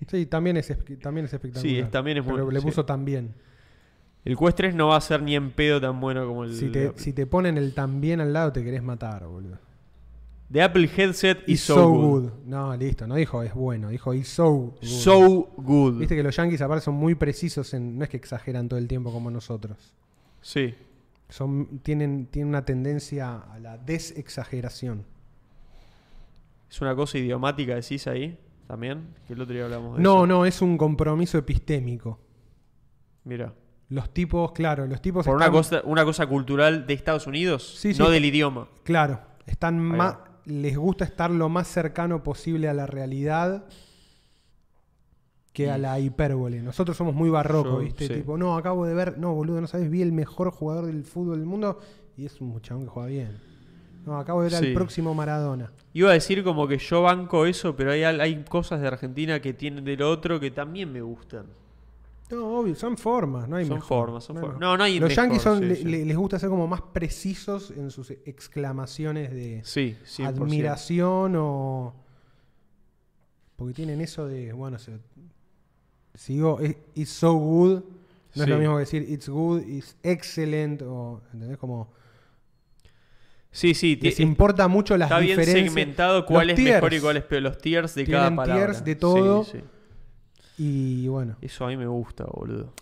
B: Sí, también es, espe- también es espectacular.
A: Sí, es- también es
B: Pero
A: bueno,
B: le
A: sí.
B: puso también.
A: El Quest 3 no va a ser ni en pedo tan bueno como el
B: Si
A: de,
B: te,
A: Apple.
B: si te ponen el también al lado, te querés matar, boludo.
A: The Apple Headset is
B: It's
A: so, good.
B: No, listo. No dijo es bueno, dijo is so good.
A: So good.
B: Viste que los yankees aparte son muy precisos en. No es que exageran todo el tiempo como nosotros.
A: Sí.
B: Son, tienen, tienen una tendencia a la desexageración.
A: Es una cosa idiomática, decís ahí también. Que el otro día hablamos de
B: No,
A: eso.
B: no, es un compromiso epistémico.
A: Mira.
B: Los tipos, claro, los tipos.
A: Por una
B: están-
A: cosa, una cosa cultural de Estados Unidos,
B: Sí, sí.
A: no del idioma.
B: Claro, están
A: va.
B: más, les gusta estar lo más cercano posible a la realidad que a la hipérbole. Nosotros somos muy barrocos,
A: Yo,
B: ¿viste?
A: sí.
B: Tipo, no, acabo de ver, no, boludo, no sabes, vi el mejor jugador del fútbol del mundo y es un chabón que juega bien. No, acabo de ver
A: Sí.
B: al próximo Maradona.
A: Iba a decir como que yo banco eso, pero hay, al- hay cosas de Argentina que tienen del otro que también me gustan.
B: No, obvio, son formas, no hay
A: Son
B: mejor,
A: formas, son
B: no
A: formas.
B: mejor.
A: No, no hay
B: Los
A: mejor,
B: yankees son-
A: sí,
B: le-
A: sí.
B: le- les gusta ser como más precisos en sus exclamaciones de,
A: Sí, 100%.
B: admiración o. Porque tienen eso de. Bueno, se- si digo "It- it's so good, no es
A: Sí.
B: lo mismo que decir it's good, it's excellent, o. ¿Entendés? Como.
A: Sí, sí, ti-
B: Les importa mucho las
A: está bien
B: diferencias.
A: segmentado
B: Los
A: cuál es mejor y
B: tiers.
A: cuál es peor. Los tiers de
B: Tienen
A: cada palabra.
B: tiers de todo.
A: Sí, sí.
B: Y bueno.
A: Eso a mí me gusta, boludo.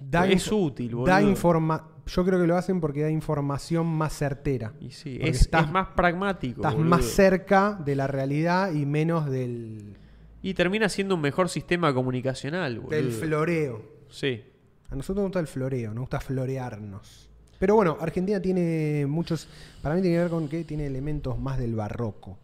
B: Da
A: es
B: info-
A: útil,
B: Da
A: boludo.
B: informa yo creo que lo hacen porque da información más certera.
A: Y sí,
B: Porque
A: es,
B: estás-
A: es más pragmático.
B: Estás
A: boludo.
B: más cerca de la realidad y menos del,
A: Y termina siendo un mejor sistema comunicacional, boludo.
B: del floreo.
A: Sí.
B: A nosotros nos gusta el floreo, nos gusta florearnos. Pero bueno, Argentina tiene muchos. Para mí tiene que ver con que tiene elementos más del barroco.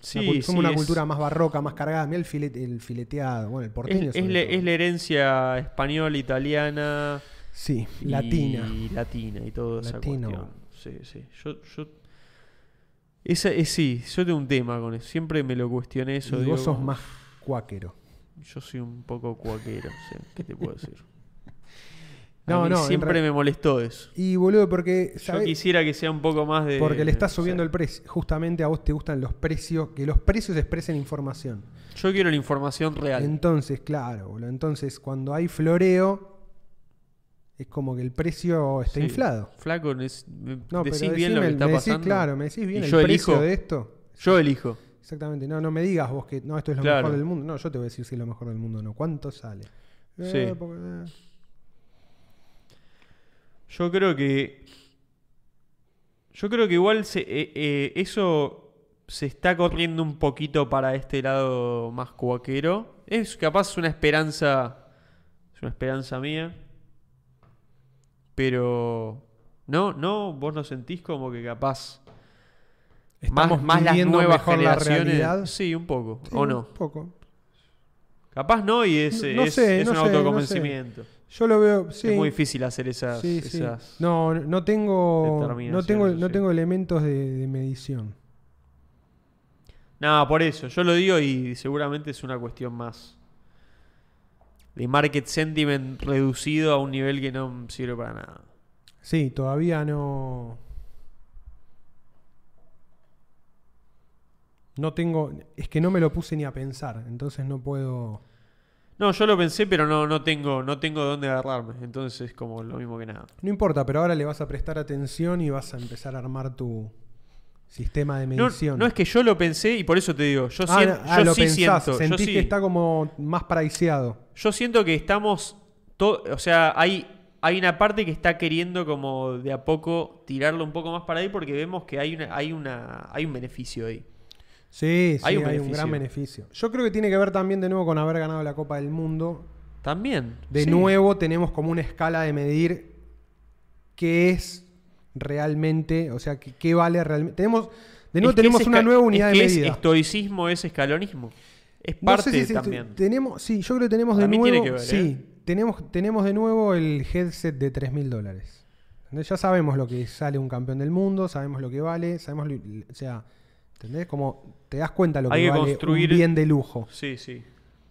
A: Sí,
B: Una cul- somos
A: sí,
B: una
A: es-
B: cultura más barroca, más cargada. Mirá el, filete- el fileteado, bueno, el porteño.
A: Es, es
B: sobre
A: la-
B: todo.
A: es la herencia española, italiana.
B: Sí,
A: y-
B: latina.
A: Y latina y todo esa
B: Latino.
A: cuestión. Sí, sí. Yo. yo... Esa, es, sí, yo tengo un tema con eso. Siempre me lo cuestioné eso.
B: y
A: digo,
B: vos sos
A: como,
B: más cuáquero.
A: Yo soy un poco cuaquero, sí, ¿qué te puedo decir? A
B: No,
A: mí
B: no, en
A: Siempre
B: re-
A: me molestó eso.
B: Y boludo, porque.
A: Yo
B: ¿sabés?
A: quisiera que sea un poco más de.
B: Porque le estás subiendo
A: o
B: el precio. Justamente a vos te gustan los precios, que los precios expresen información.
A: sea, Yo quiero la información real.
B: Entonces, claro, boludo. Entonces, cuando hay floreo, es como que el precio está
A: Sí.
B: inflado.
A: Flaco, es- me
B: No,
A: decís
B: pero
A: bien lo
B: decime-
A: que está
B: me decís,
A: pasando.
B: claro, me decís bien
A: Y
B: el
A: yo
B: precio
A: elijo.
B: de esto.
A: Yo elijo.
B: Exactamente, no, no me digas vos que no, esto es lo
A: Claro.
B: mejor del mundo. No, yo te voy a decir si es lo mejor del mundo o no. ¿Cuánto sale?
A: Sí.
B: porque, eh.
A: Yo creo que. Yo creo que igual se- eh, eh, eso se está corriendo un poquito para este lado más cuaquero. Es capaz es una esperanza. Es una esperanza mía. Pero. No, no, vos no sentís como que capaz. Más,
B: Estamos
A: más las
B: midiendo
A: nuevas
B: mejor la
A: generaciones.
B: realidad.
A: sí, un poco.
B: Sí,
A: ¿O no?
B: Un poco.
A: Capaz no y es,
B: No- no
A: es-
B: sé,
A: es
B: no
A: un
B: sé, no sé.
A: autoconvencimiento.
B: Yo lo veo, sí.
A: Es muy difícil hacer esas.
B: sí, sí.
A: esas-
B: No, no tengo, no
A: determinaciones,
B: tengo,
A: eso
B: no
A: sí.
B: tengo elementos de, de medición.
A: No, por eso. Yo lo digo y seguramente es una cuestión más de market sentiment reducido a un nivel que no sirve para nada.
B: Sí, todavía no. No tengo. Es que no me lo puse ni a pensar, entonces no puedo.
A: No, yo lo pensé, pero no, no tengo, no tengo dónde agarrarme. Entonces es como lo mismo que nada.
B: No importa, pero ahora le vas a prestar atención y vas a empezar a armar tu sistema de
A: No,
B: medición.
A: no es que yo lo pensé y por eso te digo, yo,
B: Ah,
A: sien-
B: no, ah,
A: yo
B: lo
A: sí
B: pensás,
A: siento, yo
B: sentís
A: sí-
B: que está como más priceado.
A: Yo siento que estamos. to- o sea, hay, hay una parte que está queriendo, como de a poco, tirarlo un poco más para ahí porque vemos que hay, una, hay, una, hay un beneficio ahí.
B: Sí, sí,
A: Hay
B: hay,
A: un
B: un,
A: beneficio.
B: gran beneficio. Yo creo que tiene que ver también de nuevo con haber ganado la Copa del Mundo.
A: También.
B: De
A: sí.
B: nuevo tenemos como una escala de medir qué es realmente, o sea, qué, qué vale realmente. Tenemos, de nuevo
A: Es que
B: tenemos
A: es
B: una
A: esca-
B: nueva unidad
A: es que
B: de
A: es
B: medida.
A: estoicismo es escalonismo. Es
B: No
A: parte
B: sé si es esto-
A: también.
B: Tenemos, sí, yo creo que tenemos
A: Para
B: de
A: mí
B: nuevo.
A: tiene que ver, ¿eh?
B: sí, tenemos, tenemos de nuevo el headset de 3 mil dólares. Entonces, Ya sabemos lo que sale un campeón del mundo, sabemos lo que vale, sabemos lo- o sea, ¿Entendés? Como te das cuenta lo que,
A: Hay que
B: vale
A: construir-
B: un bien de lujo.
A: Sí, sí.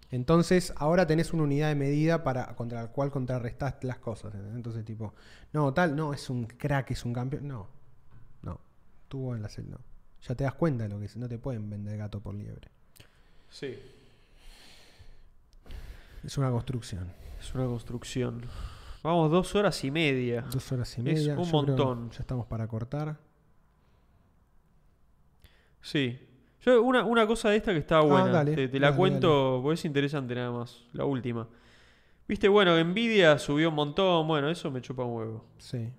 B: Entonces, ahora tenés una unidad de medida para contra la cual contrarrestás las cosas. ¿entendés? Entonces, tipo, no, tal, no, es un crack, es un campeón. No, no. Tuvo en la celda. No. Ya te das cuenta de lo que es. No te pueden vender gato por liebre.
A: Sí.
B: Es una construcción.
A: Es una construcción. Vamos, dos horas y media.
B: Dos horas y
A: Es
B: media.
A: un
B: yo creo que
A: montón.
B: Ya estamos para cortar.
A: Sí. Yo, una, una cosa de esta que está buena.
B: Ah, dale,
A: te, te la
B: dale,
A: cuento, porque es interesante nada más. La última. Viste, bueno, Nvidia subió un montón. Bueno, eso me chupa un huevo.
B: Sí.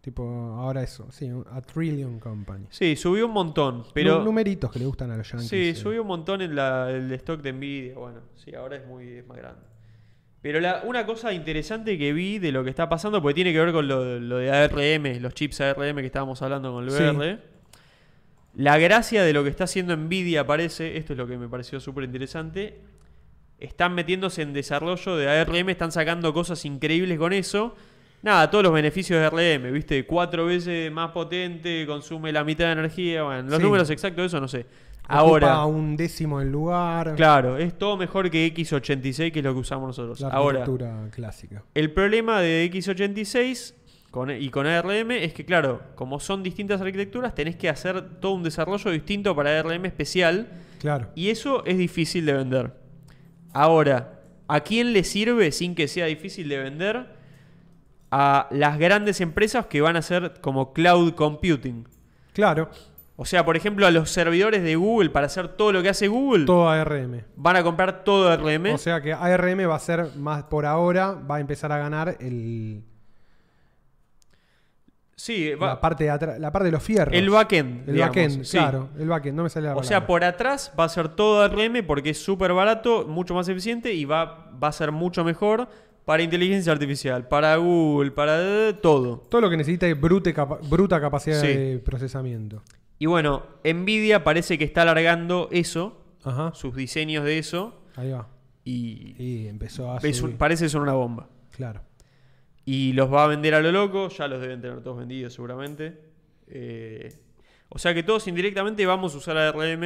B: Tipo, ahora eso. Sí, un- a Trillion Company.
A: Sí, subió un montón. Pero.
B: Nu- numeritos que le gustan a los yankees.
A: Sí,
B: eh.
A: subió un montón en la- el stock de Nvidia. Bueno, sí, ahora es muy es más grande. Pero la- una cosa interesante que vi de lo que está pasando, porque tiene que ver con lo, lo de ARM, los chips ARM que estábamos hablando con el
B: Sí.
A: VR. La gracia de lo que está haciendo Nvidia parece, esto es lo que me pareció súper interesante, están metiéndose en desarrollo de ARM, están sacando cosas increíbles con eso. Nada, todos los beneficios de ARM, ¿viste? Cuatro veces más potente, consume la mitad de energía, bueno, los
B: Sí.
A: números exactos de eso no sé.
B: Ocupa
A: Ahora,
B: un décimo del lugar.
A: claro, es todo mejor que X86, que es lo que usamos nosotros.
B: La
A: Ahora,
B: arquitectura clásica.
A: el problema de X86 con, y con ARM es que, claro, como son distintas arquitecturas, tenés que hacer todo un desarrollo distinto para ARM especial.
B: Claro.
A: Y eso es difícil de vender. Ahora, ¿a quién le sirve sin que sea difícil de vender? A las grandes empresas que van a hacer como cloud computing.
B: Claro.
A: O sea, por ejemplo, a los servidores de Google para hacer todo lo que hace Google,
B: Todo ARM.
A: van a comprar todo ARM.
B: O sea que ARM va a ser más por ahora, va a empezar a ganar el,
A: sí,
B: la,
A: va-
B: parte de atrás- la parte de los fierros.
A: el backend.
B: El
A: digamos,
B: backend,
A: sí.
B: claro. El backend, no me sale la
A: O sea,
B: palabra.
A: por atrás va a ser todo ARM porque es súper barato, mucho más eficiente y va, va a ser mucho mejor para inteligencia artificial, para Google, para eh, todo.
B: Todo lo que necesita es brute capa- bruta capacidad
A: Sí.
B: de procesamiento.
A: Y bueno, Nvidia parece que está alargando eso,
B: Ajá.
A: sus diseños de eso,
B: Ahí va.
A: y
B: Y empezó a
A: es un-
B: subir.
A: parece que son una bomba.
B: Claro.
A: Y los va a vender a lo loco, ya los deben tener todos vendidos seguramente. Eh, o sea que todos indirectamente vamos a usar ARM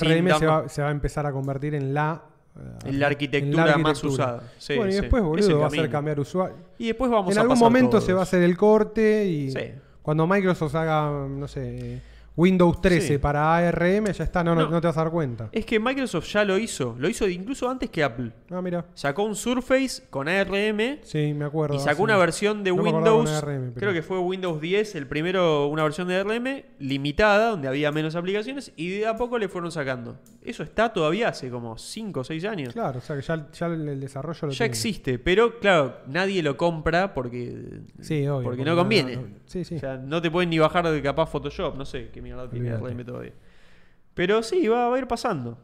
A: Sin
B: se
A: darnos-
B: va, se va a empezar a convertir en la... eh,
A: En la arquitectura más usada. Sí,
B: bueno, y
A: sí.
B: después,
A: Es
B: boludo,
A: el
B: va a ser
A: camino.
B: cambiar usuario.
A: y después vamos
B: en
A: a
B: algún
A: pasar
B: momento
A: todos.
B: se va a hacer el corte y
A: Sí.
B: cuando Microsoft haga, no sé, Windows 13
A: Sí.
B: para ARM, ya está, no, no-
A: No. Eh.
B: no te vas a dar cuenta.
A: Es que Microsoft ya lo hizo, lo hizo incluso antes que Apple.
B: Ah, mira.
A: Sacó un Surface con ARM
B: Sí, me acuerdo.
A: Y sacó
B: hace-
A: una versión de
B: no me acordaba
A: Windows,
B: con ARM, pero-
A: creo que fue Windows 10, el primero, una versión de ARM limitada, donde había menos aplicaciones, y de a poco le fueron sacando. Eso está todavía hace como 5 o 6 años.
B: Claro, o sea que ya, ya el el desarrollo lo
A: ya
B: tiene.
A: existe, pero claro, nadie lo compra porque,
B: Sí, obvio,
A: porque
B: porque
A: no
B: no-
A: conviene.
B: no- sí, sí.
A: O sea, no te pueden ni bajar de capaz Photoshop, no sé qué mierda tiene
B: Olvídate.
A: ARM todavía. Pero sí, va, va a ir pasando.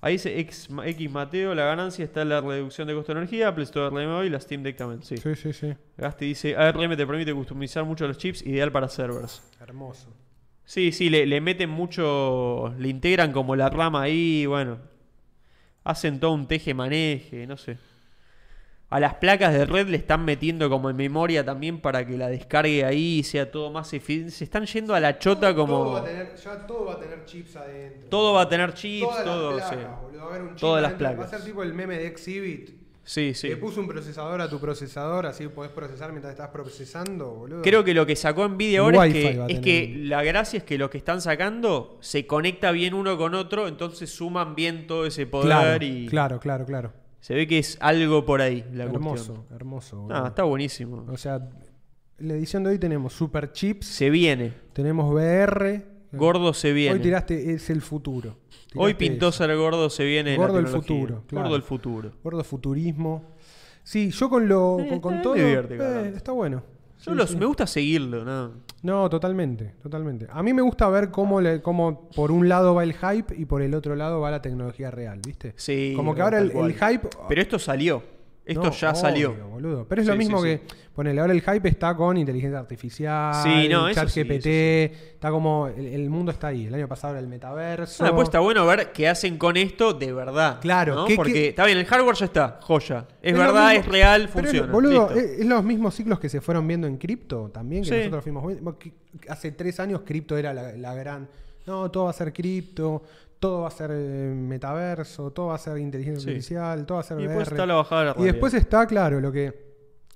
A: Ahí dice X, X Mateo, la ganancia está en la reducción de costo de energía, Apple Store ARM hoy y la Steam Deck también, sí.
B: Sí, sí, sí.
A: Gasti dice, ARM te permite customizar mucho los chips, ideal para servers.
B: Hermoso.
A: Sí, sí, le, le meten mucho, le integran como la rama ahí, bueno. Hacen todo un teje maneje, no sé. A las placas de red le están metiendo como en memoria también para que la descargue ahí y sea todo más eficiente. Se están yendo a la chota como...
B: tener, ya todo va a tener chips adentro.
A: Todo va a tener chips, todo... sí. Todas las
B: Va a ser
A: placas.
B: tipo el meme de Exhibit.
A: Sí, sí.
B: Le puso un procesador a tu procesador, así podés procesar mientras estás procesando, boludo.
A: Creo que lo que sacó Nvidia ahora es
B: Wi-Fi va
A: que,
B: a
A: es
B: tener.
A: que la gracia es que los que están sacando se conecta bien uno con otro, entonces suman bien todo ese poder
B: claro,
A: y
B: claro, claro, claro.
A: se ve que es algo por ahí la cuestión.
B: hermoso, hermoso, boludo.
A: Ah, está buenísimo.
B: O sea, la edición de hoy tenemos super chips,
A: Se viene.
B: tenemos VR.
A: Gordo se viene.
B: Hoy tiraste es el futuro. Tiraste
A: Hoy pintó
B: eso.
A: ser gordo se viene.
B: Gordo
A: la
B: el
A: tecnología.
B: futuro, claro.
A: Gordo el futuro.
B: Gordo futurismo. Sí, yo con lo
A: Eh,
B: con, con
A: está-
B: todo
A: divierte,
B: eh,
A: cabrón.
B: está bueno.
A: Yo
B: Sí,
A: los,
B: sí.
A: me gusta seguirlo, ¿no?
B: No, totalmente, totalmente. A mí me gusta ver cómo, le- cómo por un lado va el hype y por el otro lado va la tecnología real, ¿viste?
A: Sí.
B: Como que
A: tal
B: ahora el,
A: cual.
B: el hype...
A: Pero esto salió. Esto
B: No,
A: ya
B: obvio,
A: salió.
B: boludo. Pero es lo
A: Sí,
B: mismo
A: sí,
B: que, ponele, ahora el hype está con inteligencia artificial,
A: Sí, no, eso
B: chat
A: sí,
B: GPT, está como, el, el mundo está ahí. El año pasado era el metaverso.
A: Ah, después está bueno ver qué hacen con esto de verdad.
B: Claro,
A: ¿no?
B: ¿qué-
A: Porque
B: qué-
A: está bien, el hardware ya está, joya. Es,
B: lo
A: verdad,
B: mismo-
A: es real,
B: pero es-
A: funciona.
B: boludo, eh,
A: listo.
B: es, es los mismos ciclos que se fueron viendo en cripto también, que
A: Sí.
B: nosotros fuimos viendo. Bueno, que- Hace tres años cripto era la, la gran... no, todo va a ser cripto, todo va a ser eh, metaverso, todo va a ser inteligencia
A: Sí.
B: artificial, todo va a ser
A: Y después
B: VR.
A: está la bajada de la
B: Y después
A: realidad.
B: está, claro, lo que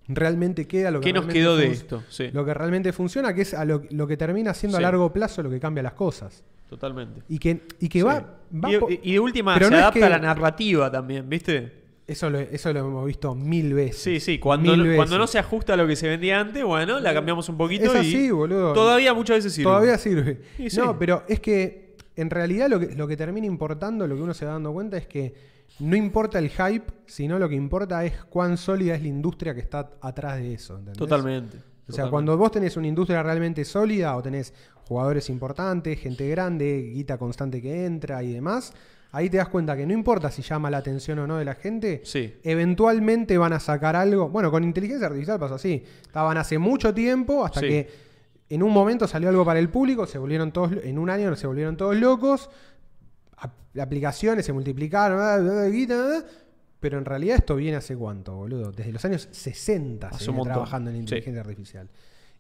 B: realmente queda, lo que
A: ¿Qué nos
B: realmente
A: quedó de
B: func-
A: esto? Sí.
B: Lo que realmente funciona, que es a lo, lo que termina siendo
A: Sí.
B: a largo plazo lo que cambia las cosas.
A: Totalmente.
B: Y que, y que va... va po-
A: y, y de última
B: Pero
A: se
B: no es
A: adapta
B: que-
A: a la narrativa también, ¿viste?
B: Eso lo, eso lo hemos visto mil veces.
A: Sí, sí, cuando,
B: Mil
A: no- cuando
B: veces.
A: no se ajusta a lo que se vendía antes, bueno, la cambiamos un poquito
B: Es
A: y
B: así, boludo.
A: todavía muchas veces sirve.
B: Todavía sirve.
A: Y sí.
B: no, pero es que en realidad lo que, lo que termina importando, lo que uno se va dando cuenta es que no importa el hype, sino lo que importa es cuán sólida es la industria que está atrás de eso. ¿entendés?
A: Totalmente.
B: O sea,
A: totalmente.
B: cuando vos tenés una industria realmente sólida o tenés jugadores importantes, gente grande, guita constante que entra y demás, ahí te das cuenta que no importa si llama la atención o no de la gente,
A: Sí.
B: eventualmente van a sacar algo. Bueno, con inteligencia artificial pasó así. Estaban hace mucho tiempo hasta
A: Sí.
B: que en un momento salió algo para el público, se volvieron todos, lo- en un año se volvieron todos locos, ap- aplicaciones se multiplicaron, ah, ah, guita, ah, pero en realidad esto viene hace cuánto, boludo. Desde los años 60
A: Hace
B: se
A: un
B: viene
A: montón.
B: trabajando en
A: Sí.
B: inteligencia artificial.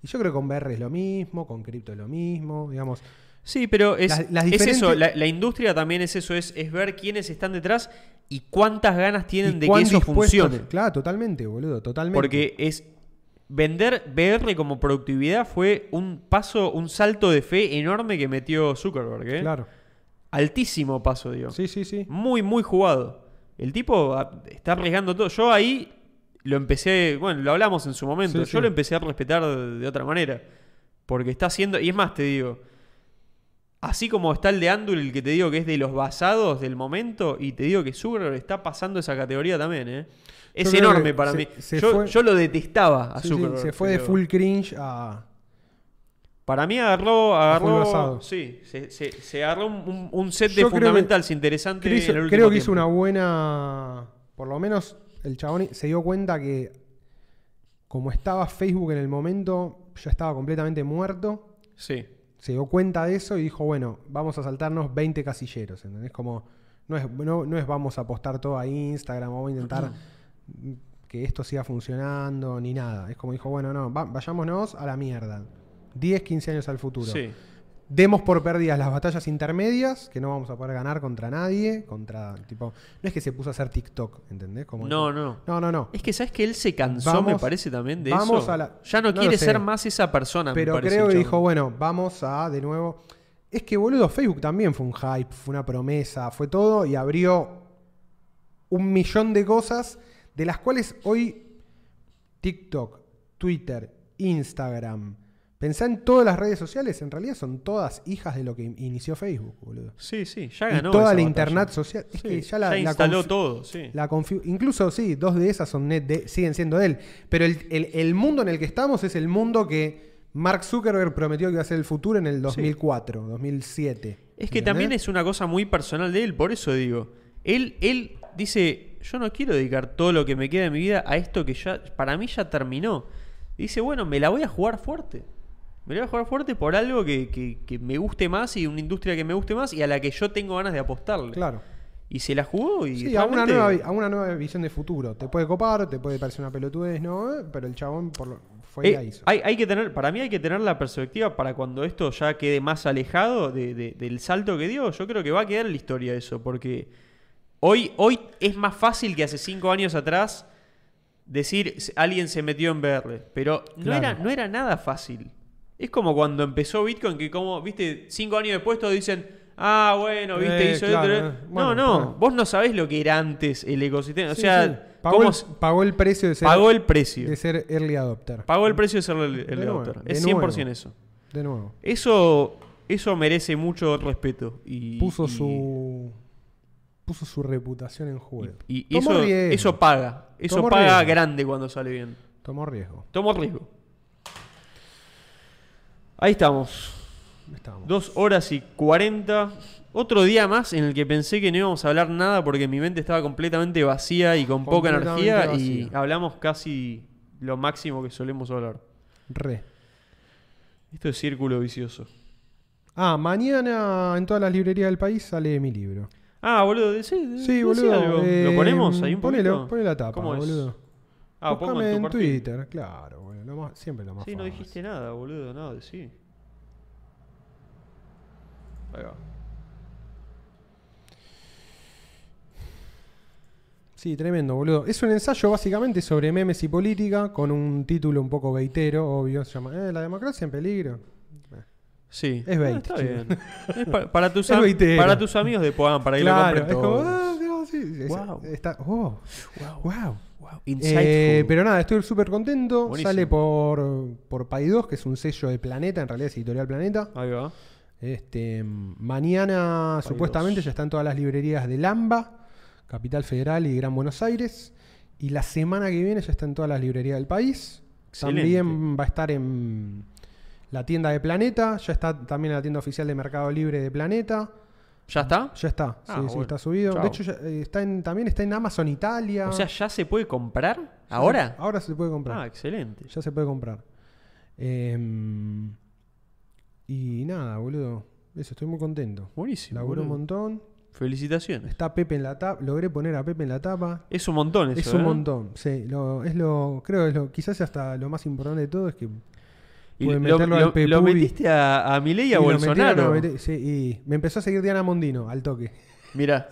B: Y yo creo que con VR es lo mismo, con cripto es lo mismo, digamos.
A: Sí, pero es,
B: Las- las
A: es
B: diferentes-
A: eso, la, la industria también es eso, es, es ver quiénes están detrás y cuántas ganas tienen
B: ¿Y
A: de que
B: cuán
A: eso
B: dispuestos-
A: funcione.
B: Claro, totalmente, boludo, totalmente.
A: Porque es vender VR como productividad fue un paso, un salto de fe enorme que metió Zuckerberg. ¿eh?
B: Claro.
A: Altísimo paso, digo.
B: Sí, sí, sí.
A: Muy, muy jugado. El tipo ah, está arriesgando todo. Yo ahí lo empecé, bueno, lo hablamos en su momento.
B: Sí,
A: Yo
B: sí.
A: lo empecé a respetar de, de otra manera. Porque está haciendo, y es más, te digo, así como está el de Andul, el que te digo que es de los basados del momento, y te digo que Zuckerberg está pasando esa categoría también, ¿eh? Es
B: creo
A: enorme
B: que
A: para
B: se-
A: mí.
B: se
A: yo,
B: fue-
A: yo lo detestaba a
B: Sí, sí,
A: Zuckerberg.
B: se fue de
A: pero-
B: full cringe a.
A: Para mí agarró, agarró
B: full basado.
A: sí, se, se- se agarró un, un set de
B: Yo creo que-
A: fundamentals interesante.
B: Creo,
A: en el último
B: creo que hizo
A: tiempo.
B: una buena. Por lo menos el chabón se dio cuenta que. Como estaba Facebook en el momento, ya estaba completamente muerto.
A: Sí.
B: se dio cuenta de eso y dijo, bueno, vamos a saltarnos 20 casilleros, ¿entendés? Como, no es, no, no es vamos a apostar todo a Instagram, vamos a intentar que esto siga funcionando, ni nada. Es como dijo, bueno, no, va- vayámonos a la mierda. 10, 15 años al futuro.
A: Sí.
B: Demos por perdidas las batallas intermedias, que no vamos a poder ganar contra nadie, contra, tipo, no es que se puso a hacer TikTok, ¿entendés? Como
A: No, no.
B: No, no, no.
A: Es que sabes que él se cansó,
B: Vamos-
A: me parece también, de
B: vamos
A: eso.
B: a la-
A: ya no,
B: no lo
A: quiere
B: sé.
A: ser más esa persona. me
B: Pero
A: parece,
B: creo
A: el
B: que
A: chabón.
B: dijo, bueno, vamos a de nuevo. Es que, boludo, Facebook también fue un hype, fue una promesa, fue todo y abrió un millón de cosas de las cuales hoy TikTok, Twitter, Instagram, pensá en todas las redes sociales, en realidad son todas hijas de lo que in- inició Facebook, boludo.
A: Sí, sí, ya
B: Y
A: ganó.
B: toda
A: esa
B: la
A: batalla.
B: internet social. Es
A: Sí,
B: que ya la, la
A: instaló
B: confi-
A: todo, sí.
B: la confi- incluso sí, dos de esas son net de- siguen siendo de él. Pero el, el- el mundo en el que estamos es el mundo que Mark Zuckerberg prometió que iba a ser el futuro en el 2004, 2007.
A: Es que también
B: ¿Entendés?
A: es una cosa muy personal de él, por eso digo. Él, él dice, yo no quiero dedicar todo lo que me queda de mi vida a esto que ya, para mí ya terminó. Dice, bueno, me la voy a jugar fuerte. Me la voy a jugar fuerte por algo que, que- que me guste más y una industria que me guste más y a la que yo tengo ganas de apostarle.
B: Claro.
A: Y se la jugó y...
B: Sí, a una,
A: realmente-
B: nueva, vi- a una nueva visión de futuro. Te puede copar, te puede parecer una pelotudez, ¿no? Eh, Pero el chabón por lo- fue y
A: Eh,
B: la hizo.
A: hay, hay que tener, para mí hay que tener la perspectiva para cuando esto ya quede más alejado de- de- del salto que dio. Yo creo que va a quedar en la historia eso, porque hoy, hoy es más fácil que hace cinco años atrás decir "S- alguien se metió en VR, pero no,
B: Claro.
A: era, no era nada fácil. Es como cuando empezó Bitcoin, que como, viste, cinco años después todos dicen, ah, bueno, viste,
B: Eh,
A: hizo
B: claro,
A: esto,
B: eh.
A: eh".
B: Bueno,
A: no, no,
B: claro.
A: vos no sabés lo que era antes el ecosistema. o
B: Sí,
A: sea,
B: sí. pagó,
A: cómo
B: el,
A: s-
B: pagó el precio de ser,
A: pagó el precio.
B: de ser early adopter.
A: Pagó el precio de ser el, el
B: De nuevo,
A: autor.
B: de
A: Es
B: nuevo.
A: 100% eso.
B: De nuevo.
A: Eso eso merece mucho respeto. Y,
B: Puso
A: y-
B: su. Puso su reputación en juego.
A: Y, y
B: Tomó
A: eso,
B: riesgo.
A: eso paga. Eso
B: Tomó
A: paga
B: riesgo.
A: grande cuando sale bien.
B: Tomó riesgo.
A: Tomo riesgo. Ahí estamos.
B: Estábamos.
A: Dos horas y cuarenta. Otro día más en el que pensé que no íbamos a hablar nada porque mi mente estaba completamente vacía y con poca
B: Completamente
A: energía. Y
B: vacía.
A: hablamos casi lo máximo que solemos hablar.
B: Re.
A: Esto es círculo vicioso.
B: Ah, mañana en todas las librerías del país sale mi libro.
A: Ah, boludo, de- sí, de-
B: Sí,
A: decí
B: boludo.
A: algo.
B: eh,
A: ¿Lo ponemos ahí un
B: ponelo,
A: poquito?
B: Poné la tapa,
A: ¿Cómo es?
B: boludo.
A: Ah, pongo
B: Buscame
A: en
B: en,
A: tu perfil.
B: Twitter, claro, bueno, lo más- siempre lo más
A: Sí, no
B: fácil.
A: dijiste nada, boludo, nada, sí.
B: Ahí va. Sí, tremendo, boludo. Es un ensayo básicamente sobre memes y política, con un título un poco beitero, obvio. Se llama eh, La democracia en peligro.
A: Sí.
B: Es bait,
A: Ah, está
B: chico.
A: bien. Es pa- para, tus
B: Es
A: am-
B: baitero.
A: para tus amigos de Poam, para que
B: claro,
A: lo
B: es como.
A: compren
B: Ah, no, sí, es-
A: Wow.
B: Está, oh, wow.
A: Wow.
B: Eh, pero nada, estoy súper contento.
A: Buenísimo.
B: Sale por, por Pai 2, que es un sello de Planeta, en realidad es Editorial Planeta.
A: Ahí va.
B: Este, mañana, supuestamente, ya están todas las librerías de Lamba, Capital Federal y Gran Buenos Aires. Y la semana que viene ya están todas las librerías del país.
A: Excelente.
B: También va a estar en la tienda de Planeta. Ya está también la tienda oficial de Mercado Libre de Planeta.
A: ¿Ya está?
B: Ya está,
A: Ah,
B: sí, sí,
A: bueno.
B: está subido.
A: Chau.
B: De hecho, ya, eh, está en- también está en Amazon Italia.
A: O sea, ¿ya se puede comprar? ¿Ahora?
B: Ahora se puede comprar.
A: Ah, excelente.
B: Ya se puede comprar. Em, y nada, boludo. Eso, estoy muy contento.
A: Buenísimo.
B: Laburé un
A: boludo.
B: montón.
A: Felicitaciones.
B: Está Pepe en la tapa. Logré poner a Pepe en la tapa.
A: Es un montón eso.
B: es un
A: ¿eh?
B: montón. Sí, lo, es lo. Creo que es lo. Quizás hasta lo más importante de todo es que.
A: Y
B: Puede
A: lo,
B: meterlo al
A: lo-
B: Pepubi.
A: lo metiste a, a Milei y a
B: y lo
A: Bolsonaro.
B: metieron a meter- sí, y me empezó a seguir Diana Mondino al toque.
A: Mira,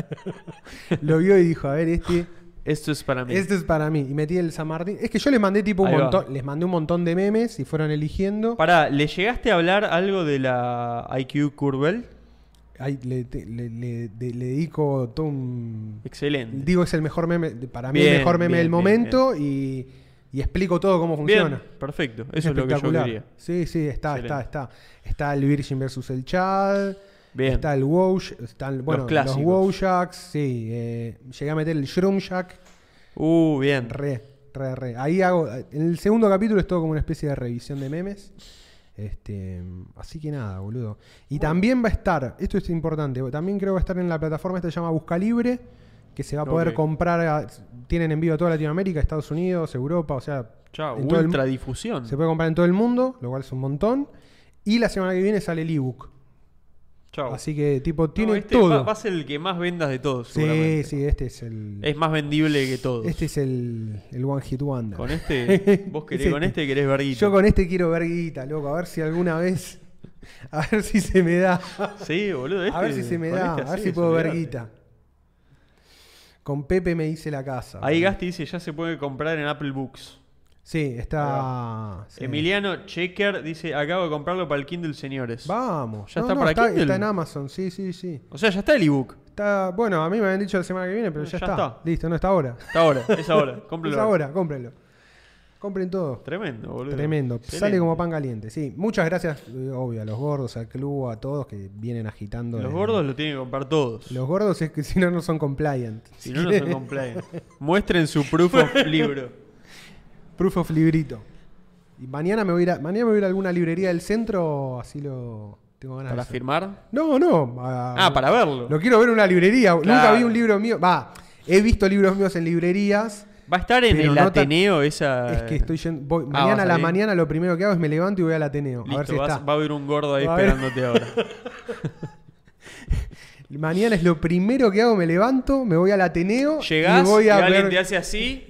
B: Lo vio y dijo, a ver, este.
A: esto es para mí.
B: Este es para mí. Y metí el San Martín. Es que yo les mandé tipo un
A: Ahí va.
B: montón. Les mandé un montón de memes y fueron eligiendo.
A: Pará, ¿le llegaste a hablar algo de la IQ Curbel?
B: Ahí le, te- le- le- de- le dedico todo un.
A: Excelente.
B: Digo, es el mejor meme. Para mí, el
A: Bien,
B: mejor meme
A: bien,
B: del
A: bien,
B: momento. Y, y explico todo cómo
A: Bien,
B: funciona.
A: perfecto. Eso es, lo que yo
B: espectacular.
A: quería.
B: Sí, sí, está, está,
A: Excelente.
B: está. Está el Virgin versus el Chad.
A: Bien.
B: Está el Wow. Están, bueno, los,
A: clásicos.
B: Wowjacks. Sí, eh, llegué a meter el Shroomjack.
A: Uh, bien.
B: Re, re, re. Ahí hago. En el segundo capítulo es todo como una especie de revisión de memes. Este, así que nada, boludo. Y también va a estar, esto es importante, también creo que va a estar en la plataforma esta que se llama Busca Libre, que se va a poder
A: Ok.
B: comprar, a- tienen envío a toda Latinoamérica, Estados Unidos, Europa, o sea,
A: Chao,
B: en todo el-
A: ultra difusión.
B: se puede comprar en todo el mundo, lo cual es un montón. Y la semana que viene sale el ebook.
A: Chao.
B: Así que, tipo, tiene
A: No, este
B: todo.
A: Va, va a ser el que más vendas de todos,
B: sí,
A: seguramente.
B: sí, este es el.
A: Es más vendible que todos.
B: Este es el, el One Hit Wonder.
A: Con este, vos querés,
B: Es
A: con
B: este.
A: este querés ver guita.
B: Yo con este quiero ver guita, loco. A ver si alguna vez. A ver si se me da.
A: Sí, boludo.
B: A
A: este-
B: ver si se me
A: con
B: da.
A: este
B: A ver
A: así
B: si
A: es,
B: puedo ver
A: olvidate.
B: guita. Con Pepe me hice la casa.
A: Ahí Gasti dice, ya se puede comprar en Apple Books.
B: Sí, está. sí.
A: Emiliano Checker dice, acabo de comprarlo para el Kindle, señores.
B: Vamos.
A: ¿Ya
B: No,
A: está
B: no,
A: para
B: está,
A: Kindle?
B: está en Amazon, sí, sí, sí.
A: O sea, ya está el ebook.
B: Está, bueno, a mí me habían dicho la semana que viene, pero
A: Eh,
B: ya,
A: ya
B: está.
A: está.
B: Listo, no está ahora.
A: Está ahora, es ahora. Cómpralo.
B: Es ahora, cómprenlo. Compren todo.
A: Tremendo, boludo.
B: Tremendo,
A: Excelente.
B: sale como pan caliente. Sí, muchas gracias, eh, obvio, a los gordos, al club, a todos que vienen agitando.
A: Los
B: desde-
A: gordos lo tienen que comprar todos.
B: Los gordos es que si no, no son compliant.
A: Si no, no son compliant. Muestren su proof of libro.
B: Proof of librito. Y mañana me voy a ir a, mañana me voy a, ir a alguna librería del centro, así lo tengo ganas de
A: ¿Para
B: hacer.
A: firmar?
B: No, no. a-
A: Ah, para verlo.
B: Lo quiero ver en una librería. Nunca
A: Claro.
B: vi un libro mío. Va, he visto libros míos en librerías.
A: ¿Va a estar en el
B: Pero no tan-
A: Ateneo esa...?
B: Es que estoy yendo. voy-
A: Eh. Ah,
B: mañana a
A: vas
B: la
A: ahí.
B: mañana lo primero que hago es me levanto y voy al Ateneo.
A: Listo,
B: a ver si
A: vas-
B: está.
A: va a haber un gordo ahí
B: Va a haber-
A: esperándote ahora.
B: Mañana es lo primero que hago, me levanto, me voy al Ateneo
A: Llegás
B: y voy
A: y
B: a
A: alguien
B: ver...
A: te hace así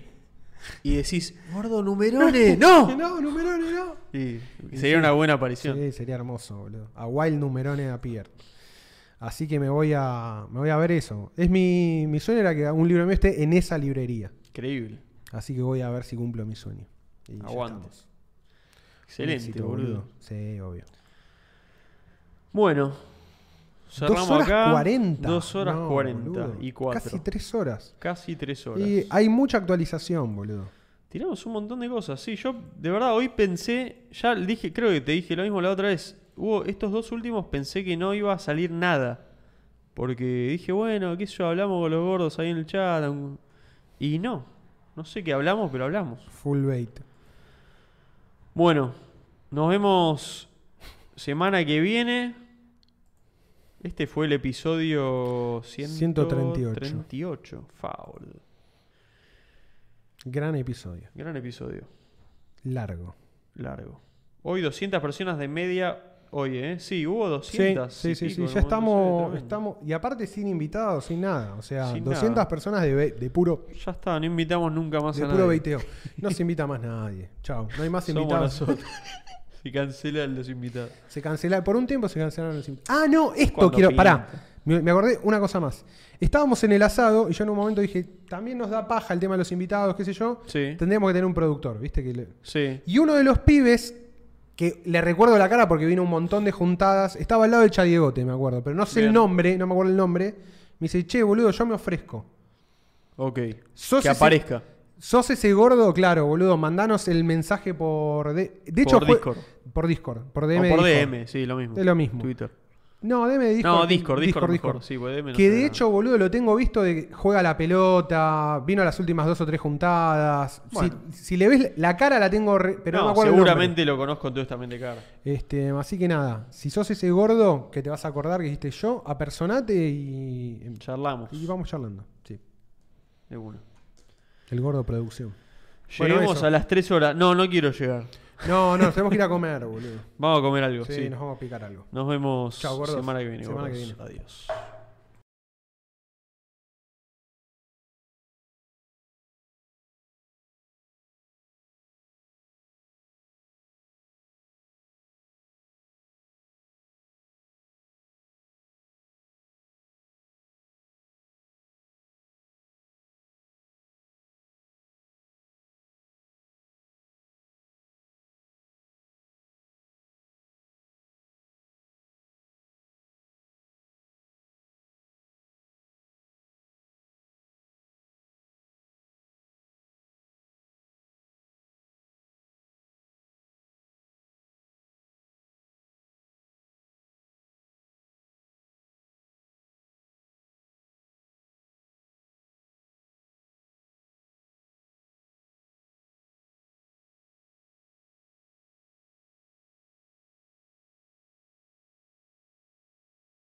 A: y decís, gordo numerones, no.
B: No, numerones, no.
A: Y sería una buena aparición.
B: Sí, sería hermoso, boludo. A Wild Numerone a Pierre. Así que me voy a me voy a ver eso. Es mi, mi sueño era que un libro mío esté en esa librería.
A: Increíble.
B: Así que voy a ver si cumplo mi sueño. Y ya estamos.
A: Aguantes. Excelente,
B: Éxito,
A: boludo.
B: Sí, obvio.
A: Bueno, cerramos
B: Dos horas
A: acá.
B: 40.
A: 2 horas
B: No,
A: 40
B: boludo.
A: y 4.
B: Casi tres horas.
A: Casi tres horas.
B: Y hay mucha actualización, boludo.
A: Tiramos un montón de cosas. Sí, yo de verdad hoy pensé, ya dije, creo que te dije lo mismo la otra vez. Hubo estos dos últimos pensé que no iba a salir nada. Porque dije, bueno, qué sé yo, hablamos con los gordos ahí en el chat. un- Y no, no sé qué hablamos, pero hablamos.
B: Full bait.
A: Bueno, nos vemos semana que viene. Este fue el episodio
B: 138.
A: 138. Fa, boludo.
B: Gran episodio.
A: Gran episodio.
B: Largo.
A: largo. Hoy 200 personas de media. Hoy, ¿eh? Sí, hubo 200.
B: sí,
A: y
B: sí,
A: pico
B: sí,
A: en
B: Ya
A: un momento,
B: estamos,
A: sí, tremendo.
B: estamos. Y aparte sin invitados, sin nada. O sea,
A: Sin
B: 200
A: nada.
B: personas de, be- de puro,
A: Ya está, no invitamos nunca más
B: de
A: a
B: puro
A: nadie.
B: beiteo. No se invita más nadie. Chao. No hay más
A: Somos
B: invitados.
A: nosotros. Se cancelan los invitados.
B: Se cancela, por un tiempo se cancelaron los invitados. Ah, no, esto
A: Cuando
B: quiero.
A: pinta.
B: Pará, me, me acordé una cosa más. Estábamos en el asado y yo en un momento dije, también nos da paja el tema de los invitados, qué sé yo.
A: Sí.
B: Tendríamos que tener un productor, ¿viste? Que le-
A: Sí.
B: Y uno de los pibes, que le recuerdo la cara porque vino un montón de juntadas, estaba al lado de Chadiegote, me acuerdo, pero no sé
A: Bien.
B: el nombre, no me acuerdo el nombre. Me dice, che, boludo, yo me ofrezco.
A: Ok.
B: Sos
A: que
B: ese-
A: aparezca.
B: ¿Sos ese gordo? Claro, boludo. Mandanos el mensaje por. De, de hecho,
A: Por
B: fue-
A: Discord.
B: Por Discord. Por
A: O
B: DM.
A: por
B: de Discord.
A: DM, sí, lo mismo.
B: Es lo mismo.
A: Twitter.
B: No, DM de Discord.
A: No, Discord, Discord mejor. Sí, pues DM no
B: que
A: se
B: de
A: ve
B: hecho, boludo, lo tengo visto de que juega la pelota, vino a las últimas dos o tres juntadas. Si- Si, le ves la cara, la tengo. re- pero no,
A: No,
B: me acuerdo. el nombre.
A: seguramente lo conozco justamente cara.
B: Este, así que nada, si sos ese gordo que te vas a acordar que dijiste yo, apersonate y.
A: Charlamos.
B: Y vamos charlando. Sí.
A: De una.
B: El gordo producción. Bueno,
A: Lleguemos
B: eso.
A: a las 3 horas. No, no quiero llegar.
B: No, no, tenemos que ir a comer, boludo.
A: Vamos a comer algo.
B: Sí,
A: sí.
B: nos vamos a picar algo.
A: Nos vemos
B: Chau, gordos.
A: semana que viene.
B: Semana que
A: gordos.
B: viene.
A: Adiós.